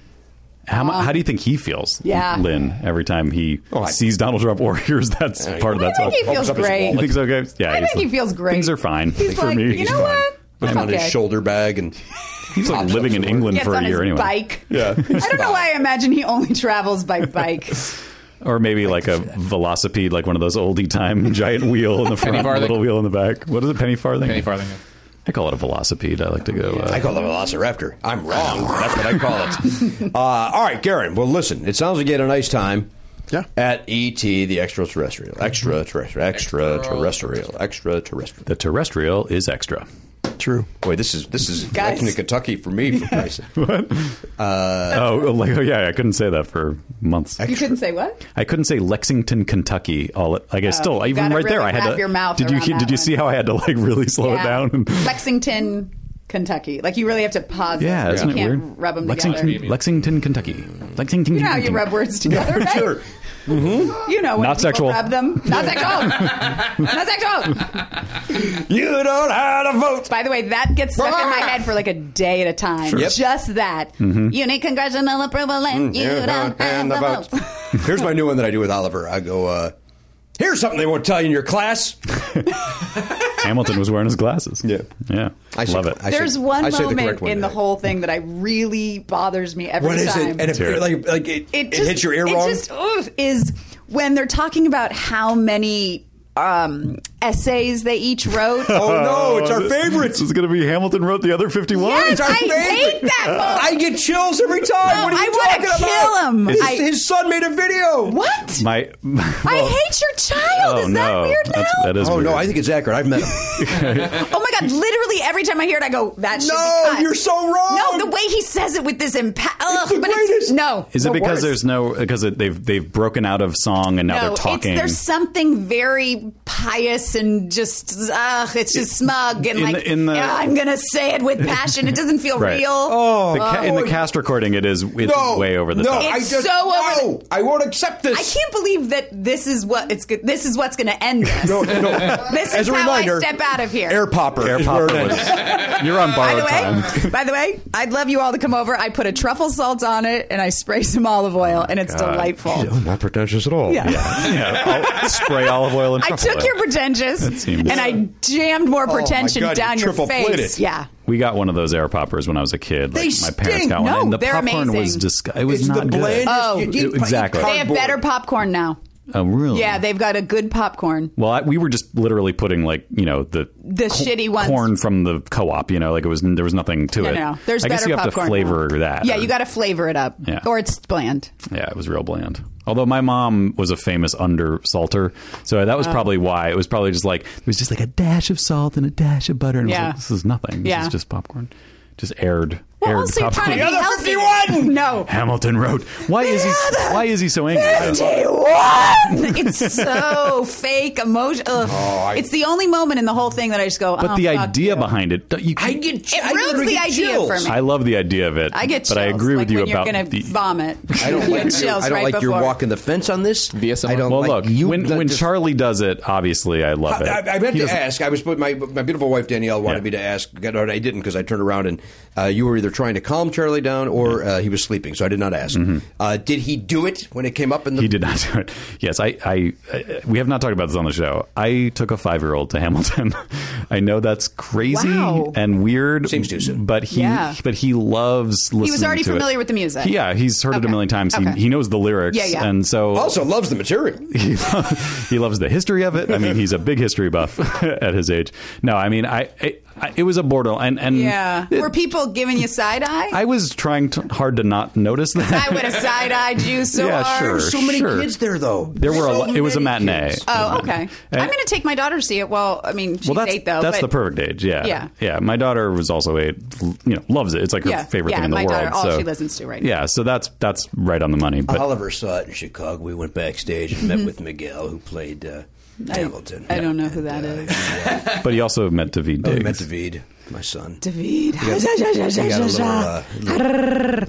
Speaker 6: How, mu- how do you think he feels,
Speaker 11: Yeah.
Speaker 6: Lynn, every time he sees Donald Trump or (laughs) hears that's part of
Speaker 11: I
Speaker 6: that
Speaker 11: think he
Speaker 6: song?
Speaker 11: feels great.
Speaker 6: You think so, guys? Yeah.
Speaker 11: I
Speaker 6: he's
Speaker 11: think he
Speaker 6: like,
Speaker 11: feels great.
Speaker 6: Things are fine
Speaker 11: He's
Speaker 6: for
Speaker 11: like,
Speaker 6: me.
Speaker 11: you know what?
Speaker 1: Put him
Speaker 11: I'm
Speaker 1: on his
Speaker 11: okay.
Speaker 1: shoulder bag and
Speaker 6: He's like living in England
Speaker 11: Gets
Speaker 6: for
Speaker 11: on
Speaker 6: a
Speaker 11: his
Speaker 6: year anyway.
Speaker 11: bike. Yeah. (laughs) I don't know why I imagine he only
Speaker 6: (laughs)
Speaker 11: travels by bike.
Speaker 6: Or maybe like
Speaker 11: (laughs)
Speaker 6: a velocipede, like one of those oldie time (laughs) giant wheel in the front,
Speaker 5: farthing.
Speaker 6: little wheel in the back. What is it? Penny farthing?
Speaker 5: Penny farthing.
Speaker 6: I call it a velocipede. I like to go. Uh,
Speaker 1: I call it a velociraptor.
Speaker 17: I'm wrong. That's what I call
Speaker 1: (laughs)
Speaker 17: it.
Speaker 1: Uh, all right, Garen. Well, listen. It sounds like you had a nice time.
Speaker 18: Yeah.
Speaker 1: At ET, the extraterrestrial, extraterrestrial, Mm-hmm. extraterrestrial, extraterrestrial.
Speaker 6: the terrestrial is extra.
Speaker 18: True.
Speaker 1: Boy, this is this is
Speaker 11: Guys.
Speaker 1: back to Kentucky for me. For Christ's sake.
Speaker 6: Oh, like, oh, yeah, I couldn't say that for months.
Speaker 11: You couldn't say what?
Speaker 6: I couldn't say Lexington, Kentucky. All at, like I still
Speaker 11: Oh, you
Speaker 6: even
Speaker 11: gotta
Speaker 6: right there.
Speaker 11: really
Speaker 6: I had
Speaker 11: wrap
Speaker 6: to.
Speaker 11: your mouth
Speaker 6: did you
Speaker 11: around
Speaker 6: he-
Speaker 11: that
Speaker 6: did you
Speaker 11: one.
Speaker 6: see how I had to like really slow it
Speaker 11: Yeah.
Speaker 6: down? (laughs)
Speaker 11: Lexington, Kentucky. Like you really have to pause.
Speaker 6: yeah,
Speaker 11: it.
Speaker 6: isn't
Speaker 11: you
Speaker 6: it
Speaker 11: can't
Speaker 6: weird?
Speaker 11: Rub them
Speaker 6: Lexington,
Speaker 11: together.
Speaker 6: Lexington, Kentucky. Lexington.
Speaker 11: You know how
Speaker 6: Kentucky.
Speaker 11: you
Speaker 6: (laughs)
Speaker 11: rub words together, right?
Speaker 1: (laughs) Sure.
Speaker 11: You know when
Speaker 6: Not
Speaker 11: people
Speaker 6: sexual.
Speaker 11: Rub them. Not
Speaker 6: (laughs)
Speaker 11: sexual. Not sexual.
Speaker 1: You don't have a vote.
Speaker 11: By the way, that gets stuck in my head for like a day at a time.
Speaker 1: Yep. Mm-hmm. Mm,
Speaker 11: Just that. You need congressional approval and you, don't, have the votes. (laughs)
Speaker 1: Here's my new one that I do with Oliver. I go, uh, here's something they won't tell you in your class.
Speaker 6: Hamilton was wearing his glasses. Yeah, yeah, I
Speaker 1: say-
Speaker 6: love it.
Speaker 1: I say-
Speaker 11: There's one
Speaker 1: I say the
Speaker 11: moment
Speaker 1: correct one
Speaker 11: in the
Speaker 1: today.
Speaker 11: whole thing that I really bothers me every
Speaker 1: What is
Speaker 11: time.
Speaker 1: it? And if,
Speaker 6: Tear it.
Speaker 1: like, like it, it,
Speaker 11: just-
Speaker 1: hits your ear
Speaker 11: it
Speaker 1: wrong.
Speaker 11: just oof, is when they're talking about how many um, essays they each wrote.
Speaker 1: (laughs) oh no, it's our favorite.
Speaker 6: This is going to be Hamilton wrote the other 51.
Speaker 11: Yes,
Speaker 1: It's our
Speaker 11: I
Speaker 1: favorite.
Speaker 11: hate that moment.
Speaker 1: I get chills every time.
Speaker 11: No,
Speaker 1: what are you
Speaker 11: I
Speaker 1: talking about?
Speaker 11: wanna kill him.
Speaker 1: His,
Speaker 11: I-
Speaker 1: his son made a video.
Speaker 11: what?
Speaker 6: (laughs) My,
Speaker 11: I
Speaker 6: well,
Speaker 11: hate your child.
Speaker 6: Oh
Speaker 11: is
Speaker 6: no,
Speaker 11: that weird now?
Speaker 6: That's, that is
Speaker 1: Oh
Speaker 6: weird.
Speaker 1: no, I think it's accurate. I've met him.
Speaker 11: Oh my god! Literally every time I hear it, I go, "That should
Speaker 1: No,
Speaker 11: be cut."
Speaker 1: you're so wrong.
Speaker 11: No, the way he says it with this impact. Ugh,
Speaker 1: the
Speaker 11: but it's,
Speaker 1: greatest.
Speaker 11: no.
Speaker 6: Is it
Speaker 11: the
Speaker 6: because
Speaker 11: worst.
Speaker 6: there's no because it, they've they've broken out of song and now
Speaker 11: no,
Speaker 6: they're talking?
Speaker 11: It's, there's something very pious and just ugh, it's just smug and
Speaker 6: in
Speaker 11: like
Speaker 6: the- in the-
Speaker 11: "Yeah, I'm gonna say it with passion. It doesn't feel
Speaker 6: (laughs) Right.
Speaker 11: real.
Speaker 6: The ca- in the cast recording, it is it's
Speaker 1: (laughs) Oh, No,
Speaker 6: way over the
Speaker 1: no,
Speaker 6: top.
Speaker 1: I
Speaker 11: It's
Speaker 1: just,
Speaker 11: so over
Speaker 1: no, I won't accept this.
Speaker 11: I can't believe that this is what it's go- this is what's gonna end this.
Speaker 1: No, no.
Speaker 11: (laughs) This
Speaker 1: As
Speaker 11: is
Speaker 1: a
Speaker 11: how
Speaker 1: reminder,
Speaker 11: I step out of here.
Speaker 1: Air popper.
Speaker 6: Air
Speaker 1: is
Speaker 6: popper
Speaker 1: where it
Speaker 6: was-
Speaker 1: ends.
Speaker 6: You're on
Speaker 11: by the
Speaker 6: borrowed time. (laughs)
Speaker 11: way, by the way, I'd love you all to come over. I put a truffle salt on it and I spray some olive oil, and it's
Speaker 6: Oh God.
Speaker 11: delightful.
Speaker 7: Not pretentious at all.
Speaker 6: (laughs) (laughs)
Speaker 11: Yeah.
Speaker 6: yeah, I'll spray olive oil and (laughs)
Speaker 11: I
Speaker 6: truffle
Speaker 11: took
Speaker 6: oil.
Speaker 11: your pretentious
Speaker 6: seems-
Speaker 11: and I jammed more pretension
Speaker 1: Oh God, you
Speaker 11: down your
Speaker 1: triple
Speaker 11: face.
Speaker 1: plated.
Speaker 11: Yeah.
Speaker 6: We got one of those air poppers when I was a kid. Like,
Speaker 1: They
Speaker 6: my parents
Speaker 1: stink.
Speaker 6: got one,
Speaker 11: No,
Speaker 6: and the
Speaker 11: they're
Speaker 6: popcorn
Speaker 11: amazing.
Speaker 6: was disgusting. It was
Speaker 1: It's the
Speaker 6: not good.
Speaker 1: blandest-
Speaker 11: Oh.
Speaker 1: you- you-
Speaker 6: Exactly.
Speaker 11: They have
Speaker 1: Cardboard.
Speaker 11: better popcorn now.
Speaker 6: Oh, really?
Speaker 11: Yeah, they've got a good popcorn.
Speaker 6: Well, I, we were just literally putting like you know the
Speaker 11: The shitty ones.
Speaker 6: corn from the co-op. You know, like it was there was nothing to
Speaker 11: No,
Speaker 6: it.
Speaker 11: no, no. There's
Speaker 6: I guess
Speaker 11: better
Speaker 6: you have
Speaker 11: popcorn
Speaker 6: to flavor
Speaker 11: now.
Speaker 6: that.
Speaker 11: Yeah,
Speaker 6: or-
Speaker 11: you got to flavor it up,
Speaker 6: Yeah.
Speaker 11: or it's bland.
Speaker 6: Yeah, it was real bland. Although my mom was a famous under salter, so that
Speaker 11: Oh.
Speaker 6: was probably why it was probably just like it was just like a dash of salt and a dash of butter, and it was
Speaker 11: Yeah.
Speaker 6: like, this is nothing. This
Speaker 11: Yeah.
Speaker 6: is just popcorn, just aired,
Speaker 11: Well,
Speaker 6: aired
Speaker 11: also you're trying
Speaker 6: popcorn.
Speaker 11: to be healthy. No,
Speaker 6: Hamilton Road. Why is he?
Speaker 11: other
Speaker 6: Why is he so angry?
Speaker 11: fifty-one.
Speaker 6: (laughs)
Speaker 11: it's so fake emotion. Ugh. it's the only moment in the whole thing that I just go.
Speaker 6: Oh, But
Speaker 11: oh,
Speaker 6: the
Speaker 11: fuck
Speaker 6: idea
Speaker 11: you.
Speaker 6: behind it, don't you,
Speaker 1: I get.
Speaker 11: It
Speaker 1: I
Speaker 11: ruins
Speaker 1: literally
Speaker 11: the
Speaker 1: get
Speaker 11: idea
Speaker 1: chills.
Speaker 11: for me.
Speaker 6: I love the idea of it.
Speaker 11: I get chills.
Speaker 6: but I agree
Speaker 11: like
Speaker 6: with you
Speaker 11: when
Speaker 6: about
Speaker 11: you're gonna
Speaker 6: the
Speaker 11: vomit.
Speaker 1: I
Speaker 11: (laughs)
Speaker 1: don't
Speaker 11: You
Speaker 1: like,
Speaker 11: get
Speaker 1: your,
Speaker 11: chills
Speaker 1: I don't
Speaker 11: right
Speaker 1: like your
Speaker 11: before.
Speaker 1: walking the fence on this.
Speaker 5: VSMR.
Speaker 1: I don't
Speaker 6: Well,
Speaker 1: like
Speaker 6: look,
Speaker 1: you.
Speaker 6: when
Speaker 1: that
Speaker 6: when
Speaker 1: just-
Speaker 6: Charlie does it, obviously I love it.
Speaker 1: I, I meant
Speaker 6: He
Speaker 1: to
Speaker 6: doesn't-
Speaker 1: ask. I was put my my beautiful wife Danielle wanted
Speaker 6: Yeah.
Speaker 1: me to ask. God, I didn't because I turned around and uh, you were either trying to calm Charlie down or uh, he was sleeping, so I did not ask.
Speaker 11: Mm-hmm.
Speaker 1: Uh, did he do it when it came up in the?
Speaker 6: He did not do it. Yes, I, I, I. We have not talked about this on the show. I took a five-year-old to Hamilton (laughs) I know that's crazy
Speaker 11: Wow.
Speaker 6: and weird.
Speaker 14: Seems too soon.
Speaker 6: But he,
Speaker 11: Yeah.
Speaker 6: but he loves listening.
Speaker 11: already
Speaker 6: to it.
Speaker 11: familiar with the music.
Speaker 6: Yeah, he's heard it
Speaker 11: Okay.
Speaker 6: a million times.
Speaker 11: Okay.
Speaker 6: He, he knows the lyrics.
Speaker 11: Yeah, yeah.
Speaker 1: (laughs)
Speaker 6: And so
Speaker 14: Also loves the material.
Speaker 6: he, he loves the history of it. I mean, he's a big history buff (laughs) at his age. No, I mean, I, I, I it was a borderline, and, and
Speaker 11: Yeah.
Speaker 6: it-
Speaker 11: Were people giving you side eye?
Speaker 6: I was trying to, hard to not notice that.
Speaker 11: I would have side eyed you so
Speaker 6: yeah,
Speaker 11: hard.
Speaker 6: sure.
Speaker 14: So many
Speaker 6: sure.
Speaker 14: kids there though.
Speaker 6: There were a
Speaker 14: So
Speaker 6: lot. It was a
Speaker 14: many
Speaker 6: matinee.
Speaker 14: kids.
Speaker 11: Oh, okay.
Speaker 6: And-
Speaker 11: I'm going to take my daughter to see it. Well, I mean, she's
Speaker 6: well, that's
Speaker 11: eight though.
Speaker 6: that's
Speaker 11: but
Speaker 6: the perfect age. Yeah,
Speaker 11: Yeah.
Speaker 6: My daughter was also eight. You know, loves it. It's like her
Speaker 11: Yeah,
Speaker 6: favorite
Speaker 11: yeah,
Speaker 6: thing in the
Speaker 11: my
Speaker 6: world.
Speaker 11: daughter, all
Speaker 6: so-
Speaker 11: she listens to right now.
Speaker 6: Yeah, so that's that's right on the money. But
Speaker 14: Oliver saw it in Chicago. We went backstage and met with Miguel, who played uh, Hamilton.
Speaker 11: Mm-hmm. I don't know who that is.
Speaker 6: but he also met David
Speaker 14: Oh, we
Speaker 6: Diggs.
Speaker 14: met David, my son.
Speaker 11: David.
Speaker 6: (laughs)
Speaker 14: He
Speaker 1: (laughs)
Speaker 14: got a little, uh,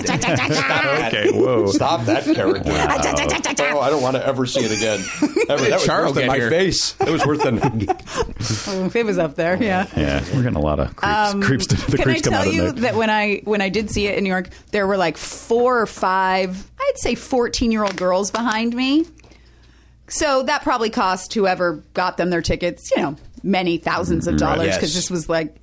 Speaker 6: okay,
Speaker 1: (laughs)
Speaker 6: whoa.
Speaker 1: Stop that
Speaker 11: (laughs)
Speaker 1: character. Oh, I don't want to ever see it again. Ever. That was worse
Speaker 5: Charles
Speaker 1: than
Speaker 5: get
Speaker 1: my
Speaker 5: here.
Speaker 1: face. That was worse than.
Speaker 11: It was up
Speaker 6: Oh,
Speaker 11: there. Yeah.
Speaker 6: Yeah, we're getting a lot of creeps. creeps to, the
Speaker 11: Um, Can I
Speaker 6: creeps come out
Speaker 11: tell
Speaker 6: of
Speaker 11: you
Speaker 6: there.
Speaker 11: that when I when I did see it in New York, there were like four or five, I'd say fourteen year old girls behind me. So that probably cost whoever got them their tickets, you know, many thousands
Speaker 6: Mm,
Speaker 11: of dollars
Speaker 14: Yes.
Speaker 11: because this was like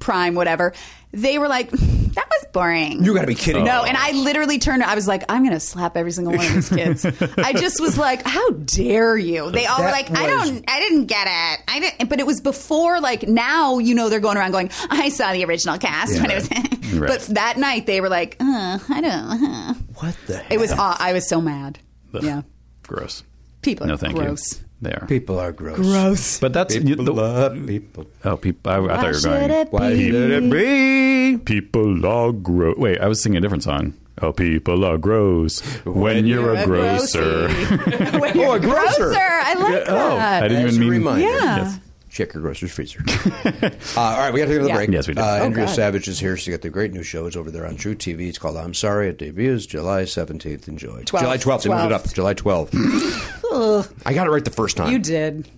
Speaker 11: prime whatever. They were like, "That was boring."
Speaker 14: You got to be kidding!
Speaker 11: No, and I literally turned. I was like, I'm going to slap every single one of these kids. I just was like, how dare you? They all were
Speaker 14: That
Speaker 11: like, I
Speaker 14: was-
Speaker 11: don't, I didn't get it. I didn't. But it was before, like now, you know, they're going around going, I saw the original cast. when it was,
Speaker 6: Right.
Speaker 11: (laughs) but that night they were like, uh, I don't. Uh.
Speaker 14: What the?
Speaker 11: It was.
Speaker 14: heck?
Speaker 11: aw- I was so mad. Yeah,
Speaker 6: Gross.
Speaker 11: people. Are
Speaker 6: No, thank
Speaker 11: gross.
Speaker 6: you. They are.
Speaker 14: People are gross.
Speaker 11: Gross.
Speaker 6: But that's you, the,
Speaker 14: people.
Speaker 6: oh, people. I, I thought you were
Speaker 11: should
Speaker 6: going.
Speaker 11: it Why be? should
Speaker 6: it be? People are gross. Wait, I was singing a different song. Oh, people are gross when you're, a grocer. (laughs)
Speaker 11: grossy. When you're
Speaker 14: Oh, a grocer.
Speaker 11: grocer. I like
Speaker 6: oh,
Speaker 11: that.
Speaker 6: I didn't
Speaker 14: As
Speaker 6: even
Speaker 14: a
Speaker 6: mean.
Speaker 14: reminder,
Speaker 11: Yeah.
Speaker 14: check your grocer's
Speaker 1: (laughs)
Speaker 14: freezer. uh, all right, we got to go to the
Speaker 11: Yeah.
Speaker 14: break.
Speaker 6: Yes, we do.
Speaker 14: Uh,
Speaker 6: Oh,
Speaker 14: Andrea
Speaker 11: God.
Speaker 14: Savage is here. She's got the great new show. It's over there on True TV. It's called I'm Sorry. It debuts July 17th. Enjoy.
Speaker 11: Twelfth.
Speaker 14: July 12th. They moved it up.
Speaker 11: Twelfth.
Speaker 14: July 12th. I got it right the first time.
Speaker 11: You did.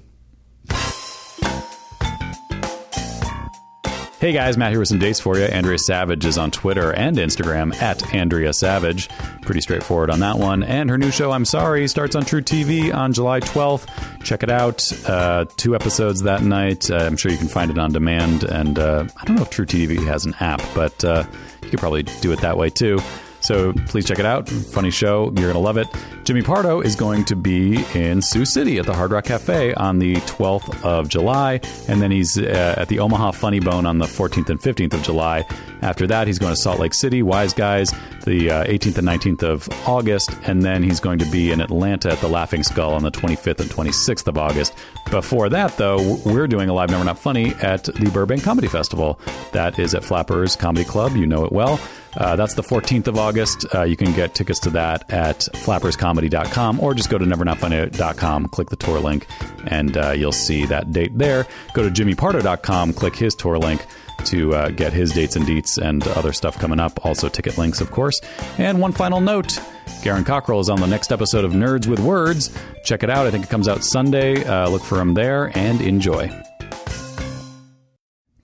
Speaker 6: Hey guys, Matt here with some dates for you. Andrea Savage is on Twitter and Instagram at Andrea Savage. Pretty straightforward on that one. And her new show, I'm Sorry, starts on True TV on July 12th. Check it out. Uh, two episodes that night. Uh, I'm sure you can find it on demand. And uh, I don't know if True TV has an app, but uh, you could probably do it that way too. So please check it out. Funny show. You're going to love it. Jimmy Pardo is going to be in Sioux City at the Hard Rock Cafe on the 12th of July. And then he's uh, at the Omaha Funny Bone on the 14th and 15th of July. After that, he's going to Salt Lake City, Wise Guys, the uh, 18th and 19th of August. And then he's going to be in Atlanta at the Laughing Skull on the 25th and 26th of August. Before that, though, we're doing a live Never Not Funny at the Burbank Comedy Festival. That is at Flappers Comedy Club. You know it well. Uh, that's the 14th of August. Uh, you can get tickets to that at flapperscomedy.com or just go to nevernotfunny.com, click the tour link, and uh, you'll see that date there. Go to jimmypardo.com, click his tour link to uh, get his dates and deets and other stuff coming up. Also, ticket links, of course. And one final note. Garen Cockrell is on the next episode of Nerds with Words. Check it out. I think it comes out Sunday. Uh, look for him there and enjoy.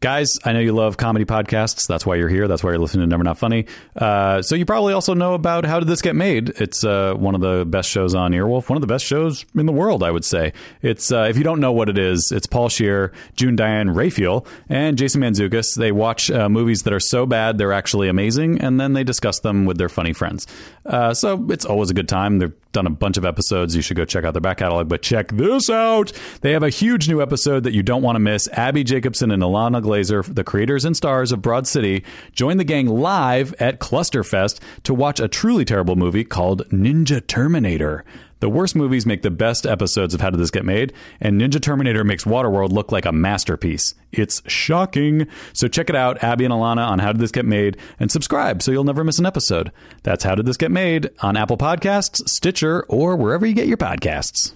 Speaker 6: Guys, I know you love comedy podcasts. That's why you're here. That's why you're listening to Never Not Funny. Uh, so you probably also know about How Did This Get Made? It's uh, one of the best shows on Earwolf, one of the best shows in the world, I would say. It's uh, if you don't know what it is, it's Paul Shear, June Diane Raphael, and Jason Manzukis. They watch uh, movies that are so bad they're actually amazing, and then they discuss them with their funny friends. Uh, so it's always a good time. They've done a bunch of episodes. You should go check out their back catalog. But check this out. They have a huge new episode that you don't want to miss. Abby Jacobson and Alana Glazer, the creators and stars of Broad City, join the gang live at Clusterfest to watch a truly terrible movie called Ninja Terminator. The worst movies make the best episodes of How Did This Get Made, and Ninja Terminator makes Waterworld look like a masterpiece. It's shocking. So check it out, Abby and Alana on How Did This Get Made, and subscribe so you'll never miss an episode. That's How Did This Get Made on Apple Podcasts, Stitcher, or wherever you get your podcasts.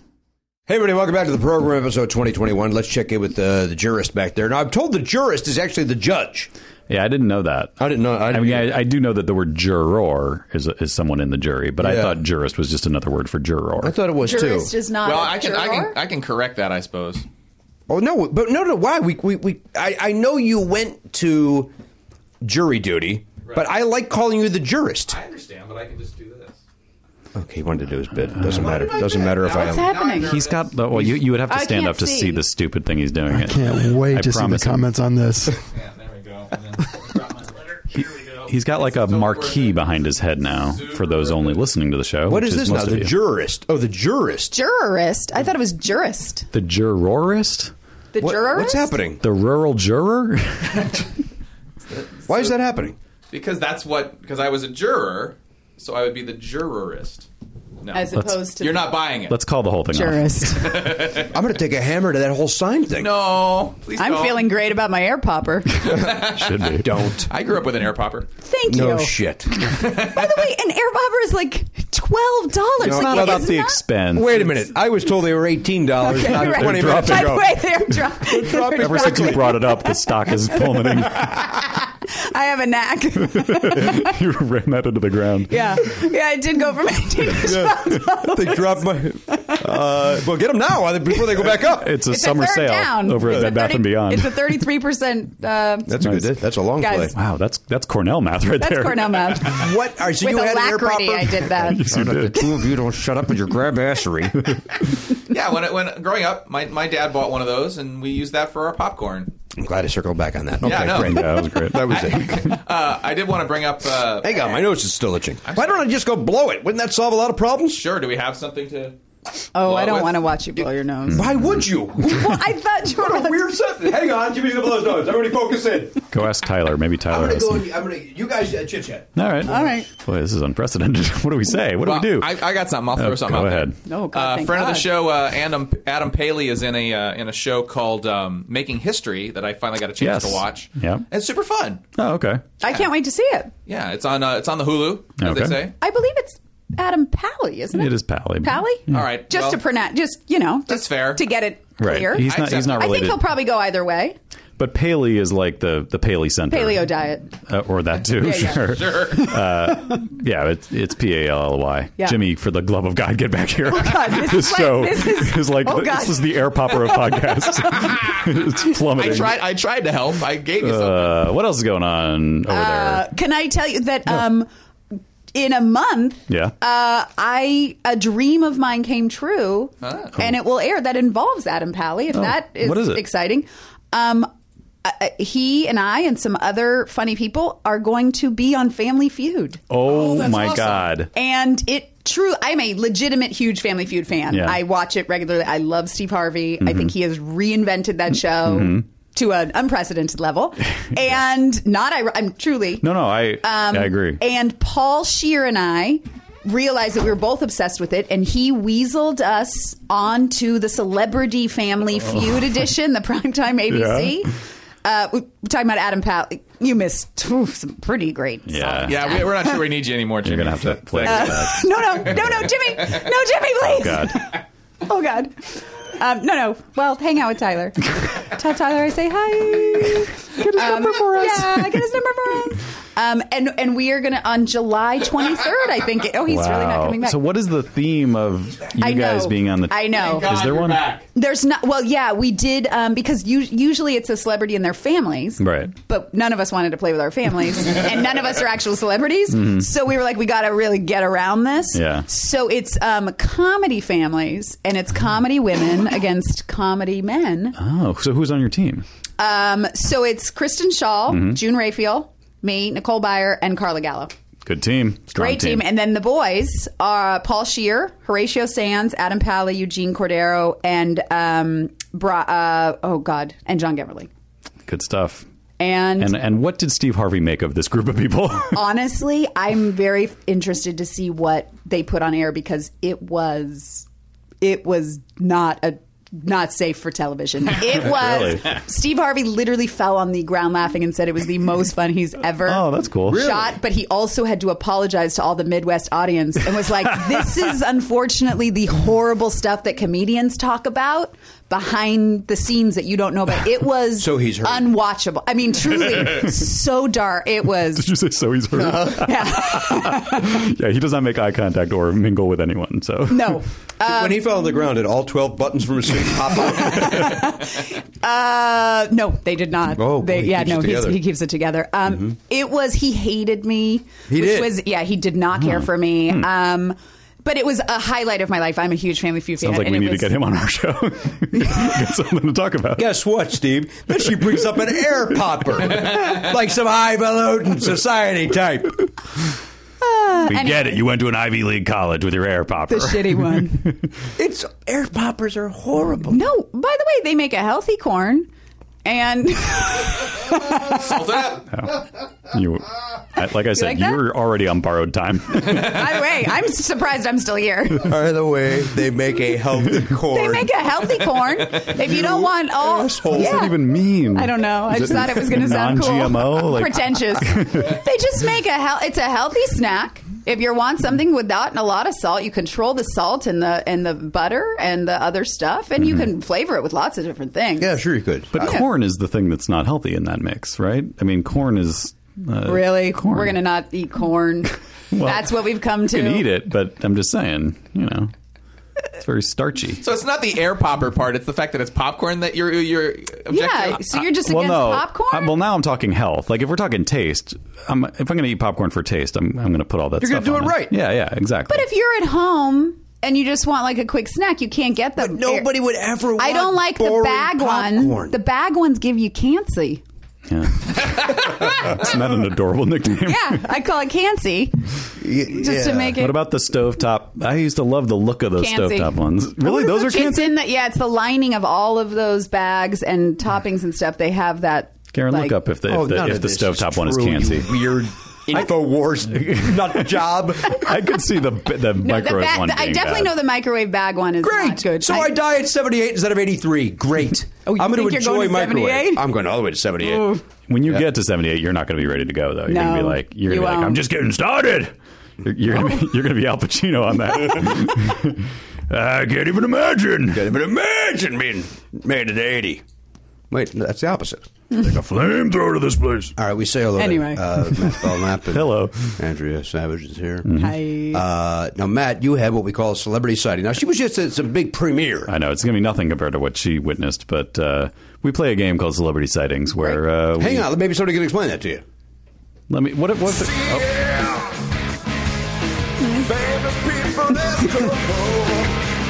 Speaker 14: Hey, everybody, welcome back to the program, episode 2021. Let's check in with uh, the jurist back there. Now, I'm told the jurist is actually the judge.
Speaker 6: Yeah, I didn't know that.
Speaker 14: I didn't know. I,
Speaker 6: I mean, I, I do know that the word juror is, is someone in the jury, but I
Speaker 14: Yeah.
Speaker 6: thought jurist was just another word for juror.
Speaker 14: I thought it was
Speaker 11: Jurist
Speaker 14: too.
Speaker 11: is not.
Speaker 5: Well,
Speaker 11: a
Speaker 5: I can, I
Speaker 11: juror?
Speaker 5: can, I can correct that, I suppose.
Speaker 14: Oh no, but no, no. Why we we, we I, I know you went to jury duty, but I like calling you the jurist.
Speaker 5: understand, but I can just do this.
Speaker 1: Okay, he wanted to do his bit. Doesn't matter. Doesn't matter if
Speaker 11: What's
Speaker 1: I.
Speaker 11: happening?
Speaker 6: He's got the. Well, you, you would have to
Speaker 11: I
Speaker 6: stand
Speaker 11: can't
Speaker 6: up to see.
Speaker 11: see.
Speaker 6: the stupid thing he's doing. (laughs)
Speaker 7: I can't wait to see the comments on this.
Speaker 5: Yeah, there we go. And then drop my letter. Here we go.
Speaker 6: He's got like a
Speaker 5: This is over
Speaker 6: marquee
Speaker 5: there.
Speaker 6: behind his head now for those only listening to the show.
Speaker 1: What
Speaker 6: which
Speaker 1: is this
Speaker 6: most
Speaker 1: now?
Speaker 6: of
Speaker 1: The
Speaker 6: you.
Speaker 1: jurist. Oh, the jurist.
Speaker 11: Jurorist. I thought it was jurist.
Speaker 6: the jurorist?
Speaker 11: The
Speaker 1: What-
Speaker 11: jurorist.
Speaker 1: what's happening?
Speaker 6: The rural juror?
Speaker 1: Why is that happening?
Speaker 5: Because that's what. Because I was a juror, so I would be the jurorist. No,
Speaker 11: As opposed to
Speaker 5: you're
Speaker 11: the
Speaker 5: not buying it.
Speaker 6: (laughs) Let's call the whole thing off.
Speaker 11: jurist.
Speaker 5: (laughs)
Speaker 1: I'm going to take a hammer to that whole sign thing.
Speaker 5: no, please.
Speaker 11: I'm
Speaker 5: don't.
Speaker 11: feeling great about my air popper.
Speaker 6: Should be.
Speaker 1: (laughs) Don't.
Speaker 5: I grew up with an air popper.
Speaker 11: Thank you.
Speaker 1: No shit.
Speaker 11: By the way, an air popper is like twelve dollars.
Speaker 6: It's not about the expense.
Speaker 1: (laughs) Wait a minute. I was told they were eighteen dollars
Speaker 11: (laughs) Okay,
Speaker 1: not
Speaker 11: right.
Speaker 1: twenty minutes
Speaker 11: By
Speaker 1: ago.
Speaker 11: the way,
Speaker 1: (laughs)
Speaker 11: they're
Speaker 6: (laughs)
Speaker 11: dropping.
Speaker 1: dropping
Speaker 6: Ever since you brought it up, the stock (laughs) is plummeting.
Speaker 11: I have
Speaker 6: (laughs)
Speaker 11: a knack.
Speaker 6: you ran that into the ground.
Speaker 11: yeah, yeah, I did go from (laughs) eighteen to twelve.
Speaker 1: they (laughs) dropped my. Uh, well, get them now uh, before they go back up.
Speaker 6: It's a
Speaker 11: It's a
Speaker 6: summer
Speaker 11: third
Speaker 6: sale
Speaker 11: down.
Speaker 6: over at
Speaker 11: It's a
Speaker 6: Bed Bath
Speaker 11: 30
Speaker 6: and Beyond.
Speaker 11: It's a thirty-three percent. Uh,
Speaker 1: That's a good. That's a long
Speaker 11: Guys.
Speaker 1: play.
Speaker 6: wow, that's that's Cornell math right
Speaker 11: that's
Speaker 6: there. (laughs)
Speaker 11: Cornell math.
Speaker 1: What? All right, so
Speaker 11: With
Speaker 1: you had an air
Speaker 11: alacrity,
Speaker 1: popper.
Speaker 11: I did that.
Speaker 6: Yes, (laughs) you did.
Speaker 1: two of you don't shut up with your grabassery.
Speaker 5: Yeah, when I- when growing up, my my dad bought one of those, and we used that for our popcorn.
Speaker 1: I'm glad I circled back on that. Okay,
Speaker 5: Yeah, no.
Speaker 1: great.
Speaker 6: Yeah, that was (laughs) great.
Speaker 1: Oh, That was it. (laughs)
Speaker 5: Uh, I did want to bring up. Uh,
Speaker 1: Hang on, my nose is still itching. Why don't I just go blow it? Wouldn't that solve a lot of problems?
Speaker 5: sure, do we have something to?
Speaker 11: Oh, I don't
Speaker 5: with-
Speaker 11: want to watch you blow your nose.
Speaker 1: Why would (laughs) you?
Speaker 11: (laughs) well, I thought you were.
Speaker 1: what a weird sentence. Hang on, Jimmy's gonna blow his nose. Everybody focus in.
Speaker 6: Go ask Tyler. Maybe
Speaker 1: I'm
Speaker 6: Tyler
Speaker 1: gonna
Speaker 6: has
Speaker 1: go.
Speaker 6: some.
Speaker 1: I'm gonna. You guys uh, chit chat.
Speaker 6: All right.
Speaker 11: All right.
Speaker 6: Boy, this is unprecedented. (laughs) What do we say? What do
Speaker 5: Well,
Speaker 6: we do?
Speaker 5: I, I got something. I'll throw
Speaker 6: Oh,
Speaker 5: something.
Speaker 6: go
Speaker 5: out there.
Speaker 6: ahead.
Speaker 11: (laughs) No, God,
Speaker 5: Uh,
Speaker 11: thank
Speaker 5: friend of the
Speaker 11: God.
Speaker 5: show, uh, Adam Adam Paley is in a uh, in a show called um, Making History that I finally got a chance
Speaker 6: Yes.
Speaker 5: to watch.
Speaker 6: Yep.
Speaker 5: it's super fun.
Speaker 6: oh, okay.
Speaker 11: I can't wait to see it.
Speaker 5: Yeah, it's on uh, it's on the Hulu as
Speaker 6: Okay.
Speaker 5: they say.
Speaker 11: I believe it's Adam Pally, isn't it?
Speaker 6: It is Pally. Mm-hmm.
Speaker 11: Pally.
Speaker 5: All right,
Speaker 11: Just
Speaker 5: well,
Speaker 11: to pronounce, just you know,
Speaker 5: That's
Speaker 11: just
Speaker 5: fair.
Speaker 11: to get it
Speaker 6: Right.
Speaker 11: clear.
Speaker 6: He's not. He's not
Speaker 11: I think
Speaker 6: related.
Speaker 11: he'll probably go either way.
Speaker 6: but Paley is like the the Paley Center.
Speaker 11: Paleo diet. (laughs)
Speaker 6: Uh, or that too.
Speaker 11: Yeah, yeah.
Speaker 6: sure. Uh,
Speaker 5: Sure.
Speaker 6: Yeah, it's it's P A L L Y.
Speaker 11: Yeah.
Speaker 6: Jimmy, for the love of God, get back
Speaker 11: (laughs)
Speaker 6: here.
Speaker 11: God, this is like-
Speaker 6: show
Speaker 11: this is-
Speaker 6: like
Speaker 11: oh, God.
Speaker 6: this is the air popper of
Speaker 11: (laughs)
Speaker 6: podcasts. it's plummeting.
Speaker 5: I tried I tried to help. I gave you something.
Speaker 6: Uh, what else is going on over
Speaker 11: Uh, can I tell you that um, in a month,
Speaker 6: there? Yeah.
Speaker 11: uh, I a dream of mine came true, and it will air. That involves Adam Pally. If that is,
Speaker 6: Oh, What is it?
Speaker 11: exciting, um, uh, uh, he and I and some other funny people are going to be on Family Feud.
Speaker 6: oh my God.
Speaker 11: and it true i'm a legitimate huge family feud fan
Speaker 6: Yeah. Mm-hmm.
Speaker 11: i watch it regularly i love steve harvey i think he has reinvented that show to an
Speaker 6: (laughs)
Speaker 11: unprecedented level and not I, i'm truly Um,
Speaker 6: No, no, I I agree.
Speaker 11: and paul shear and i realized that we were both obsessed with it and he weaseled us onto the celebrity family
Speaker 6: Oh.
Speaker 11: feud
Speaker 6: (laughs)
Speaker 11: edition the primetime abc uh, we- we're talking about adam Pal. you missed oof, some pretty great
Speaker 6: yeah.
Speaker 5: yeah, we, we're not sure we need you anymore. Jimmy.
Speaker 6: You're gonna have to play. with (laughs) that.
Speaker 11: no, no, no, no, Jimmy. No, Jimmy, please.
Speaker 6: God.
Speaker 11: Oh, God. Um, no, no. Well, hang out with Tyler. Tell Tyler I say hi. Get his number for us. Yeah, get his number for us. Um, and, and we are going to, on July 23rd, I think. Oh, he's really not
Speaker 6: Wow.
Speaker 11: coming back.
Speaker 6: So what is the theme of you
Speaker 11: I know.
Speaker 6: guys being on the?
Speaker 11: I know.
Speaker 6: Is there one?
Speaker 11: There's not. Well, yeah, we did um, because u- usually it's a celebrity and their families,
Speaker 6: Right.
Speaker 11: But none of us wanted to play with our families, (laughs) and none of us are actual celebrities. So we were like, we got to really get around this.
Speaker 6: Yeah.
Speaker 11: So it's um, comedy families, and it's comedy women against comedy men.
Speaker 6: Oh, so who's on your team?
Speaker 11: Um, so it's Kristen Shaw, June Raphael, me, Nicole Byer, and Carla Gallo.
Speaker 6: Good team. Strong
Speaker 11: Great team. And then the boys are Paul Shear, Horatio Sands, Adam Pally, Eugene Cordero, and um, Bra- uh, oh god, and John Geverly.
Speaker 6: Good stuff.
Speaker 11: And,
Speaker 6: And and what did Steve Harvey make of this group of people? (laughs)
Speaker 11: honestly, I'm very interested to see what they put on air because it was it was not a not safe for
Speaker 6: (laughs)
Speaker 11: television. It was
Speaker 6: Really?
Speaker 11: Steve Harvey literally fell on the ground laughing and said it was the most fun he's ever
Speaker 6: Oh, that's cool. Really?
Speaker 11: shot, but he also had to apologize to all the Midwest audience and
Speaker 6: (laughs)
Speaker 11: was like, This is unfortunately the horrible stuff that comedians talk about behind the scenes that you don't know about. It
Speaker 1: (laughs)
Speaker 11: was
Speaker 1: So he's hurt.
Speaker 11: unwatchable. I
Speaker 1: (laughs)
Speaker 11: mean, truly so dark. It was
Speaker 6: Did you say so? He's hurt. yeah, he does not make eye contact or mingle with anyone. So
Speaker 11: (laughs)
Speaker 6: (laughs)
Speaker 11: No.
Speaker 1: when he fell on the ground, did all twelve buttons from his suit pop (laughs) out?
Speaker 11: Uh, no, they did not.
Speaker 1: Oh,
Speaker 11: they,
Speaker 1: boy, he
Speaker 11: yeah,
Speaker 1: keeps
Speaker 11: no,
Speaker 1: it
Speaker 11: he's,
Speaker 1: together.
Speaker 11: he keeps it together. Um,
Speaker 6: Mm-hmm.
Speaker 11: It was he hated me.
Speaker 1: He
Speaker 11: which
Speaker 1: did.
Speaker 6: Hmm.
Speaker 11: Was yeah, he did not care for me. Um, but it was a highlight of my life. I'm a huge Family Feud fan.
Speaker 6: Sounds like
Speaker 11: and
Speaker 6: we
Speaker 11: it
Speaker 6: need
Speaker 11: was-
Speaker 6: to get him on our show. (laughs) Got something to talk about.
Speaker 1: Guess what, Steve? Then she brings up an air (laughs) popper, like some highfalutin society type.
Speaker 11: (laughs)
Speaker 6: we
Speaker 11: anyway.
Speaker 6: get it. You went to an Ivy League college with your air popper.
Speaker 11: The shitty
Speaker 6: (laughs)
Speaker 11: one.
Speaker 1: It's air poppers are horrible.
Speaker 11: no, by the way, they make a healthy corn, and (laughs)
Speaker 5: Salt it up.
Speaker 6: You, I- like I said,
Speaker 11: like
Speaker 6: you
Speaker 11: that?
Speaker 6: were already on borrowed time. (laughs)
Speaker 11: by the way, I'm surprised I'm still here.
Speaker 1: By the way, they make a healthy corn.
Speaker 11: They make a healthy corn. If you
Speaker 6: (laughs)
Speaker 11: don't want all,
Speaker 6: What does that even mean?
Speaker 11: I don't know. I
Speaker 6: Is
Speaker 11: just thought it was going to sound cool.
Speaker 6: non-GMO?
Speaker 11: (laughs)
Speaker 6: Like, (laughs)
Speaker 11: Pretentious. they just make a hel- it's a healthy snack. If you want something without and a lot of salt, you control the salt and the and the butter and the other stuff, and
Speaker 6: Mm-hmm.
Speaker 11: you can flavor it with lots of different things.
Speaker 1: yeah, sure you could.
Speaker 6: But corn is the thing that's not healthy in that mix, right? I mean, corn is uh,
Speaker 11: Really,
Speaker 6: Corn.
Speaker 11: we're going to not eat corn.
Speaker 6: (laughs) Well,
Speaker 11: That's what we've come to.
Speaker 6: You can eat it, but I'm just saying, you know, it's very starchy.
Speaker 5: So it's not the air popper part; it's the fact that it's popcorn that you're you're objecting.
Speaker 11: Yeah, so you're just against popcorn.
Speaker 6: I- Uh, well, now I'm talking health. Like if we're talking taste, I'm, if I'm going to eat popcorn for taste, I'm, I'm going to put all that.
Speaker 1: You're gonna
Speaker 6: stuff
Speaker 1: do
Speaker 6: on
Speaker 1: it right.
Speaker 6: Yeah, yeah, exactly.
Speaker 11: but if you're at home and you just want like a quick snack, you can't get them.
Speaker 1: Nobody would ever. Want
Speaker 11: I don't like the
Speaker 1: boring
Speaker 11: bag one.
Speaker 1: popcorn.
Speaker 11: The bag ones give you cansy.
Speaker 6: Yeah. it's not an adorable nickname.
Speaker 11: (laughs) Yeah, I call it cansy just to make it.
Speaker 6: What about the stovetop? I used to love the look of those
Speaker 11: Cancy.
Speaker 6: stovetop ones. Really, those are
Speaker 11: It's
Speaker 6: cancer.
Speaker 11: in the, yeah, it's the lining of all of those bags and toppings and stuff. They have that.
Speaker 6: Karen,
Speaker 11: like-
Speaker 6: look up if the if
Speaker 1: Oh,
Speaker 6: the,
Speaker 1: none
Speaker 6: if
Speaker 1: of
Speaker 6: the
Speaker 1: this
Speaker 6: stovetop one is
Speaker 1: true, you
Speaker 6: cancy.
Speaker 1: Weird Infowars nut
Speaker 6: (laughs)
Speaker 1: job.
Speaker 6: I could see the the
Speaker 11: No, the
Speaker 6: micro
Speaker 11: ba-
Speaker 6: one.
Speaker 11: the- I
Speaker 6: being
Speaker 11: definitely
Speaker 6: bad.
Speaker 11: know the microwave bag one is not
Speaker 1: Great.
Speaker 11: good.
Speaker 1: So I, die at 78 instead of 83. Great.
Speaker 11: Oh, you
Speaker 1: I'm gonna
Speaker 11: think you're
Speaker 1: enjoy
Speaker 11: going to
Speaker 1: microwave.
Speaker 11: 78?
Speaker 1: I'm going all the way to 78.
Speaker 6: When you get to 78, you're not going to be ready to go, though. You're going to be
Speaker 11: No,
Speaker 6: like, you're going to be
Speaker 11: you
Speaker 6: like, I'm
Speaker 11: won't.
Speaker 6: just getting started. You're, you're going to be, you're going to be Al Pacino on that.
Speaker 11: (laughs)
Speaker 6: I can't even imagine.
Speaker 1: Can't even imagine being made at 80. Wait, no, that's the opposite.
Speaker 6: Like a flamethrower to this place.
Speaker 1: All right, we say hello.
Speaker 11: Anyway.
Speaker 1: To, uh, Matt
Speaker 11: (laughs)
Speaker 1: Belknap and
Speaker 6: Hello.
Speaker 1: Andrea Savage is here.
Speaker 11: Mm-hmm. Hi.
Speaker 1: Uh, now, Matt, you had what we call a celebrity sighting. Now, she was just at some big premiere.
Speaker 6: I know it's going to be nothing compared to what she witnessed, but uh, we play a game called Celebrity Sightings where uh, we,
Speaker 1: Hang on, maybe somebody can explain that to you.
Speaker 6: Let me. What? What? The, oh,
Speaker 3: Famous people that's global.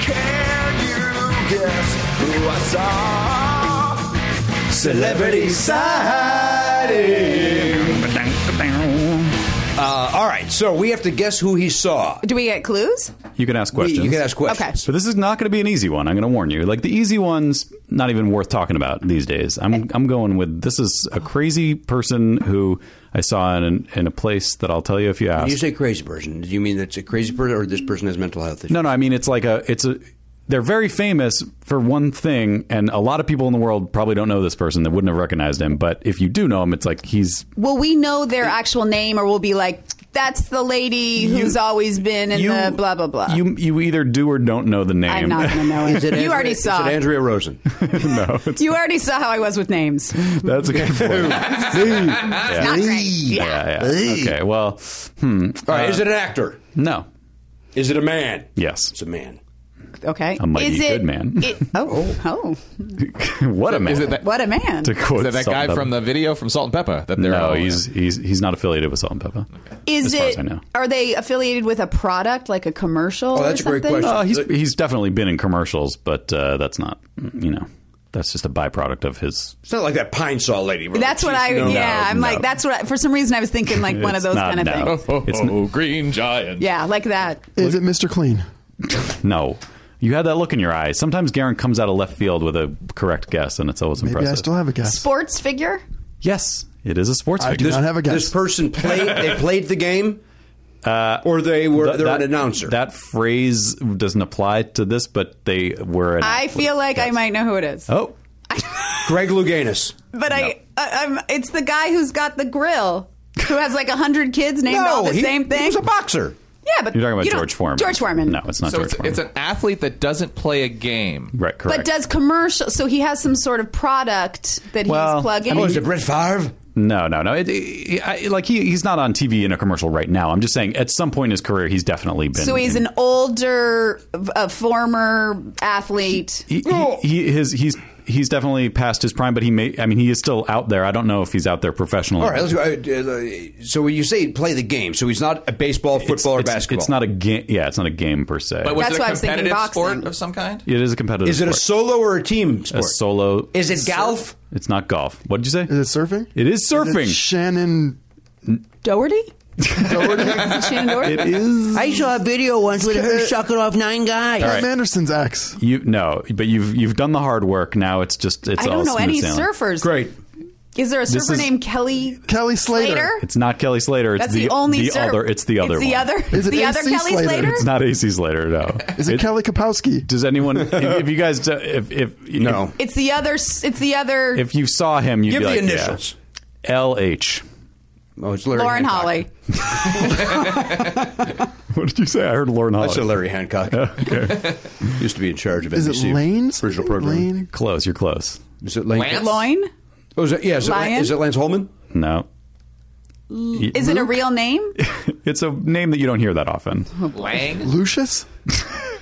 Speaker 3: Can you guess who I saw?
Speaker 1: Celebrity sighting. Uh, all right, so we have to guess who he saw.
Speaker 11: Do we get clues?
Speaker 6: you can ask questions.
Speaker 1: You can ask questions.
Speaker 6: So this is not going to be an easy one. I'm going to warn you. Like the easy ones, not even worth talking about these days. I'm I'm going with this is a crazy person who I saw in in a place that I'll tell you if you ask.
Speaker 1: You say crazy person. Do you mean that's a crazy person or this person has mental health issues?
Speaker 6: no, no. I mean it's like a it's a. They're very famous for one thing, and a lot of people in the world probably don't know this person that wouldn't have recognized him. But if you do know him, it's like he's
Speaker 11: Will we know their actual name, or we'll be like, "That's the lady who's always been in
Speaker 6: you-
Speaker 11: the blah blah blah."
Speaker 6: You you either do or don't know the name.
Speaker 11: I'm
Speaker 6: (laughs)
Speaker 11: not gonna know
Speaker 1: (laughs)
Speaker 11: it.
Speaker 1: Is it
Speaker 11: you
Speaker 1: Andrea-
Speaker 11: already
Speaker 1: is
Speaker 11: saw.
Speaker 1: it Andrea Rosen.
Speaker 6: no, it's,
Speaker 11: you already saw how I was with names.
Speaker 6: that's a good point.
Speaker 11: (laughs)
Speaker 6: yeah.
Speaker 11: Not great.
Speaker 6: Yeah, yeah. Okay. Well, hmm.
Speaker 1: All right, is it an actor?
Speaker 6: No.
Speaker 1: Is it a man?
Speaker 6: Yes.
Speaker 1: It's a man.
Speaker 11: Okay.
Speaker 6: A mighty
Speaker 11: Is it,
Speaker 6: good man.
Speaker 11: it- oh, oh,
Speaker 6: (laughs) what a man.
Speaker 5: Is it that,
Speaker 11: what a man!
Speaker 6: to quote
Speaker 5: is it that
Speaker 6: Salt
Speaker 5: guy
Speaker 6: and Pepper.
Speaker 5: from Oh, the video from Salt and Pepper? That they're
Speaker 6: No,
Speaker 5: all-
Speaker 6: he's he's he's not affiliated with Salt and Pepper.
Speaker 11: Is
Speaker 6: as
Speaker 11: it?
Speaker 6: far as I know.
Speaker 11: Are they affiliated with a product like a
Speaker 1: Oh,
Speaker 11: commercial? or
Speaker 1: that's a great
Speaker 11: something?
Speaker 1: question.
Speaker 6: Uh, he's he's definitely been in commercials, but uh, that's not you know that's just a byproduct of his.
Speaker 1: It's not like that pine saw lady. where
Speaker 11: That's
Speaker 1: she's-
Speaker 11: what I.
Speaker 1: no,
Speaker 11: yeah,
Speaker 6: no,
Speaker 11: I'm like
Speaker 6: no.
Speaker 11: that's what. I, for some reason, I was thinking like one of
Speaker 6: It's
Speaker 11: those
Speaker 6: not
Speaker 11: kind of
Speaker 6: now.
Speaker 11: things.
Speaker 5: oh,
Speaker 6: It's
Speaker 5: oh, green giant.
Speaker 11: Yeah, like that.
Speaker 7: Is it Mr. Clean?
Speaker 6: (laughs) No, you had that look in your eye. Sometimes Garen comes out of left field with a correct guess, and it's always
Speaker 7: Maybe
Speaker 6: impressive.
Speaker 7: I still have a guess.
Speaker 11: Sports figure.
Speaker 6: yes, it is a sports
Speaker 7: I
Speaker 6: figure.
Speaker 7: do not have a guess.
Speaker 1: This person played. They played the game, or they were
Speaker 6: Th-
Speaker 1: they're
Speaker 6: that-
Speaker 1: an announcer.
Speaker 6: That phrase doesn't apply to this, but they were. An
Speaker 11: I
Speaker 6: athlete.
Speaker 11: feel like I
Speaker 6: Yes.
Speaker 11: might know who it is,
Speaker 6: Oh,
Speaker 1: Greg Louganis.
Speaker 11: but I, I, I'm. It's the guy who's got the grill, who has like a hundred kids named all the
Speaker 1: he,
Speaker 11: same
Speaker 1: He
Speaker 11: thing.
Speaker 1: was a boxer.
Speaker 11: yeah, but
Speaker 6: you're talking about
Speaker 11: you don't-
Speaker 6: George Foreman.
Speaker 11: George Foreman.
Speaker 6: No, it's not
Speaker 5: So
Speaker 6: George
Speaker 5: it's,
Speaker 6: Foreman.
Speaker 5: it's an athlete that doesn't play a game.
Speaker 6: right, correct.
Speaker 11: But does commercial? So he has some sort of product that
Speaker 6: Well,
Speaker 11: he's plugging.
Speaker 1: oh, is it Brett Favre?
Speaker 6: No, no, no. It, it, I, like he, he's not on TV in a commercial right now. I'm just saying, at some point in his career, he's definitely been.
Speaker 11: so he's
Speaker 6: in-
Speaker 11: an older, a former athlete.
Speaker 6: He, he, he, his, he's he's definitely past his prime, but he may. I mean, he is still out there. I don't know if he's out there professionally.
Speaker 1: All right, let's go. Uh, uh, So when you say play the game, so he's not a baseball, football,
Speaker 6: It's-
Speaker 1: or
Speaker 6: it's-
Speaker 1: basketball.
Speaker 6: It's not a game. Yeah, it's not a game per se.
Speaker 5: But was
Speaker 11: That's
Speaker 5: it a
Speaker 11: why I was thinking
Speaker 5: competitive sport
Speaker 11: boxing.
Speaker 5: of some kind?
Speaker 6: it is a competitive.
Speaker 1: Is it a
Speaker 6: sport.
Speaker 1: solo or a team
Speaker 6: A
Speaker 1: sport?
Speaker 6: solo?
Speaker 1: Is it golf?
Speaker 6: It's not golf. What did you say?
Speaker 7: Is it surfing?
Speaker 6: It is surfing.
Speaker 7: Is it Shannon.
Speaker 11: Doherty? Doherty? Shannon Doherty?
Speaker 6: it is.
Speaker 19: I saw a video once with her sucking off nine guys.
Speaker 6: All right.
Speaker 7: Pam Anderson's ex.
Speaker 6: You no, but you've you've done the hard work. Now it's just it's
Speaker 11: I
Speaker 6: all
Speaker 11: don't know any
Speaker 6: smooth sailing.
Speaker 11: surfers.
Speaker 1: Great.
Speaker 11: Is there a surfer
Speaker 6: is-
Speaker 11: named Kelly
Speaker 7: Kelly Slater.
Speaker 6: It's not Kelly Slater. It's
Speaker 11: That's the, only
Speaker 6: the
Speaker 11: surf-
Speaker 6: other. It's the other.
Speaker 11: It's the
Speaker 6: one.
Speaker 11: other.
Speaker 7: Is it
Speaker 11: the other
Speaker 7: AC
Speaker 11: Kelly
Speaker 7: Slater?
Speaker 11: Slater?
Speaker 6: It's not AC Slater. No.
Speaker 7: Is it, Kelly Kapowski?
Speaker 6: Does anyone? If, if you guys, uh, if if
Speaker 1: No.
Speaker 11: It's the other. s- It's the other.
Speaker 6: if, if you saw him, you'd
Speaker 1: Give
Speaker 6: be
Speaker 1: the
Speaker 6: like, yeah.
Speaker 1: initials.
Speaker 6: LH.
Speaker 1: Oh, it's Larry
Speaker 11: Lauren
Speaker 1: Hancock.
Speaker 6: (laughs)
Speaker 11: Holly.
Speaker 6: What did you say? I heard Lauren
Speaker 1: I
Speaker 6: Holly.
Speaker 1: said Larry Hancock. (laughs) Used to be in charge of
Speaker 7: Is it
Speaker 1: NBC.
Speaker 7: Lane's?
Speaker 1: Original program.
Speaker 7: Lane?
Speaker 6: Close. You're close.
Speaker 1: Is it Lane?
Speaker 5: Lance?
Speaker 11: Loin?
Speaker 1: Oh, is it, yeah, is it,
Speaker 11: Lion?
Speaker 1: is it Lance Holman?
Speaker 6: No.
Speaker 11: Is it a real name?
Speaker 6: (laughs) It's a name that you don't hear that often.
Speaker 5: Lang?
Speaker 7: Lucius?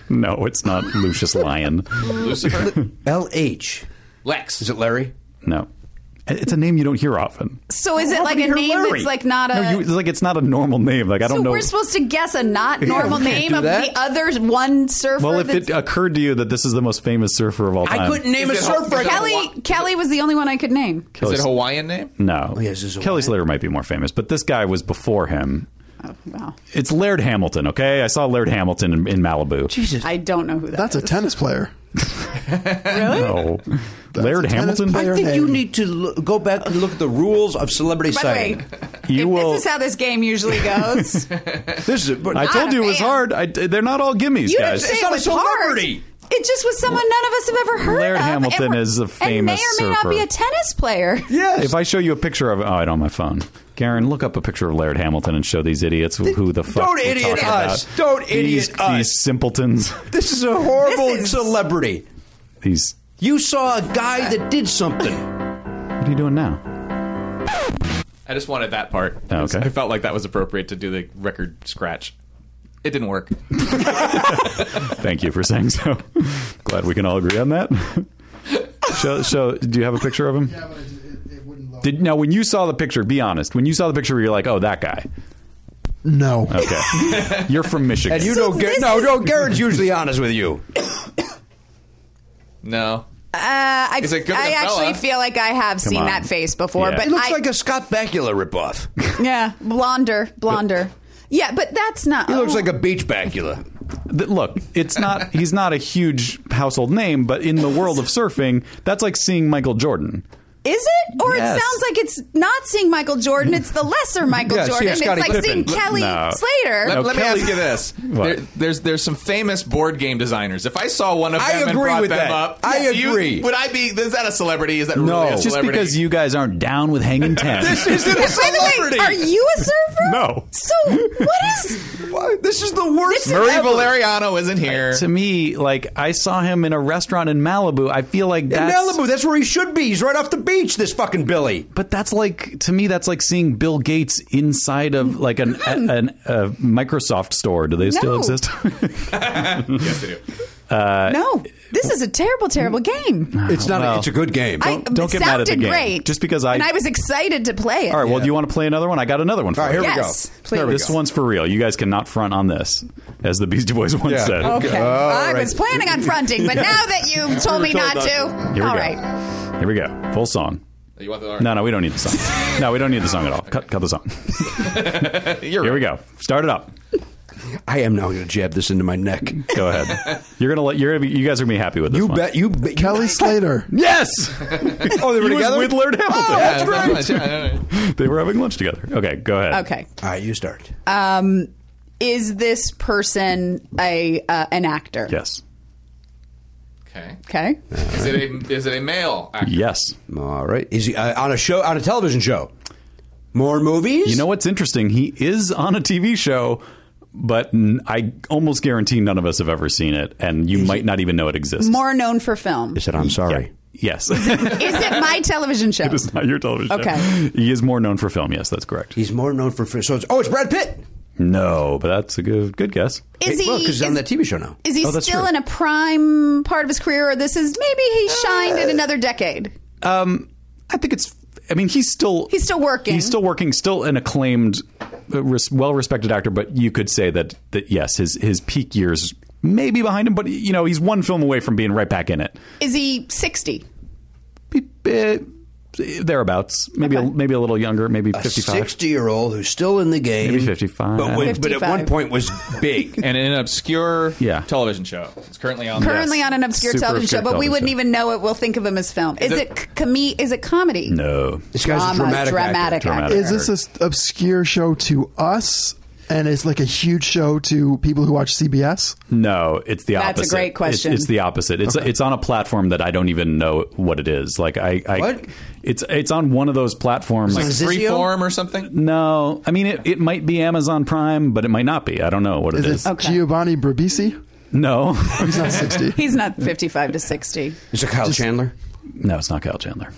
Speaker 6: No, it's (laughs) not Lucius Lyon.
Speaker 1: (laughs)
Speaker 5: Lucifer?
Speaker 1: L.H.
Speaker 5: Lex?
Speaker 1: Is it Larry?
Speaker 6: No. It's a name you don't hear often.
Speaker 11: So is it like a
Speaker 1: happened to
Speaker 11: name
Speaker 1: your Larry?
Speaker 11: that's like not a.
Speaker 6: No, you, it's like it's not a normal name. Like I
Speaker 11: so
Speaker 6: don't know.
Speaker 11: we're supposed to guess
Speaker 6: (laughs)
Speaker 11: a not normal
Speaker 1: we can't
Speaker 11: name
Speaker 1: do
Speaker 11: of
Speaker 1: that.
Speaker 11: the other one surfer.
Speaker 6: well, if it
Speaker 11: that's-
Speaker 6: occurred to you that this is the most famous surfer of all time,
Speaker 14: I couldn't name a
Speaker 5: Is it-
Speaker 14: surfer.
Speaker 5: is it-
Speaker 11: Kelly Kelly was the only one I could name.
Speaker 5: Is it a Hawaiian name?
Speaker 6: No.
Speaker 1: yes, Oh, this is a
Speaker 6: Kelly
Speaker 1: woman.
Speaker 6: Slater might be more famous, but this guy was before him.
Speaker 11: Oh, wow,
Speaker 6: It's Laird Hamilton, okay? I saw Laird Hamilton in, in Malibu.
Speaker 11: I don't know who that
Speaker 7: That's a
Speaker 11: is.
Speaker 7: tennis player.
Speaker 6: No. Laird
Speaker 7: a tennis
Speaker 6: Hamilton?
Speaker 7: player.
Speaker 1: I think you
Speaker 7: name.
Speaker 1: need to lo- go back and look at the rules of celebrity
Speaker 11: By the way,
Speaker 1: sighting.
Speaker 6: You
Speaker 11: if
Speaker 6: will.
Speaker 11: this is how this game usually
Speaker 6: (laughs)
Speaker 11: goes.
Speaker 1: This is, but
Speaker 6: I told you it was
Speaker 11: fan.
Speaker 6: hard. I, they're not all gimmies,
Speaker 11: You didn't
Speaker 6: guys.
Speaker 11: say
Speaker 1: It's
Speaker 11: it
Speaker 1: not a
Speaker 11: was hard.
Speaker 1: celebrity.
Speaker 11: It just was someone none of us have ever heard
Speaker 6: Laird
Speaker 11: of. and
Speaker 6: Hamilton
Speaker 11: we're-
Speaker 6: is a famous
Speaker 11: and may or may
Speaker 6: surfer.
Speaker 11: not be a tennis player.
Speaker 1: yes.
Speaker 6: If I show you a picture of oh, I don't have my phone. Karen, look up a picture of Laird Hamilton and show these idiots who the fuck.
Speaker 1: Don't
Speaker 6: we're
Speaker 1: idiot
Speaker 6: talking
Speaker 1: us.
Speaker 6: about.
Speaker 1: Don't
Speaker 6: These-
Speaker 1: idiot us.
Speaker 6: These simpletons.
Speaker 1: this is a horrible
Speaker 11: This is-
Speaker 1: celebrity.
Speaker 6: These.
Speaker 1: You saw a guy that did (laughs) something.
Speaker 6: What are you doing now?
Speaker 5: I just wanted that part.
Speaker 6: Oh, okay.
Speaker 5: I felt like that was appropriate to do the record scratch. It didn't
Speaker 6: (laughs)
Speaker 5: work.
Speaker 6: Thank you for saying so. (laughs) Glad we can all agree on that. (laughs) show, show. Do you have a picture of him? Did now when you saw the picture? Be honest. When you saw the picture, you're like, oh, that guy.
Speaker 7: No.
Speaker 1: (laughs)
Speaker 6: Oh. Okay. you're from Michigan.
Speaker 1: And you know, Gar-
Speaker 11: this
Speaker 1: no,
Speaker 11: is-
Speaker 1: no, Oh, Garrett's usually honest with you.
Speaker 5: No.
Speaker 11: Uh, I,
Speaker 5: He's a good
Speaker 11: I
Speaker 5: fella.
Speaker 11: actually feel like I have seen
Speaker 6: on.
Speaker 11: that face before,
Speaker 6: Yeah.
Speaker 11: but
Speaker 6: He
Speaker 1: Looks
Speaker 11: I,
Speaker 1: like a Scott Bakula ripoff.
Speaker 11: yeah, blonder, blonder. yeah, but that's not.
Speaker 1: He looks
Speaker 11: oh.
Speaker 1: like a beach Bakula.
Speaker 6: Th- look, it's not he's not a huge household name, but in the world of surfing, that's like seeing Michael Jordan.
Speaker 11: Oh, Is it? Or
Speaker 6: Yes.
Speaker 11: it sounds like it's not seeing Michael Jordan. It's the lesser Michael
Speaker 1: Yes,
Speaker 11: Jordan.
Speaker 1: yes,
Speaker 11: it's
Speaker 1: Scottie
Speaker 11: like seeing
Speaker 1: Pippen.
Speaker 11: Kelly
Speaker 6: No.
Speaker 11: Slater.
Speaker 5: Let,
Speaker 6: No,
Speaker 5: let me
Speaker 6: Kelly-
Speaker 5: ask you this:
Speaker 6: (laughs) What?
Speaker 5: there, there's there's some famous board game designers. If I saw one of
Speaker 1: I
Speaker 5: them and
Speaker 1: agree
Speaker 5: brought
Speaker 1: with
Speaker 5: them
Speaker 1: that.
Speaker 5: up,
Speaker 1: I
Speaker 5: do you-
Speaker 1: agree.
Speaker 5: would I be? Is that a celebrity? Is that really a
Speaker 6: Just
Speaker 5: celebrity?
Speaker 6: because you guys aren't down
Speaker 1: (laughs)
Speaker 6: with hanging ten.
Speaker 1: This isn't a
Speaker 11: By the
Speaker 1: celebrity.
Speaker 11: way, are you a surfer?
Speaker 6: No.
Speaker 11: So what is?
Speaker 1: What? This is the worst.
Speaker 11: This is-
Speaker 5: Marie
Speaker 1: ever.
Speaker 5: Valeriano isn't here.
Speaker 6: to me, like I saw him in a restaurant in Malibu. I feel like
Speaker 1: In
Speaker 6: that's
Speaker 1: Malibu, that's where he should be. He's right off the beach. This fucking Billy.
Speaker 6: But that's like to me, that's like seeing Bill Gates inside of like an a, an a Microsoft store. Do they still
Speaker 11: No. (laughs)
Speaker 6: exist?
Speaker 5: yes, I do.
Speaker 11: no, this is a terrible, terrible game.
Speaker 1: It's not.
Speaker 6: well.
Speaker 1: it's a good game.
Speaker 11: I,
Speaker 6: Don't- don't
Speaker 11: it
Speaker 6: get
Speaker 11: sounded
Speaker 6: mad at the game.
Speaker 11: great.
Speaker 6: Just because I-
Speaker 11: and I was excited to play it.
Speaker 6: All right. Well, do you want to play another one? I got another one for
Speaker 1: All right,
Speaker 6: you.
Speaker 1: here
Speaker 11: Yes,
Speaker 1: we go. There
Speaker 11: please.
Speaker 1: we
Speaker 6: This
Speaker 1: go.
Speaker 6: one's for real. You guys cannot front on this, as the Beastie Boys once
Speaker 1: Yeah.
Speaker 6: said.
Speaker 11: Okay.
Speaker 1: All
Speaker 11: I
Speaker 1: right.
Speaker 11: was planning on fronting, but now that you told me not to,
Speaker 6: Here we
Speaker 11: all
Speaker 6: go.
Speaker 11: right.
Speaker 6: Here we go. Full song.
Speaker 5: You want the all right.
Speaker 6: No, no, we don't need the song. No, we don't need the song at all. Cut, cut the song.
Speaker 5: You're
Speaker 6: Here
Speaker 5: right.
Speaker 6: we go. Start it up.
Speaker 1: I am now going to jab this into my neck.
Speaker 6: Go ahead. You're gonna let. You're gonna be, you guys are gonna be happy with this
Speaker 1: You
Speaker 6: one.
Speaker 1: bet. You bet. (laughs)
Speaker 7: Kelly Slater.
Speaker 6: Yes. oh, they were
Speaker 1: together?
Speaker 6: with Laird Hamilton.
Speaker 5: Yeah, that's not much. Yeah, yeah, yeah.
Speaker 6: They were having lunch together. Okay, go ahead.
Speaker 11: Okay.
Speaker 1: All right, you start.
Speaker 11: Um, is this person a uh, an actor?
Speaker 6: Yes.
Speaker 5: Okay.
Speaker 11: Okay.
Speaker 5: Is it a is it a male? actor?
Speaker 6: Yes.
Speaker 1: All right. Is he uh, on a show? On a television show? More movies?
Speaker 6: You know what's interesting? He is on a TV show, but n- I almost guarantee none of us have ever seen it, and you might not even know it exists.
Speaker 11: More known for film.
Speaker 1: I said I'm sorry.
Speaker 6: Yes. it
Speaker 11: Is it my television show?
Speaker 6: is not (laughs) your television. show.
Speaker 11: Okay.
Speaker 6: He is more known for film. Yes, that's correct.
Speaker 1: He's more known for so. It's, oh, it's Brad Pitt.
Speaker 6: No, but that's a good good guess.
Speaker 11: Is he?
Speaker 1: well, because he's on
Speaker 11: is-
Speaker 1: that TV show now.
Speaker 11: Is he
Speaker 6: Oh, that's
Speaker 11: still
Speaker 6: true.
Speaker 11: in a prime part of his career, or this is maybe he
Speaker 6: Uh,
Speaker 11: shined in another decade?
Speaker 6: Um, I think it's. I mean, he's still
Speaker 11: He's still working.
Speaker 6: He's still working. Still an acclaimed, uh, res- well-respected actor. But you could say that that yes, his his peak years may be behind him. But you know, he's one film away from being right back in it.
Speaker 11: Is he sixty?
Speaker 6: Eh, thereabouts, maybe a, maybe a little younger, maybe fifty-five.
Speaker 1: Sixty-year-old who's still in the game.
Speaker 6: Maybe 55.
Speaker 1: But, when- but at
Speaker 11: 55.
Speaker 1: one point was big.
Speaker 5: and in an obscure
Speaker 6: Yeah.
Speaker 5: television show. It's currently on.
Speaker 11: Currently
Speaker 5: Yes.
Speaker 11: on an obscure
Speaker 6: Super
Speaker 11: television
Speaker 6: obscure
Speaker 11: show, but we
Speaker 6: television
Speaker 11: wouldn't
Speaker 6: show.
Speaker 11: even know it. We'll think of him as film. Is it c- comi- Is it comedy?
Speaker 6: no,
Speaker 1: this guy's a
Speaker 11: Drama,
Speaker 1: dramatic,
Speaker 11: dramatic
Speaker 1: actor.
Speaker 6: Dramatic.
Speaker 7: Is this an obscure show to us? And it's like a huge show to people who watch CBS.
Speaker 6: no, it's the
Speaker 11: That's a
Speaker 6: opposite.
Speaker 11: great
Speaker 6: It's-
Speaker 11: question.
Speaker 6: It's, the opposite. It's it's on a platform that I don't even know what it is. Like I, I
Speaker 1: What?
Speaker 6: it's it's on one of those platforms.
Speaker 1: Like Zizio?
Speaker 5: Freeform or something.
Speaker 6: No, I mean it, it might be Amazon Prime, but it might not be. I don't know what
Speaker 7: Is
Speaker 6: it
Speaker 7: it
Speaker 6: is.
Speaker 11: Okay.
Speaker 7: Giovanni Brabisi?
Speaker 6: No,
Speaker 7: He's not 60.
Speaker 11: He's not fifty-five to sixty.
Speaker 1: Is it Kyle Chandler?
Speaker 6: (laughs) no, it's not Kyle Chandler.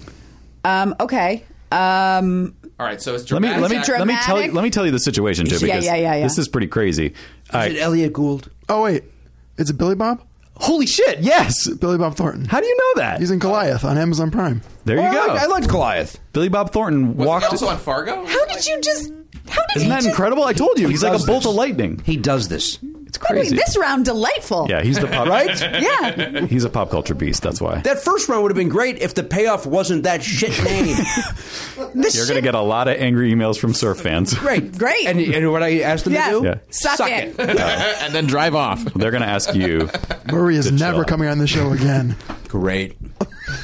Speaker 11: Um, okay. Um,
Speaker 5: All right, so it's
Speaker 6: Let me
Speaker 5: dramatic.
Speaker 6: let me
Speaker 11: it dra-
Speaker 6: let me tell you
Speaker 11: dramatic?
Speaker 6: let me tell you the situation too
Speaker 11: Yeah,
Speaker 6: because
Speaker 11: yeah, yeah, yeah.
Speaker 6: this is pretty crazy. All
Speaker 1: Is
Speaker 6: right.
Speaker 1: it Elliot Gould?
Speaker 7: Oh, wait. Is it Billy Bob?
Speaker 6: Holy shit! Yes,
Speaker 7: Billy Bob Thornton.
Speaker 6: how do you know that?
Speaker 7: He's in Goliath on Amazon Prime.
Speaker 6: there you
Speaker 1: Oh, I
Speaker 6: go.
Speaker 1: liked- I liked Goliath.
Speaker 6: Billy Bob Thornton
Speaker 5: Was he
Speaker 6: walked.
Speaker 5: also on Fargo?
Speaker 11: how did you just? How did
Speaker 6: Isn't
Speaker 11: you
Speaker 6: that
Speaker 11: just?
Speaker 6: incredible? I told you, he's like a
Speaker 1: does
Speaker 6: bolt
Speaker 1: this.
Speaker 6: of lightning.
Speaker 1: He does this.
Speaker 6: It's
Speaker 11: Wait,
Speaker 6: crazy.
Speaker 11: this round delightful.
Speaker 6: yeah, he's the pop.
Speaker 11: (laughs)
Speaker 6: right.
Speaker 11: Yeah.
Speaker 6: He's a pop culture beast. That's why
Speaker 1: That first round would have been great if the payoff wasn't that shit
Speaker 11: (laughs)
Speaker 1: name.
Speaker 11: The
Speaker 6: you're
Speaker 11: shit-
Speaker 6: going to get a lot of angry emails from surf fans. (laughs)
Speaker 1: great,
Speaker 11: Great.
Speaker 1: And, and what I asked them
Speaker 11: Yeah.
Speaker 1: to do?
Speaker 6: Yeah.
Speaker 11: Suck,
Speaker 1: Suck
Speaker 11: it.
Speaker 5: and then drive off.
Speaker 6: They're going to ask you.
Speaker 7: Murray is
Speaker 6: Good
Speaker 7: never
Speaker 6: job.
Speaker 7: coming on
Speaker 6: (laughs)
Speaker 7: the show again.
Speaker 1: Great.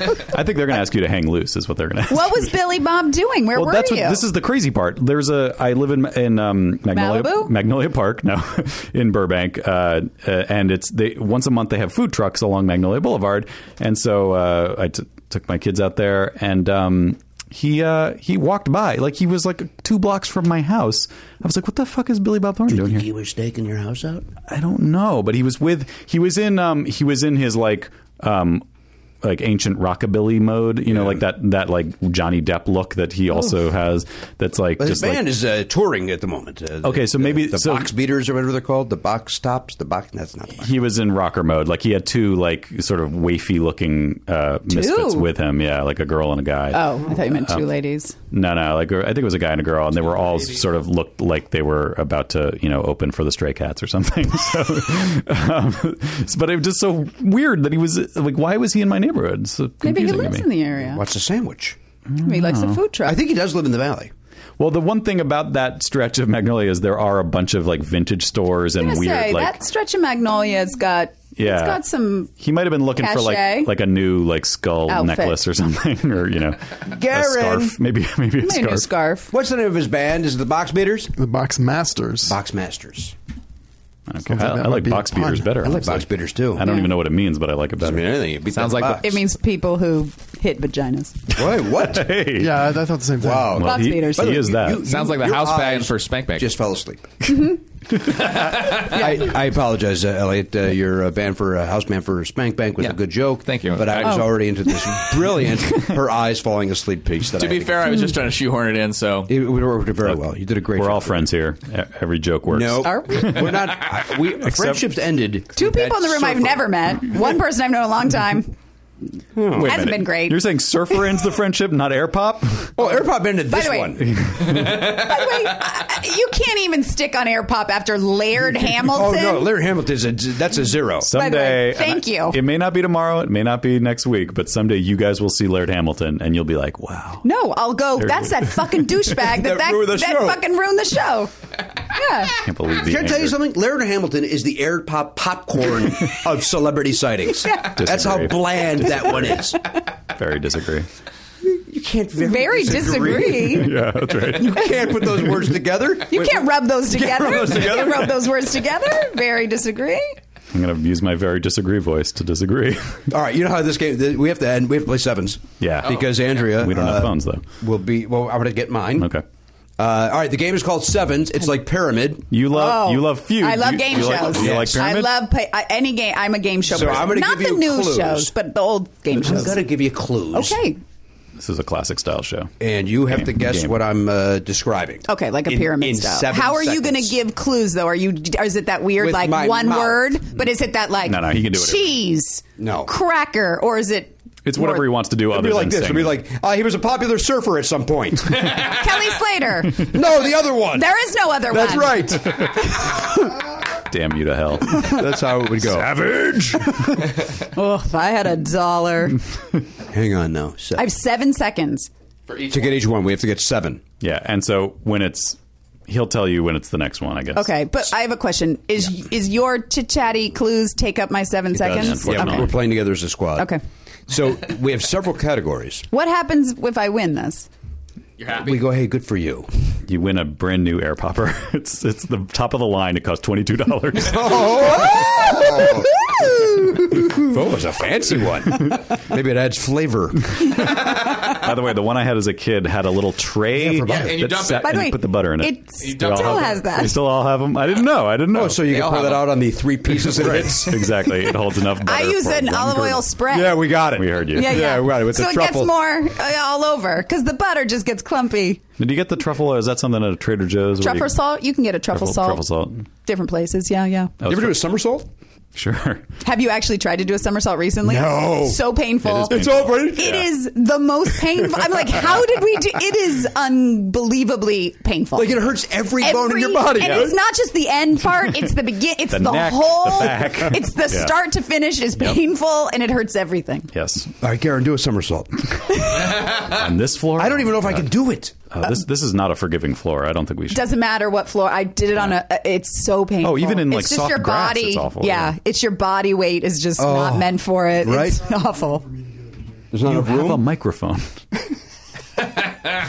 Speaker 6: I think they're going to ask you to hang loose. Is what they're going to ask.
Speaker 11: What
Speaker 6: (laughs)
Speaker 11: was Billy Bob doing? Where
Speaker 6: well,
Speaker 11: were
Speaker 6: that's
Speaker 11: you?
Speaker 6: what this is the crazy part. (laughs) There's a I live in in um, Magnolia
Speaker 11: Malibu?
Speaker 6: Magnolia Park no, (laughs) in Burbank, uh, uh, and it's they once a month they have food trucks along Magnolia Boulevard, and so uh, I t- took my kids out there, and um, he uh, he walked by like he was like two blocks from my house. I was like, what the fuck is Billy Bob Thornton doing here?
Speaker 1: You were staking your house out?
Speaker 6: I don't know, but he was with he was in um he was in his like um like ancient rockabilly mode, you know, like that that like Johnny Depp look that he also has. That's like
Speaker 1: But his
Speaker 6: just like-
Speaker 1: band is uh, touring at the moment. Uh, the-
Speaker 6: Okay, so maybe-
Speaker 1: the, the
Speaker 6: so-
Speaker 1: box beaters or whatever they're called, the box tops, the box. That's not. The box.
Speaker 6: he was in rocker mode. Like he had two like sort of wafy looking uh, misfits with him. Yeah, like a girl and a guy.
Speaker 11: oh, I thought you meant two ladies.
Speaker 6: No, no, like I think it was a guy and a girl, and they were all sort of looked like they were about to, you know, open for the Stray Cats or something. (laughs) So, um, but it was just so weird that he was like, why was he in my neighborhood? It's so
Speaker 11: Maybe he
Speaker 6: confusing to
Speaker 11: lives
Speaker 6: me.
Speaker 11: in the area.
Speaker 1: What's a sandwich?
Speaker 11: Maybe he likes the food truck.
Speaker 1: I think he does live in the valley.
Speaker 6: Well, the one thing about that stretch of Magnolia is there are a bunch of like vintage stores and
Speaker 11: I'm gonna
Speaker 6: weird
Speaker 11: say
Speaker 6: like
Speaker 11: that stretch of magnolia's got
Speaker 6: yeah.
Speaker 11: it's got some
Speaker 6: He might have been looking for
Speaker 11: cachet.
Speaker 6: like like a new like skull
Speaker 11: Outfit.
Speaker 6: necklace or (laughs) something, or you know, a
Speaker 1: Garen.
Speaker 6: scarf. Maybe maybe a
Speaker 11: maybe a new
Speaker 6: scarf.
Speaker 11: scarf.
Speaker 1: What's the name of his band? Is it the Box Beaters?
Speaker 7: The Box Masters.
Speaker 1: Box Masters.
Speaker 6: I, don't care.
Speaker 7: Sounds like
Speaker 6: I- I
Speaker 7: that
Speaker 6: like
Speaker 7: would be a
Speaker 6: box beaters
Speaker 7: pun.
Speaker 6: better.
Speaker 1: I like
Speaker 6: honestly.
Speaker 1: Box Beaters too.
Speaker 6: I don't even know what it means, but I like it
Speaker 1: I
Speaker 6: better.
Speaker 1: mean, anything. You beat
Speaker 5: Sounds
Speaker 1: that
Speaker 5: like the-
Speaker 1: box. (laughs)
Speaker 11: It means people who hit vaginas.
Speaker 1: Why?
Speaker 5: (laughs)
Speaker 1: What?
Speaker 6: Hey.
Speaker 7: Yeah, I, I thought the same thing.
Speaker 1: Wow.
Speaker 6: Well,
Speaker 11: Box
Speaker 6: he,
Speaker 11: beaters.
Speaker 6: he is that.
Speaker 5: Sounds like the
Speaker 1: your
Speaker 5: house band
Speaker 1: eyes
Speaker 5: for Spank Bank. Mm-hmm.
Speaker 1: Just fell
Speaker 5: (laughs)
Speaker 1: asleep. (laughs) I, I apologize, uh, Elliot. Uh, your uh, band for uh, house band for Spank Bank was
Speaker 5: Yeah.
Speaker 1: a good joke.
Speaker 5: Thank you.
Speaker 1: But I was
Speaker 11: Oh.
Speaker 1: already into
Speaker 11: (laughs)
Speaker 1: this brilliant her eyes falling asleep piece. That
Speaker 5: to
Speaker 1: I
Speaker 5: be
Speaker 1: had
Speaker 5: fair, I was
Speaker 6: Hmm.
Speaker 5: just trying to shoehorn it in. So
Speaker 1: it, it worked very well. You did a great.
Speaker 6: We're
Speaker 1: job.
Speaker 6: all friends here. E- Every joke works.
Speaker 1: No,
Speaker 11: Are we?
Speaker 1: are not. I-
Speaker 6: (laughs)
Speaker 1: We friendships ended.
Speaker 11: Two
Speaker 1: with that
Speaker 11: people in the room I've
Speaker 1: surfer.
Speaker 11: never met. One person I've known a
Speaker 1: (laughs)
Speaker 11: long time.
Speaker 6: Wait a
Speaker 11: Hasn't
Speaker 6: minute.
Speaker 11: been great.
Speaker 6: You're saying surfer ends the friendship, not air pop?
Speaker 1: Oh, AirPod ended
Speaker 11: (laughs) By
Speaker 1: this
Speaker 11: the way-
Speaker 1: one.
Speaker 11: By the way, I- I- you can't even stick on air pop after
Speaker 1: (laughs)
Speaker 11: Laird
Speaker 1: Oh
Speaker 11: Hamilton.
Speaker 1: no, Larry Hamilton's a that's a zero.
Speaker 11: By the
Speaker 6: Someday.
Speaker 11: way,
Speaker 6: and
Speaker 11: thank
Speaker 6: I-
Speaker 11: you.
Speaker 6: It may not be tomorrow. It may not be next week, but someday you guys will see Laird Hamilton and you'll be like, wow.
Speaker 11: No, I'll go. That's that
Speaker 1: (laughs)
Speaker 11: fucking douchebag that that,
Speaker 1: That ruined the
Speaker 11: that
Speaker 1: show.
Speaker 11: fucking ruined the
Speaker 1: (laughs)
Speaker 11: show. Yeah.
Speaker 6: I can't believe the
Speaker 1: Can I tell
Speaker 6: anger.
Speaker 1: you something? Laird Hamilton is the air pop
Speaker 11: (laughs)
Speaker 1: popcorn of celebrity sightings. That's how
Speaker 6: Disagree.
Speaker 1: bland that one
Speaker 11: (laughs)
Speaker 1: is.
Speaker 6: Very disagree.
Speaker 1: You can't very,
Speaker 11: Very disagree.
Speaker 1: (laughs)
Speaker 6: yeah, that's right.
Speaker 1: You can't put those words together.
Speaker 11: You can't rub those together.
Speaker 1: rub those
Speaker 11: You
Speaker 1: together.
Speaker 11: can't rub those words together. Very disagree.
Speaker 6: I'm going to use my very disagree voice to disagree. (laughs)
Speaker 1: All right, you know how this game. th- We have to end. We have to play sevens.
Speaker 11: Oh.
Speaker 6: Yeah.
Speaker 1: because Andrea.
Speaker 6: We don't have
Speaker 1: uh,
Speaker 6: phones, though.
Speaker 1: Will be. Well, I'm going to get mine.
Speaker 6: Okay.
Speaker 1: Uh, all right, the game is called sevens. It's like pyramid.
Speaker 6: You love
Speaker 11: Oh.
Speaker 6: you love feud.
Speaker 11: I love
Speaker 6: You-
Speaker 11: game
Speaker 6: you like-
Speaker 11: shows.
Speaker 6: you like
Speaker 11: I
Speaker 6: Pyramid?
Speaker 11: love play, I, any game. I'm a game show
Speaker 1: So
Speaker 11: person.
Speaker 1: I'm gonna
Speaker 11: Not
Speaker 1: give
Speaker 11: the
Speaker 1: you
Speaker 11: new
Speaker 1: clues.
Speaker 11: shows, but the old game
Speaker 1: I'm
Speaker 11: shows.
Speaker 1: going to give you clues.
Speaker 11: Okay.
Speaker 6: This is a classic style show.
Speaker 1: And you have
Speaker 6: Game.
Speaker 1: to guess
Speaker 6: Game.
Speaker 1: what I'm uh, describing.
Speaker 11: Okay, like a
Speaker 1: In-
Speaker 11: pyramid
Speaker 1: in
Speaker 11: style.
Speaker 1: seven
Speaker 11: How are you going to
Speaker 1: seconds.
Speaker 11: give clues though? Are you? or Is it that weird
Speaker 1: With
Speaker 11: like
Speaker 1: my
Speaker 11: one
Speaker 1: mouth.
Speaker 11: word? But is it that like
Speaker 6: No, no, he can do whatever.
Speaker 11: cheese?
Speaker 1: No.
Speaker 11: cracker, or is it?
Speaker 6: It's whatever
Speaker 11: more-
Speaker 6: he wants to do.
Speaker 1: It'd
Speaker 6: Other
Speaker 1: be like
Speaker 6: than
Speaker 1: this. It'd
Speaker 6: sing.
Speaker 1: be like uh, he was a popular surfer at some point. (laughs)
Speaker 6: (laughs)
Speaker 11: Kelly Slater.
Speaker 1: no, the other one.
Speaker 11: there is no other
Speaker 1: That's
Speaker 11: one. (laughs)
Speaker 1: right.
Speaker 6: "Damn you
Speaker 1: (laughs)
Speaker 6: to hell." (laughs)
Speaker 1: That's how it would go.
Speaker 6: Savage.
Speaker 11: Oh, if I had a dollar,
Speaker 1: Hang on now. Se-
Speaker 11: I have seven seconds.
Speaker 5: for each
Speaker 1: to get each one, we have to get seven.
Speaker 6: yeah, and so when it's, he'll tell you when it's the next one. I guess.
Speaker 11: Okay, but I have a question. Is is your chit chatty clues take up my seven seconds?
Speaker 6: unfortunately.
Speaker 1: Yeah,
Speaker 11: okay.
Speaker 1: we're playing together as a squad.
Speaker 11: Okay.
Speaker 1: So we have several
Speaker 11: (laughs)
Speaker 1: categories.
Speaker 11: What happens if I win this?
Speaker 5: You're happy.
Speaker 1: We go, hey, good for you.
Speaker 6: You win a brand new air popper. (laughs) It's it's the top of the line. It costs twenty two dollars.
Speaker 1: Oh, that was a fancy
Speaker 6: (laughs)
Speaker 1: one. Maybe it adds flavor.
Speaker 6: By the way, the one I had as a kid had a little tray.
Speaker 1: for butter. Yeah,
Speaker 5: and you
Speaker 6: that
Speaker 5: dump
Speaker 6: sat-
Speaker 5: it.
Speaker 11: By the
Speaker 6: and
Speaker 11: way,
Speaker 6: put the butter in it.
Speaker 11: it
Speaker 6: They
Speaker 11: still
Speaker 6: all have
Speaker 11: has
Speaker 6: it.
Speaker 11: that.
Speaker 6: They still all have them. I didn't know. I didn't know.
Speaker 1: Oh, so you
Speaker 5: They
Speaker 1: can
Speaker 5: all
Speaker 1: pour
Speaker 5: have
Speaker 1: that
Speaker 5: them.
Speaker 1: out on the three pieces and it's.
Speaker 6: (laughs) exactly. It holds enough.
Speaker 11: I
Speaker 6: butter
Speaker 11: use
Speaker 6: for
Speaker 11: an
Speaker 6: one
Speaker 11: olive
Speaker 6: kernel.
Speaker 11: oil spread.
Speaker 1: Yeah, we got it.
Speaker 6: We heard you.
Speaker 11: Yeah, yeah.
Speaker 1: we got it with
Speaker 11: so
Speaker 1: the
Speaker 11: it
Speaker 1: truffle.
Speaker 11: gets more uh, all over because the butter just gets clumpy.
Speaker 6: Did you get the truffle? Or is that something at a Trader Joe's? What do you-
Speaker 11: Truffle salt, you can get a truffle,
Speaker 6: Truffle-
Speaker 11: salt.
Speaker 6: truffle salt.
Speaker 11: Different places, yeah, yeah.
Speaker 6: That
Speaker 1: you
Speaker 6: was
Speaker 1: ever do
Speaker 6: fr-
Speaker 1: a somersault?
Speaker 6: Sure.
Speaker 11: Have you actually tried to do a somersault recently?
Speaker 1: No.
Speaker 11: So painful.
Speaker 6: It is painful.
Speaker 1: over.
Speaker 11: It is the most painful. I'm like, how did we do? It is unbelievably painful.
Speaker 1: Like it hurts every, bone in your
Speaker 11: Every-
Speaker 1: body.
Speaker 11: and it's not just the end part; it's the begin.
Speaker 6: (laughs)
Speaker 11: It's
Speaker 6: The
Speaker 11: the,
Speaker 6: neck, the
Speaker 11: whole.
Speaker 6: back.
Speaker 11: (laughs) It's the
Speaker 6: Yeah.
Speaker 11: start to finish is
Speaker 6: Yep.
Speaker 11: painful, and it hurts everything.
Speaker 6: Yes.
Speaker 1: All right, Garen, do a somersault.
Speaker 6: On this floor,
Speaker 1: I don't even know if I can do it.
Speaker 6: Uh, this this is not a forgiving floor. I don't think we should.
Speaker 11: Doesn't matter what floor. I did it on a. It's so painful.
Speaker 6: Oh, even in, like,
Speaker 11: it's just
Speaker 6: soft
Speaker 11: your
Speaker 6: grass,
Speaker 11: body.
Speaker 6: it's awful,
Speaker 11: Yeah,
Speaker 6: yeah. Oh.
Speaker 11: it's your body weight is just not meant for it.
Speaker 1: right?
Speaker 11: It's (laughs) awful.
Speaker 1: There's not
Speaker 6: You
Speaker 1: enough
Speaker 6: have a
Speaker 1: room.
Speaker 6: microphone.
Speaker 7: I,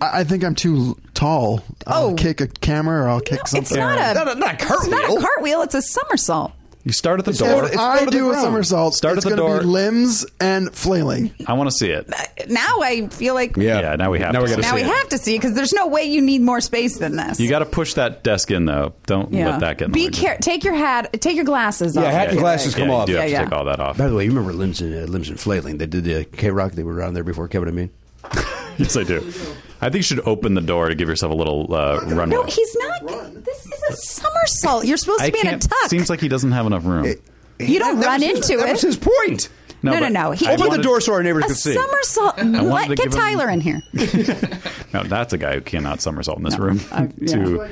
Speaker 7: I think I'm too tall. I'll
Speaker 11: Oh.
Speaker 7: kick a camera or I'll kick something.
Speaker 11: It's not a.
Speaker 1: Not a- not a
Speaker 11: It's not
Speaker 1: cartwheel.
Speaker 11: a cartwheel. It's a somersault.
Speaker 6: You start at the
Speaker 7: If
Speaker 6: door.
Speaker 1: it's
Speaker 7: I
Speaker 1: go to the
Speaker 7: do a
Speaker 1: ground.
Speaker 7: somersault,
Speaker 6: Start
Speaker 7: it's
Speaker 6: at the
Speaker 7: gonna be
Speaker 6: door.
Speaker 7: limbs and flailing.
Speaker 6: I want to see it.
Speaker 11: Now I feel like.
Speaker 6: Yeah, now we have to
Speaker 1: we gotta
Speaker 6: see
Speaker 11: Now
Speaker 6: it.
Speaker 11: we have to see because there's no way you need more space than this.
Speaker 6: You got to push that desk in though. Don't
Speaker 11: yeah.
Speaker 6: let that get. in the
Speaker 11: Be
Speaker 6: way.
Speaker 11: careful. Take your hat. Take your glasses off.
Speaker 1: Yeah, hat and
Speaker 11: if you
Speaker 1: glasses
Speaker 11: like.
Speaker 1: come
Speaker 6: yeah,
Speaker 1: off.
Speaker 6: You do have
Speaker 11: Yeah,
Speaker 6: to
Speaker 11: yeah.
Speaker 6: take all that off.
Speaker 1: By the way, you remember limbs and uh, limbs and flailing? They did the K Rock. They were around there before Kevin and me.
Speaker 6: yes, I do. I think you should open the door to give yourself a little uh, runway.
Speaker 11: No, he's not. This is a somersault. You're supposed
Speaker 6: I
Speaker 11: to be in a
Speaker 6: can't.
Speaker 11: tuck.
Speaker 6: Seems like he doesn't have enough room.
Speaker 11: you don't
Speaker 1: That
Speaker 11: run
Speaker 1: was his-
Speaker 11: into
Speaker 1: That
Speaker 11: it.
Speaker 1: was his point.
Speaker 11: no, no,
Speaker 6: but
Speaker 11: no. He
Speaker 6: I
Speaker 1: Open the
Speaker 6: wanted-
Speaker 1: door so our neighbors
Speaker 11: a
Speaker 1: could see.
Speaker 11: somersault.
Speaker 6: wanted
Speaker 11: Let,
Speaker 6: to
Speaker 11: get
Speaker 6: give him-
Speaker 11: Tyler in here.
Speaker 6: No, that's a guy who cannot somersault in this
Speaker 11: No,
Speaker 6: room.
Speaker 11: I-
Speaker 6: (laughs)
Speaker 11: yeah.
Speaker 6: to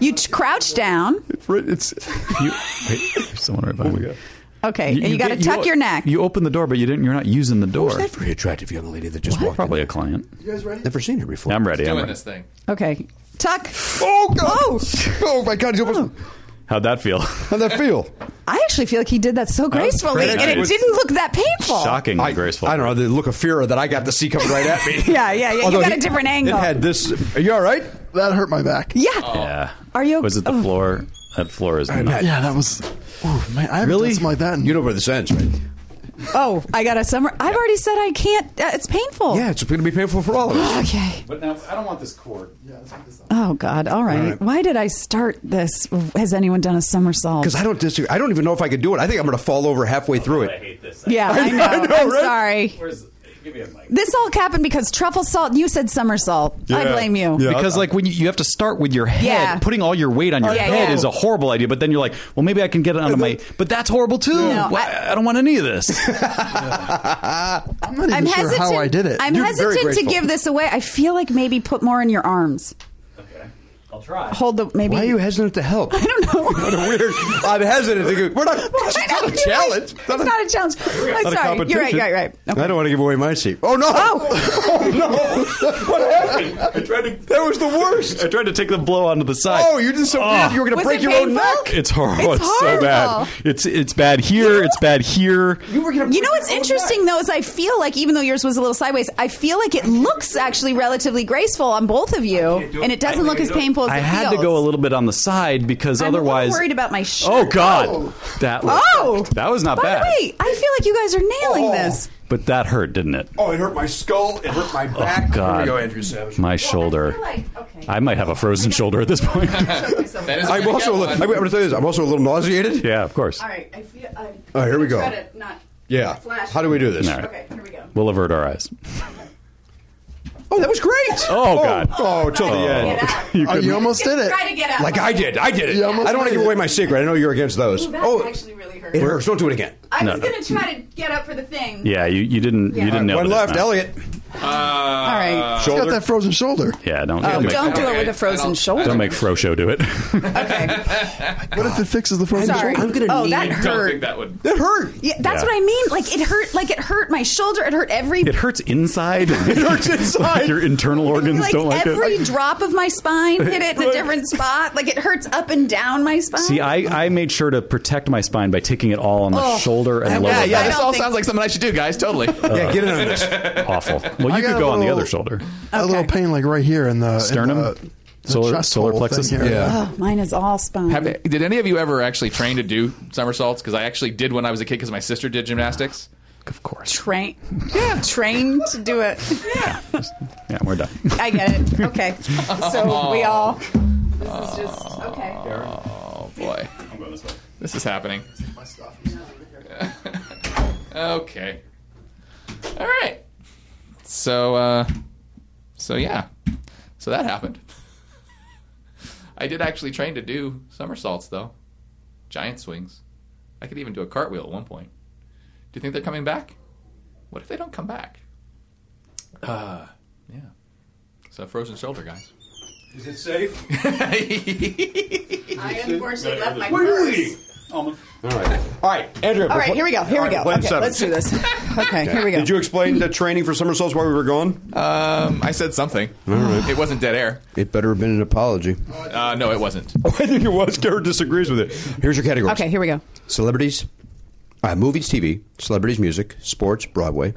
Speaker 11: You t- crouch down.
Speaker 6: it's (laughs) you. Wait, there's someone right
Speaker 1: Oh
Speaker 6: behind me.
Speaker 11: Okay, and you got to
Speaker 6: get-
Speaker 11: tuck
Speaker 6: you-
Speaker 11: your neck.
Speaker 6: You open the door, but you didn't. You're not using the door.
Speaker 1: Who's that very attractive young lady that just walked?
Speaker 6: Probably a client.
Speaker 1: in? Never seen her before.
Speaker 6: I'm ready. I'm
Speaker 5: doing
Speaker 6: ready.
Speaker 5: this thing.
Speaker 11: okay, tuck.
Speaker 1: Oh god! Oh, my god! He's
Speaker 6: Oh.
Speaker 1: almost.
Speaker 6: How'd that feel?
Speaker 1: How'd that feel?
Speaker 11: I actually feel like he did that so
Speaker 6: was
Speaker 11: gracefully,
Speaker 6: pretty
Speaker 11: and it
Speaker 6: nice.
Speaker 11: didn't look that
Speaker 6: (laughs)
Speaker 11: painful.
Speaker 6: Shockingly
Speaker 1: Oh, I,
Speaker 6: graceful.
Speaker 1: I don't know the look of fear that I got to see coming right at me.
Speaker 11: (laughs) Yeah, yeah, yeah.
Speaker 1: Although
Speaker 11: you got
Speaker 1: he-
Speaker 11: a different
Speaker 1: It
Speaker 11: angle.
Speaker 1: had this. Are you all right?
Speaker 7: That hurt my back.
Speaker 11: yeah.
Speaker 6: Yeah.
Speaker 11: Are you
Speaker 6: Was it the
Speaker 11: okay?
Speaker 6: floor? That floor is not.
Speaker 7: Yeah, that was. Oh, man, I haven't
Speaker 1: Really?
Speaker 7: done something like that. In,
Speaker 1: You know where this ends, right?
Speaker 11: Oh, I got a summer. I've already said I can't. Uh, it's painful.
Speaker 1: Yeah, it's going to be painful for all of (gasps) us.
Speaker 11: Okay.
Speaker 6: But now I don't want this cord.
Speaker 11: Oh God. All right. Why did I start this? Has anyone done a somersault?
Speaker 1: Because I don't disagree. I don't even know if I could do it. I think I'm going to fall over halfway through
Speaker 6: I
Speaker 1: it.
Speaker 6: hate this.
Speaker 11: Yeah, I,
Speaker 1: (laughs)
Speaker 11: know.
Speaker 1: I know,
Speaker 11: I'm
Speaker 1: right?
Speaker 11: sorry.
Speaker 6: Where's, give me a mic.
Speaker 11: This all happened because truffle salt. You said somersault. I blame you.
Speaker 6: because like when you, you have to start with your head,
Speaker 11: Yeah. Oh,
Speaker 6: putting all your weight on your
Speaker 11: Yeah,
Speaker 6: head
Speaker 11: yeah.
Speaker 6: is a horrible idea. But then you're like, well, maybe I can get it
Speaker 1: (laughs)
Speaker 6: onto my. But that's horrible too.
Speaker 11: No,
Speaker 6: Why- I,
Speaker 11: I-
Speaker 6: don't want any of this.
Speaker 7: I'm not even
Speaker 11: I'm
Speaker 7: sure
Speaker 11: hesitant.
Speaker 7: how I did it.
Speaker 11: I'm
Speaker 1: You're very
Speaker 11: hesitant to
Speaker 1: grateful.
Speaker 11: give this away. I feel like maybe put more in your arms.
Speaker 6: okay, I'll try.
Speaker 11: Hold the maybe.
Speaker 1: Why are you
Speaker 11: (laughs)
Speaker 1: hesitant to help? I
Speaker 11: don't know.
Speaker 1: weird. I'm hesitant to. Go, we're
Speaker 11: (laughs)
Speaker 1: not.
Speaker 11: I
Speaker 1: It's not
Speaker 11: don't
Speaker 1: a
Speaker 11: think I-
Speaker 1: challenge.
Speaker 11: It's not a challenge. I'm sorry. You're right. You're right. Right. Okay.
Speaker 1: I don't want to give away my seat. Oh no!
Speaker 11: Oh.
Speaker 1: (laughs) Oh,
Speaker 11: (laughs)
Speaker 1: no! what happened?
Speaker 6: I tried to.
Speaker 1: That was the worst.
Speaker 6: I tried to take the blow onto the side.
Speaker 1: Oh, you did so bad. You were going to
Speaker 11: Was
Speaker 1: break
Speaker 11: it
Speaker 1: your own
Speaker 11: painful?
Speaker 1: neck.
Speaker 6: It's horrible.
Speaker 11: It's
Speaker 6: It's, so bad.
Speaker 11: horrible.
Speaker 6: It's it's bad here. It's bad here.
Speaker 11: You know what's interesting though is I feel like even though yours was a little sideways, I feel like it looks actually relatively graceful on both of you, and it doesn't look as painful as
Speaker 6: I
Speaker 11: it
Speaker 6: had to
Speaker 11: feels.
Speaker 6: go a little bit on the side because
Speaker 11: I'm a little
Speaker 6: otherwise,
Speaker 11: worried about my shirt.
Speaker 6: Oh God, that was,
Speaker 11: Oh,
Speaker 6: that was not
Speaker 11: By
Speaker 6: bad.
Speaker 11: the way, I feel like you guys are nailing this.
Speaker 6: But that hurt, didn't it?
Speaker 1: Oh, it hurt my skull. It hurt my
Speaker 6: Oh,
Speaker 1: back. Here
Speaker 6: God.
Speaker 1: we go, Andrew Savage.
Speaker 11: Oh.
Speaker 6: My shoulder.
Speaker 11: feel like- okay.
Speaker 6: I might have a frozen shoulder at this
Speaker 11: (laughs)
Speaker 6: point.
Speaker 5: That is
Speaker 1: I'm also. A
Speaker 5: gonna get
Speaker 1: little,
Speaker 5: one.
Speaker 1: I'm going to tell you this. I'm also a little nauseated.
Speaker 6: yeah, of course.
Speaker 11: right, I feel. I,
Speaker 1: Oh, here we go. try
Speaker 11: not
Speaker 1: Yeah.
Speaker 11: Flash.
Speaker 1: How do we do this?
Speaker 6: All right.
Speaker 11: Okay, here we go.
Speaker 6: We'll avert our eyes.
Speaker 1: Oh, that was great.
Speaker 6: Oh, God.
Speaker 1: Oh, till the end.
Speaker 11: (laughs)
Speaker 6: You
Speaker 7: Oh,
Speaker 6: couldn't-
Speaker 7: you almost did it.
Speaker 11: Try to get up.
Speaker 1: Like I did. I did it.
Speaker 7: You
Speaker 1: I
Speaker 7: almost
Speaker 1: don't want to
Speaker 7: did
Speaker 1: give
Speaker 7: it.
Speaker 1: away my secret. I know you're against those.
Speaker 11: Ooh, that
Speaker 1: oh,
Speaker 11: actually really hurt.
Speaker 1: it hurts. Don't do it again.
Speaker 11: I
Speaker 6: No,
Speaker 11: was
Speaker 6: no.
Speaker 11: going to try to get up for the thing.
Speaker 6: yeah, you, you didn't you
Speaker 11: Yeah.
Speaker 6: didn't know.
Speaker 1: One
Speaker 6: this
Speaker 1: left,
Speaker 6: time.
Speaker 1: Elliot.
Speaker 11: All
Speaker 5: Uh,
Speaker 11: right.
Speaker 7: He's got
Speaker 1: Shoulder.
Speaker 7: that frozen shoulder.
Speaker 6: Yeah, don't
Speaker 11: Oh,
Speaker 6: don't, make,
Speaker 11: don't do it
Speaker 5: Okay,
Speaker 11: with
Speaker 5: I
Speaker 11: a frozen
Speaker 5: don't-
Speaker 11: shoulder.
Speaker 6: don't make Frosho do it. (laughs)
Speaker 11: Okay.
Speaker 7: What if it fixes the frozen
Speaker 11: Sorry.
Speaker 7: shoulder?
Speaker 20: I'm gonna
Speaker 5: (laughs)
Speaker 11: oh,
Speaker 20: need-
Speaker 11: that
Speaker 20: Don't
Speaker 5: Don't think
Speaker 11: hurt.
Speaker 5: that would.
Speaker 1: It hurt.
Speaker 11: Yeah, that's
Speaker 6: Yeah.
Speaker 11: what I mean. Like it hurt. Like it hurt my shoulder. It hurt every.
Speaker 6: it hurts
Speaker 11: (laughs)
Speaker 6: inside. it
Speaker 1: hurts inside.
Speaker 6: your internal organs
Speaker 11: like
Speaker 6: don't like
Speaker 11: every
Speaker 6: it.
Speaker 11: drop of my spine hit it in a different spot. Like it hurts up and down my spine.
Speaker 6: See, I, I made sure to protect my spine by taking it all on the
Speaker 11: Oh.
Speaker 6: shoulder and lower.
Speaker 5: Yeah, yeah.
Speaker 11: I
Speaker 5: This
Speaker 11: don't
Speaker 5: all
Speaker 11: think-
Speaker 5: sounds like something I should do, guys. Totally.
Speaker 6: Uh.
Speaker 1: Yeah, get in on
Speaker 6: (laughs)
Speaker 1: this.
Speaker 6: back.
Speaker 11: (laughs)
Speaker 6: Awful. Well,
Speaker 7: I
Speaker 6: you
Speaker 7: got
Speaker 6: could
Speaker 7: a
Speaker 6: go on the
Speaker 7: little-
Speaker 6: other shoulder.
Speaker 7: A little pain like right here in the in
Speaker 6: Sternum?
Speaker 11: uh,
Speaker 7: the- the
Speaker 6: Solar-
Speaker 7: chest
Speaker 6: solar
Speaker 7: hole thing
Speaker 6: plexus?
Speaker 7: here.
Speaker 1: Yeah.
Speaker 11: Oh, mine is all spine.
Speaker 5: Have, did any of you ever actually train to do somersaults? Because I actually did when I was a kid because my sister did gymnastics.
Speaker 6: Of course.
Speaker 11: train? Yeah, (laughs) trained to do it.
Speaker 6: Yeah, we're done.
Speaker 11: I get it. Okay, so we all. This is just okay.
Speaker 5: Oh boy, this is happening. (laughs) okay. All right. So, uh, so yeah, so that happened. (laughs) I did actually train to do somersaults though, giant swings. I could even do a cartwheel at one point. Do you think they're coming back? What if they don't come back? Uh, yeah. So frozen shoulder, guys.
Speaker 21: Is it safe?
Speaker 11: I unfortunately left my purse.
Speaker 1: All right. All right, Andrew.
Speaker 11: All right, here we go. Here we go.
Speaker 1: Plan
Speaker 11: Okay,
Speaker 1: seven.
Speaker 11: let's do this. Okay, here we go.
Speaker 1: Did you explain the training for somersaults while we were gone?
Speaker 5: Um, I said something. It wasn't dead air.
Speaker 1: It better have been an apology.
Speaker 5: Uh, no, it wasn't.
Speaker 1: (laughs) I think it was. Garrett disagrees with it. Here's your categories.
Speaker 11: Okay, here we go.
Speaker 1: Celebrities, uh, movies, TV, celebrities, music, sports, Broadway.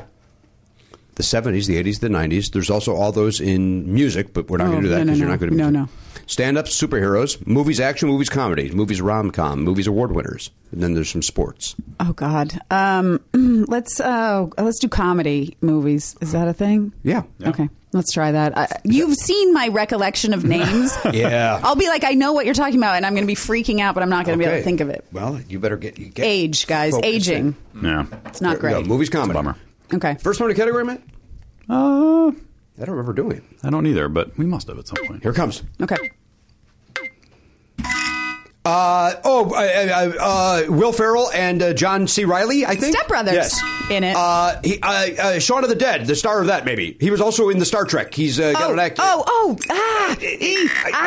Speaker 1: The 70s, the 80s, the 90s. There's also all those in music, but we're not
Speaker 11: Oh,
Speaker 1: going to do that
Speaker 11: no, no,
Speaker 1: because you're
Speaker 11: no.
Speaker 1: not good at
Speaker 11: No,
Speaker 1: music.
Speaker 11: no.
Speaker 1: Stand up, superheroes, movies, action, movies, comedy, movies, rom com, movies, award winners. And then there's some sports.
Speaker 11: Oh God. Um, (clears throat) let's uh, let's do comedy movies. Is that a thing?
Speaker 1: Yeah.
Speaker 11: Okay. Let's try that. I, you've seen my recollection of names.
Speaker 1: (laughs) Yeah.
Speaker 11: I'll be like, I know what you're talking about, and I'm going to be freaking out, but I'm not going to be able
Speaker 1: Okay.
Speaker 11: to think of it.
Speaker 1: Well, you better get. You get
Speaker 11: Age, guys.
Speaker 1: focused in.
Speaker 11: Aging.
Speaker 6: Yeah.
Speaker 11: It's not
Speaker 1: There we
Speaker 11: great.
Speaker 1: go. Movies, comedy.
Speaker 6: Bummer.
Speaker 11: Okay.
Speaker 1: First one in the category, man?
Speaker 6: Uh,
Speaker 1: I don't remember doing it.
Speaker 6: I don't either, but we must have at some point.
Speaker 1: Here it comes.
Speaker 11: Okay.
Speaker 1: Uh, oh, uh, uh, uh, Will Ferrell and uh, John C. Riley, I think.
Speaker 11: Step Brothers
Speaker 1: Yes.
Speaker 11: in it.
Speaker 1: Uh, he, uh, uh, Shaun of the Dead, the star of that, maybe. He was also in the Star Trek. He's uh, got
Speaker 11: Oh,
Speaker 1: an act.
Speaker 11: oh, oh, ah,
Speaker 1: I- I-
Speaker 11: ah.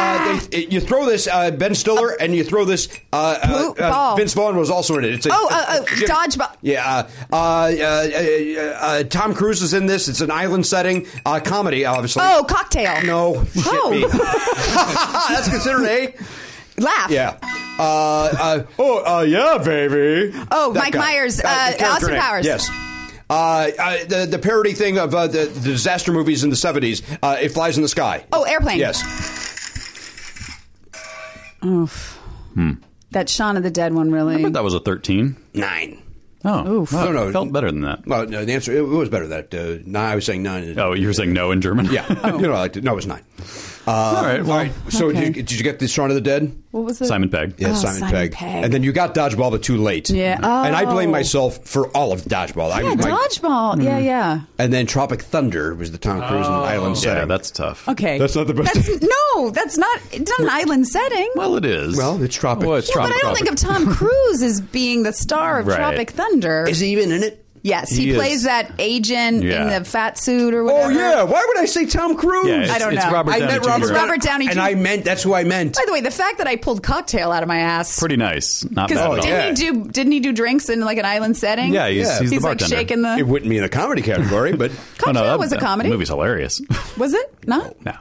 Speaker 1: uh, they, you throw this uh, Ben Stiller, and you throw this. Uh, uh,
Speaker 11: Blue ball.
Speaker 1: uh, Vince Vaughn was also in it. It's a,
Speaker 11: Oh, uh, uh,
Speaker 1: Jim-
Speaker 11: dodgeball.
Speaker 1: Yeah, uh, uh, uh, uh, uh, Tom Cruise is in this. It's an island setting uh, comedy, obviously.
Speaker 11: Oh, cocktail.
Speaker 1: no, (laughs) shit
Speaker 11: Oh.
Speaker 1: me. (laughs) that's considered a.
Speaker 11: Laugh.
Speaker 1: Yeah. Uh,
Speaker 6: (laughs)
Speaker 1: uh, oh, uh, yeah, baby.
Speaker 11: Oh,
Speaker 1: That
Speaker 11: Mike Myers,
Speaker 1: the
Speaker 11: uh,
Speaker 1: character
Speaker 11: Austin
Speaker 1: name.
Speaker 11: Powers.
Speaker 1: Yes. Uh, uh, the the parody thing of uh, the, the disaster movies in the seventies. Uh, it flies in the sky.
Speaker 11: Oh, airplane.
Speaker 1: Yes.
Speaker 11: That Shaun of the Dead one really.
Speaker 6: But (laughs) that was a 13.
Speaker 1: Nine.
Speaker 6: Oh, wow,
Speaker 1: No, no.
Speaker 6: it felt better than that.
Speaker 1: Well, no, the answer it was better than that. Uh, nine, I was saying nine.
Speaker 6: Oh, you were saying no in German? (laughs)
Speaker 1: yeah. You know, I liked it. no, it was nine.
Speaker 6: All right. Well,
Speaker 1: All right. So
Speaker 11: Okay.
Speaker 1: did, you, did you get the Shaun of the Dead?
Speaker 11: What was it?
Speaker 6: Simon Pegg.
Speaker 1: Yeah,
Speaker 11: Oh,
Speaker 1: Simon,
Speaker 11: Simon
Speaker 1: Pegg.
Speaker 11: Pegg.
Speaker 1: And then you got Dodgeball, but too late.
Speaker 11: Yeah.
Speaker 1: And I blame
Speaker 11: Oh.
Speaker 1: myself for all of Dodgeball. I,
Speaker 11: Yeah,
Speaker 1: my-
Speaker 11: dodgeball.
Speaker 1: Hmm.
Speaker 11: Yeah, yeah.
Speaker 1: And then Tropic Thunder was the Tom Cruise and Island
Speaker 6: Oh, Yeah,
Speaker 1: setting.
Speaker 6: that's tough.
Speaker 11: Okay.
Speaker 1: That's not the best- (laughs)
Speaker 11: That's, no, that's not. It's not an island setting.
Speaker 6: Well, it is.
Speaker 1: Well, it's tropics.
Speaker 6: Well, it's
Speaker 1: Yeah,
Speaker 11: yeah, but I don't think of Tom Cruise as being the star of
Speaker 6: Right.
Speaker 11: Tropic Thunder.
Speaker 1: Is he even in it?
Speaker 11: yes, he,
Speaker 6: He is.
Speaker 11: plays that agent
Speaker 6: Yeah.
Speaker 11: in the fat suit or
Speaker 1: Oh
Speaker 11: whatever.
Speaker 1: yeah! Why would I say Tom Cruise?
Speaker 6: Yeah, it's,
Speaker 11: I don't
Speaker 6: it's
Speaker 11: know.
Speaker 6: Robert
Speaker 1: I
Speaker 6: Downey
Speaker 1: meant
Speaker 6: Jr.
Speaker 1: Robert,
Speaker 11: It's Robert Downey
Speaker 1: and
Speaker 11: Jr.
Speaker 1: I meant that's who I meant.
Speaker 11: By the way, the fact that I pulled cocktail out of my ass
Speaker 6: Pretty nice. Not bad
Speaker 11: because
Speaker 6: at all.
Speaker 11: didn't
Speaker 1: yeah.
Speaker 11: he do didn't he do drinks in like an island setting?
Speaker 6: Yeah, he's,
Speaker 1: Yeah.
Speaker 6: he's,
Speaker 11: he's
Speaker 6: the
Speaker 11: like
Speaker 6: bartender.
Speaker 11: shaking the.
Speaker 1: It wouldn't be in the comedy category, but
Speaker 6: Oh,
Speaker 11: Cocktail was a comedy.
Speaker 6: movie's hilarious.
Speaker 11: Was it not?
Speaker 6: no.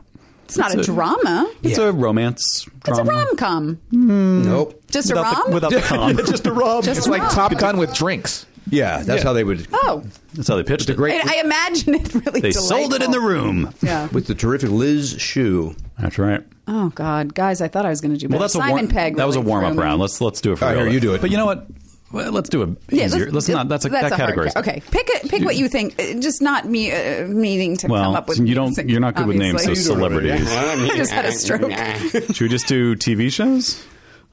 Speaker 11: It's not a, drama.
Speaker 6: It's a romance
Speaker 11: It's
Speaker 6: drama.
Speaker 11: a rom com.
Speaker 1: nope.
Speaker 11: Just
Speaker 6: without
Speaker 11: a rom.
Speaker 6: The, without
Speaker 11: (laughs)
Speaker 6: the com.
Speaker 1: Just a rub.
Speaker 11: Just
Speaker 5: It's like
Speaker 11: rom.
Speaker 5: Top Gun with drinks.
Speaker 1: yeah, that's how they would.
Speaker 11: Oh,
Speaker 6: That's how they pitched it.
Speaker 1: Great.
Speaker 11: and I imagine it really.
Speaker 6: They sold it in the
Speaker 11: delightful.
Speaker 6: room.
Speaker 11: Yeah.
Speaker 1: With the terrific Liz Shue.
Speaker 6: That's right.
Speaker 11: Oh God, guys, I thought I was going to do.
Speaker 6: Well,
Speaker 11: better.
Speaker 6: that's
Speaker 11: Simon
Speaker 6: a warm,
Speaker 11: Pegg.
Speaker 6: That was a
Speaker 11: really
Speaker 6: warm up
Speaker 11: threw me.
Speaker 6: round. Let's let's do it for
Speaker 1: All right,
Speaker 6: real.
Speaker 1: here, you do it.
Speaker 6: But you know what? Well, let's do it
Speaker 11: Yeah,
Speaker 6: easier. let's not. That's a that
Speaker 11: hard
Speaker 6: category.
Speaker 11: ca- Okay, pick a, pick what you think. Uh, Just not me uh, meaning to
Speaker 6: Well,
Speaker 11: come up with.
Speaker 6: you don't.
Speaker 11: music,
Speaker 6: You're not good with names, so
Speaker 11: obviously.
Speaker 6: celebrities.
Speaker 11: (laughs) I just had a stroke. Oh,
Speaker 6: Should we just do TV shows?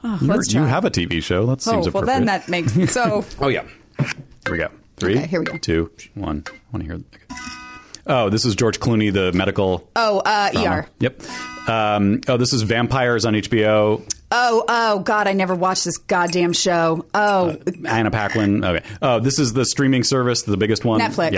Speaker 6: You're-
Speaker 11: let's
Speaker 6: you
Speaker 11: try.
Speaker 6: have a TV show. That
Speaker 11: Oh
Speaker 6: seems
Speaker 11: well,
Speaker 6: appropriate. (laughs)
Speaker 11: then that makes so.
Speaker 1: Oh yeah.
Speaker 6: Here we go. Three.
Speaker 11: Okay, here we go.
Speaker 6: Two. One. I want to hear. Okay. Oh, this is George Clooney, the medical.
Speaker 11: Oh, uh,
Speaker 6: drama.
Speaker 11: ER.
Speaker 6: Yep. Um, oh, this is Vampires on HBO.
Speaker 11: Oh, oh, God, I never watched this goddamn show. Oh,
Speaker 6: Anna Paquin. Okay. Oh, this is the streaming service, the biggest one.
Speaker 11: Netflix.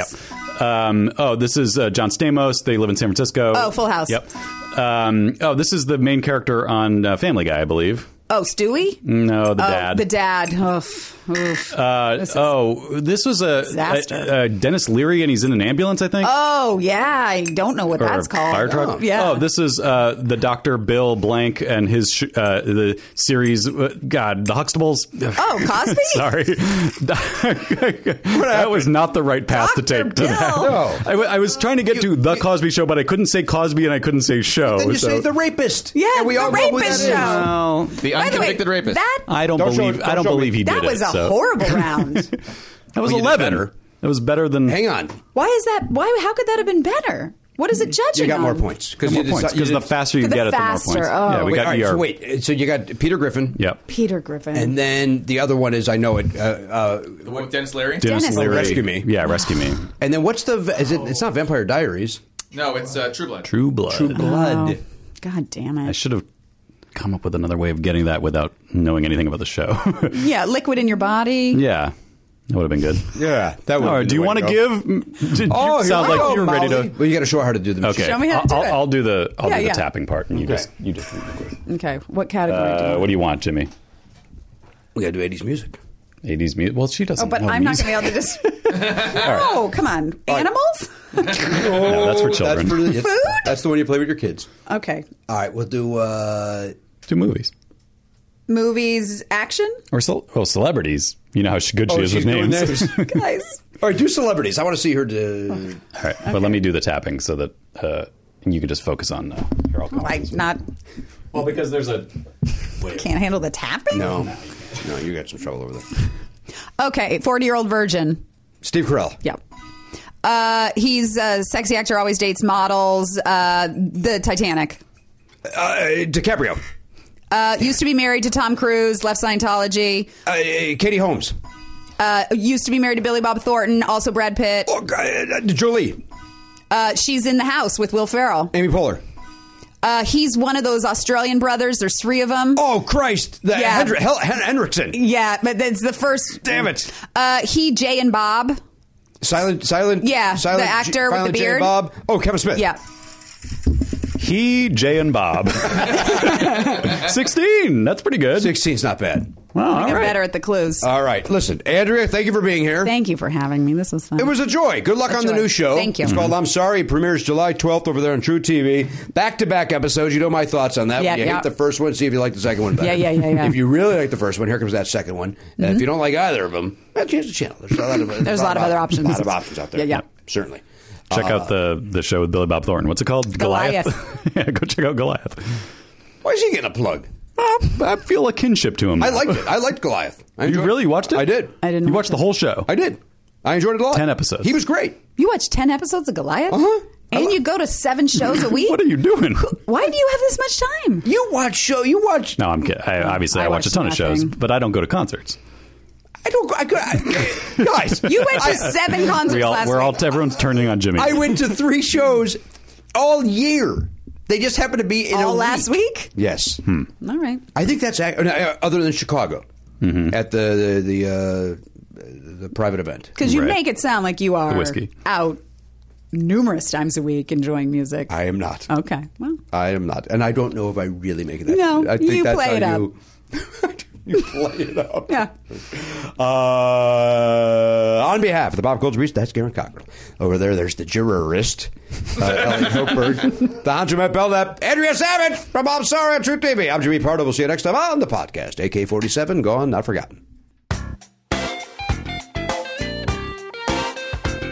Speaker 6: Yep. Um, oh, this is uh, John Stamos. They live in San Francisco.
Speaker 11: Oh, Full House.
Speaker 6: Yep. Um, oh, this is the main character on uh, Family Guy, I believe.
Speaker 11: oh, Stewie?
Speaker 6: No, the
Speaker 11: oh,
Speaker 6: dad.
Speaker 11: The dad. Oof. Oof.
Speaker 6: Uh, oh, this was a,
Speaker 11: Disaster.
Speaker 6: a- a Dennis Leary, and he's in an ambulance, I think.
Speaker 11: oh, yeah. I don't know what
Speaker 6: or
Speaker 11: that's called.
Speaker 6: Fire truck.
Speaker 11: Oh, yeah.
Speaker 6: Oh, this is uh, the Doctor Bill Blank and his sh- uh, the series. Uh, God, the Huxtables.
Speaker 11: Oh, Cosby?
Speaker 6: (laughs) Sorry, that was not the right path to
Speaker 11: Dr.
Speaker 6: take. To that.
Speaker 11: Bill.
Speaker 6: No. I, w- I was trying to get to the Cosby Show, but I couldn't say Cosby and I couldn't say show.
Speaker 1: Then you
Speaker 6: so-
Speaker 1: say the rapist.
Speaker 11: Yeah,
Speaker 1: and we
Speaker 11: the
Speaker 1: all know who
Speaker 11: rapist
Speaker 1: that is.
Speaker 11: show.
Speaker 6: (laughs) well,
Speaker 5: The
Speaker 11: By the way,
Speaker 5: unconvicted rapist.
Speaker 11: That,
Speaker 6: I don't,
Speaker 1: Don't show
Speaker 6: believe.
Speaker 1: me-
Speaker 6: I
Speaker 1: don't
Speaker 6: don't
Speaker 1: show me.
Speaker 6: believe he
Speaker 11: that
Speaker 6: did
Speaker 11: was
Speaker 6: it.
Speaker 11: a
Speaker 6: so. (laughs)
Speaker 11: horrible round.
Speaker 6: That was
Speaker 1: Well, you did
Speaker 6: eleven.
Speaker 1: better.
Speaker 6: That was better than.
Speaker 1: Hang on,
Speaker 11: Why is that? Why? How could that have been better? What is it judging?
Speaker 1: you got
Speaker 11: on?
Speaker 1: more points because
Speaker 6: More points because the faster you
Speaker 11: The
Speaker 6: get it, the more
Speaker 11: faster,
Speaker 6: points.
Speaker 11: oh.
Speaker 6: Yeah, we
Speaker 1: wait,
Speaker 6: got
Speaker 1: all right,
Speaker 6: ER.
Speaker 1: so wait, so you got Peter Griffin.
Speaker 6: Yep.
Speaker 11: Peter Griffin.
Speaker 1: And then the other one is I know it. Uh, uh,
Speaker 5: The one with Dennis Leary?
Speaker 6: Dennis,
Speaker 11: Dennis
Speaker 6: Leary.
Speaker 1: Rescue Me.
Speaker 6: Yeah, Rescue Me.
Speaker 1: and then what's the? Is it? It's not Vampire Diaries. Uh-huh.
Speaker 5: No, it's uh, True Blood.
Speaker 6: True Blood.
Speaker 1: True Blood.
Speaker 11: Oh, God damn
Speaker 6: I
Speaker 11: it!
Speaker 6: should have come up with another way of getting that without knowing anything about the show. (laughs)
Speaker 11: yeah, liquid in your body.
Speaker 6: yeah. That would have been good.
Speaker 1: Yeah, that would.
Speaker 6: All right, do you want to give? Did
Speaker 1: Oh,
Speaker 6: you
Speaker 1: here
Speaker 6: sound
Speaker 1: we
Speaker 6: like
Speaker 1: go,
Speaker 6: you're ready
Speaker 1: Molly.
Speaker 6: to.
Speaker 1: Well, you got to show her how to do the
Speaker 6: Okay,
Speaker 1: machine.
Speaker 11: Show me how to do
Speaker 6: I'll,
Speaker 11: it.
Speaker 6: I'll do the I'll
Speaker 11: Yeah,
Speaker 6: do the
Speaker 11: yeah.
Speaker 6: tapping part, and you just you just.
Speaker 11: Okay, what category? do you
Speaker 6: Uh,
Speaker 11: want?
Speaker 6: what do you want, Jimmy?
Speaker 1: We got to do eighties music.
Speaker 6: Eighties music. Well, she doesn't.
Speaker 11: Oh, but
Speaker 6: know
Speaker 11: I'm not
Speaker 6: music.
Speaker 11: going to be able to just.
Speaker 6: (laughs)
Speaker 11: Oh, come on, animals.
Speaker 6: No, Oh, that's for
Speaker 1: That's,
Speaker 6: children.
Speaker 1: for, the-
Speaker 11: Food?
Speaker 1: that's the one you play with your kids.
Speaker 11: Okay,
Speaker 1: All right, we'll do. Uh,
Speaker 6: Do movies
Speaker 11: movies, action,
Speaker 6: or cel- oh, celebrities. You know how sh- good she is with
Speaker 1: doing
Speaker 6: Oh, names. (laughs)
Speaker 1: this. All
Speaker 11: guys.
Speaker 1: right, do celebrities. I want to see her do.
Speaker 6: All right, but let me do the tapping so that uh, you can just focus on. Uh, here, I'll come up
Speaker 11: Like
Speaker 6: with-
Speaker 11: not
Speaker 6: Well, because there's a
Speaker 11: can't handle the tapping.
Speaker 1: No, no, you got some trouble over there.
Speaker 11: Okay, forty-year-old virgin.
Speaker 1: Steve Carell.
Speaker 11: Yeah. Uh, he's a sexy actor, always dates models. Uh, the Titanic.
Speaker 1: Uh, DiCaprio.
Speaker 11: Uh, used to be married to Tom Cruise, left Scientology.
Speaker 1: Uh, Katie Holmes.
Speaker 11: Uh, used to be married to Billy Bob Thornton, also Brad Pitt.
Speaker 1: Oh, God, uh, Jolie.
Speaker 11: Uh, she's in the house with Will Ferrell.
Speaker 1: Amy Poehler.
Speaker 11: Uh, he's one of those Australian brothers. There's three of them.
Speaker 1: Oh Christ! The
Speaker 11: Yeah.
Speaker 1: Hendri- Hel- Hen- Henriksen.
Speaker 11: Yeah, but that's the first.
Speaker 1: Damn it!
Speaker 11: Uh, he, Jay, and Bob.
Speaker 1: Silent, silent.
Speaker 11: Yeah, the
Speaker 1: silent
Speaker 11: actor
Speaker 1: J-
Speaker 11: with the
Speaker 1: Silent J.
Speaker 11: beard.
Speaker 1: Bob. Oh, Kevin Smith.
Speaker 11: Yeah.
Speaker 6: he, Jay, and Bob. (laughs) Sixteen. That's pretty good.
Speaker 1: 16's not bad.
Speaker 6: Wow, all
Speaker 11: They're
Speaker 6: right.
Speaker 11: better at the clues.
Speaker 1: All right, listen, Andrea. Thank you for being here.
Speaker 11: Thank you for having me. This was fun.
Speaker 1: It was a joy. Good luck
Speaker 11: A
Speaker 1: on the
Speaker 11: joy.
Speaker 1: new show.
Speaker 11: Thank you.
Speaker 1: It's
Speaker 6: Mm-hmm.
Speaker 1: called I'm Sorry. It premieres July 12th over there on True TV. Back to back episodes. You know my thoughts on that.
Speaker 11: Yeah,
Speaker 1: When you
Speaker 11: yeah.
Speaker 1: hate the first one, see if you like the second one better.
Speaker 11: Yeah, yeah, yeah, yeah.
Speaker 1: If you really like the first one, here comes that second one. And if you don't like either of them, well, change the channel. There's a lot of,
Speaker 11: There's a lot of other options.
Speaker 1: A lot of options out there.
Speaker 11: Yeah, yeah.
Speaker 1: certainly. Uh,
Speaker 6: Check out
Speaker 1: Uh-huh.
Speaker 6: the the show with Billy Bob Thornton. What's it called?
Speaker 11: Goliath.
Speaker 6: (laughs) yeah, go check out Goliath.
Speaker 1: Why is he getting a plug?
Speaker 6: I, I feel a kinship to him.
Speaker 1: I liked it. I liked Goliath. I
Speaker 6: You
Speaker 1: enjoyed
Speaker 6: really watched it?
Speaker 1: I did.
Speaker 11: I didn't
Speaker 6: You
Speaker 11: watch
Speaker 6: watched the whole show.
Speaker 1: I did. I enjoyed it a lot.
Speaker 6: 10 episodes.
Speaker 1: He was great.
Speaker 11: you watch 10 episodes of Goliath?
Speaker 1: Uh-huh. I
Speaker 11: And
Speaker 1: lo-
Speaker 11: you go to seven shows a week?
Speaker 6: What are you doing?
Speaker 11: (laughs) Why do you have this much time?
Speaker 1: You watch show. You watch.
Speaker 6: No, I'm kidding. I, obviously, I,
Speaker 11: I
Speaker 6: watch a
Speaker 11: watched
Speaker 6: ton of shows,
Speaker 11: nothing.
Speaker 6: but I don't go to concerts.
Speaker 1: I don't. I, could- (laughs) I, guys,
Speaker 11: You
Speaker 6: (laughs)
Speaker 11: went to seven concerts
Speaker 6: We all,
Speaker 11: last
Speaker 6: we're all
Speaker 11: week.
Speaker 6: everyone's turning on Jimmy.
Speaker 1: I went to three shows all year. They just happened to be in a
Speaker 11: all last week?
Speaker 1: Yes,
Speaker 6: Hmm.
Speaker 11: All right.
Speaker 1: I think that's ac- no, uh, other than Chicago
Speaker 6: Mm-hmm.
Speaker 1: at the the the, uh, the private event.
Speaker 11: Because you
Speaker 6: Right.
Speaker 11: make it sound like you are
Speaker 6: whiskey.
Speaker 11: out numerous times a week enjoying music.
Speaker 1: I am not.
Speaker 11: okay. Well,
Speaker 1: I am not, and I don't know if I really make it. That
Speaker 11: No,
Speaker 1: I think
Speaker 11: you
Speaker 1: that's
Speaker 11: play it
Speaker 1: how
Speaker 11: up.
Speaker 1: you, (laughs) you play it up.
Speaker 11: yeah.
Speaker 1: Uh, on behalf of the Bob Culture Beast, that's Garen Cockrell. Over there, there's the jurorist, uh,
Speaker 11: (laughs)
Speaker 1: Elliot Hochberg, the Hunter Matt Belknap, Andrea Savage from I'm Sorry on True TV. I'm Jimmy Pardo. We'll see you next time on the podcast. AK 47, gone, not forgotten.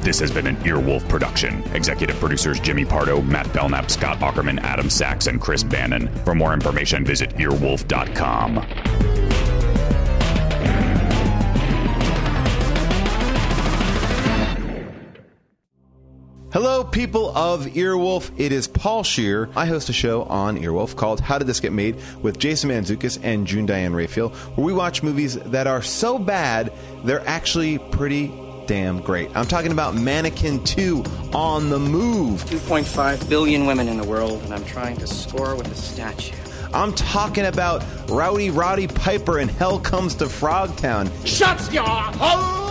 Speaker 6: This has been an Earwolf production. Executive producers Jimmy Pardo, Matt Belknap, Scott Ackerman, Adam Sachs, and Chris Bannon. For more information, visit earwolf.com.
Speaker 2: Hello, people of Earwolf. It is Paul Shear. I host a show on Earwolf called How Did This Get Made with Jason Manzukis and June Diane Raphael, where we watch movies that are so bad they're actually pretty damn great. I'm talking about Mannequin 2 on the move.
Speaker 22: 2.5 billion women in the world, and I'm trying to score with a statue.
Speaker 2: I'm talking about Rowdy Roddy Piper and Hell Comes to Frogtown.
Speaker 23: Shut your hole!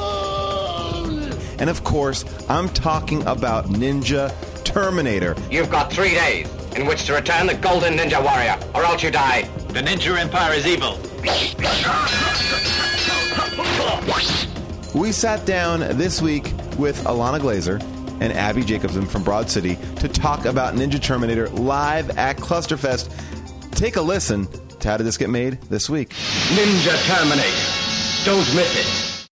Speaker 2: And of course, I'm talking about Ninja Terminator.
Speaker 24: You've got three days in which to return the Golden Ninja Warrior, or else you die.
Speaker 25: The Ninja Empire is evil.
Speaker 2: We sat down this week with Alana Glazer and Abby Jacobson from Broad City to talk about Ninja Terminator live at Clusterfest. Take a listen to How Did This Get Made this week.
Speaker 1: Ninja Terminator. Don't miss it.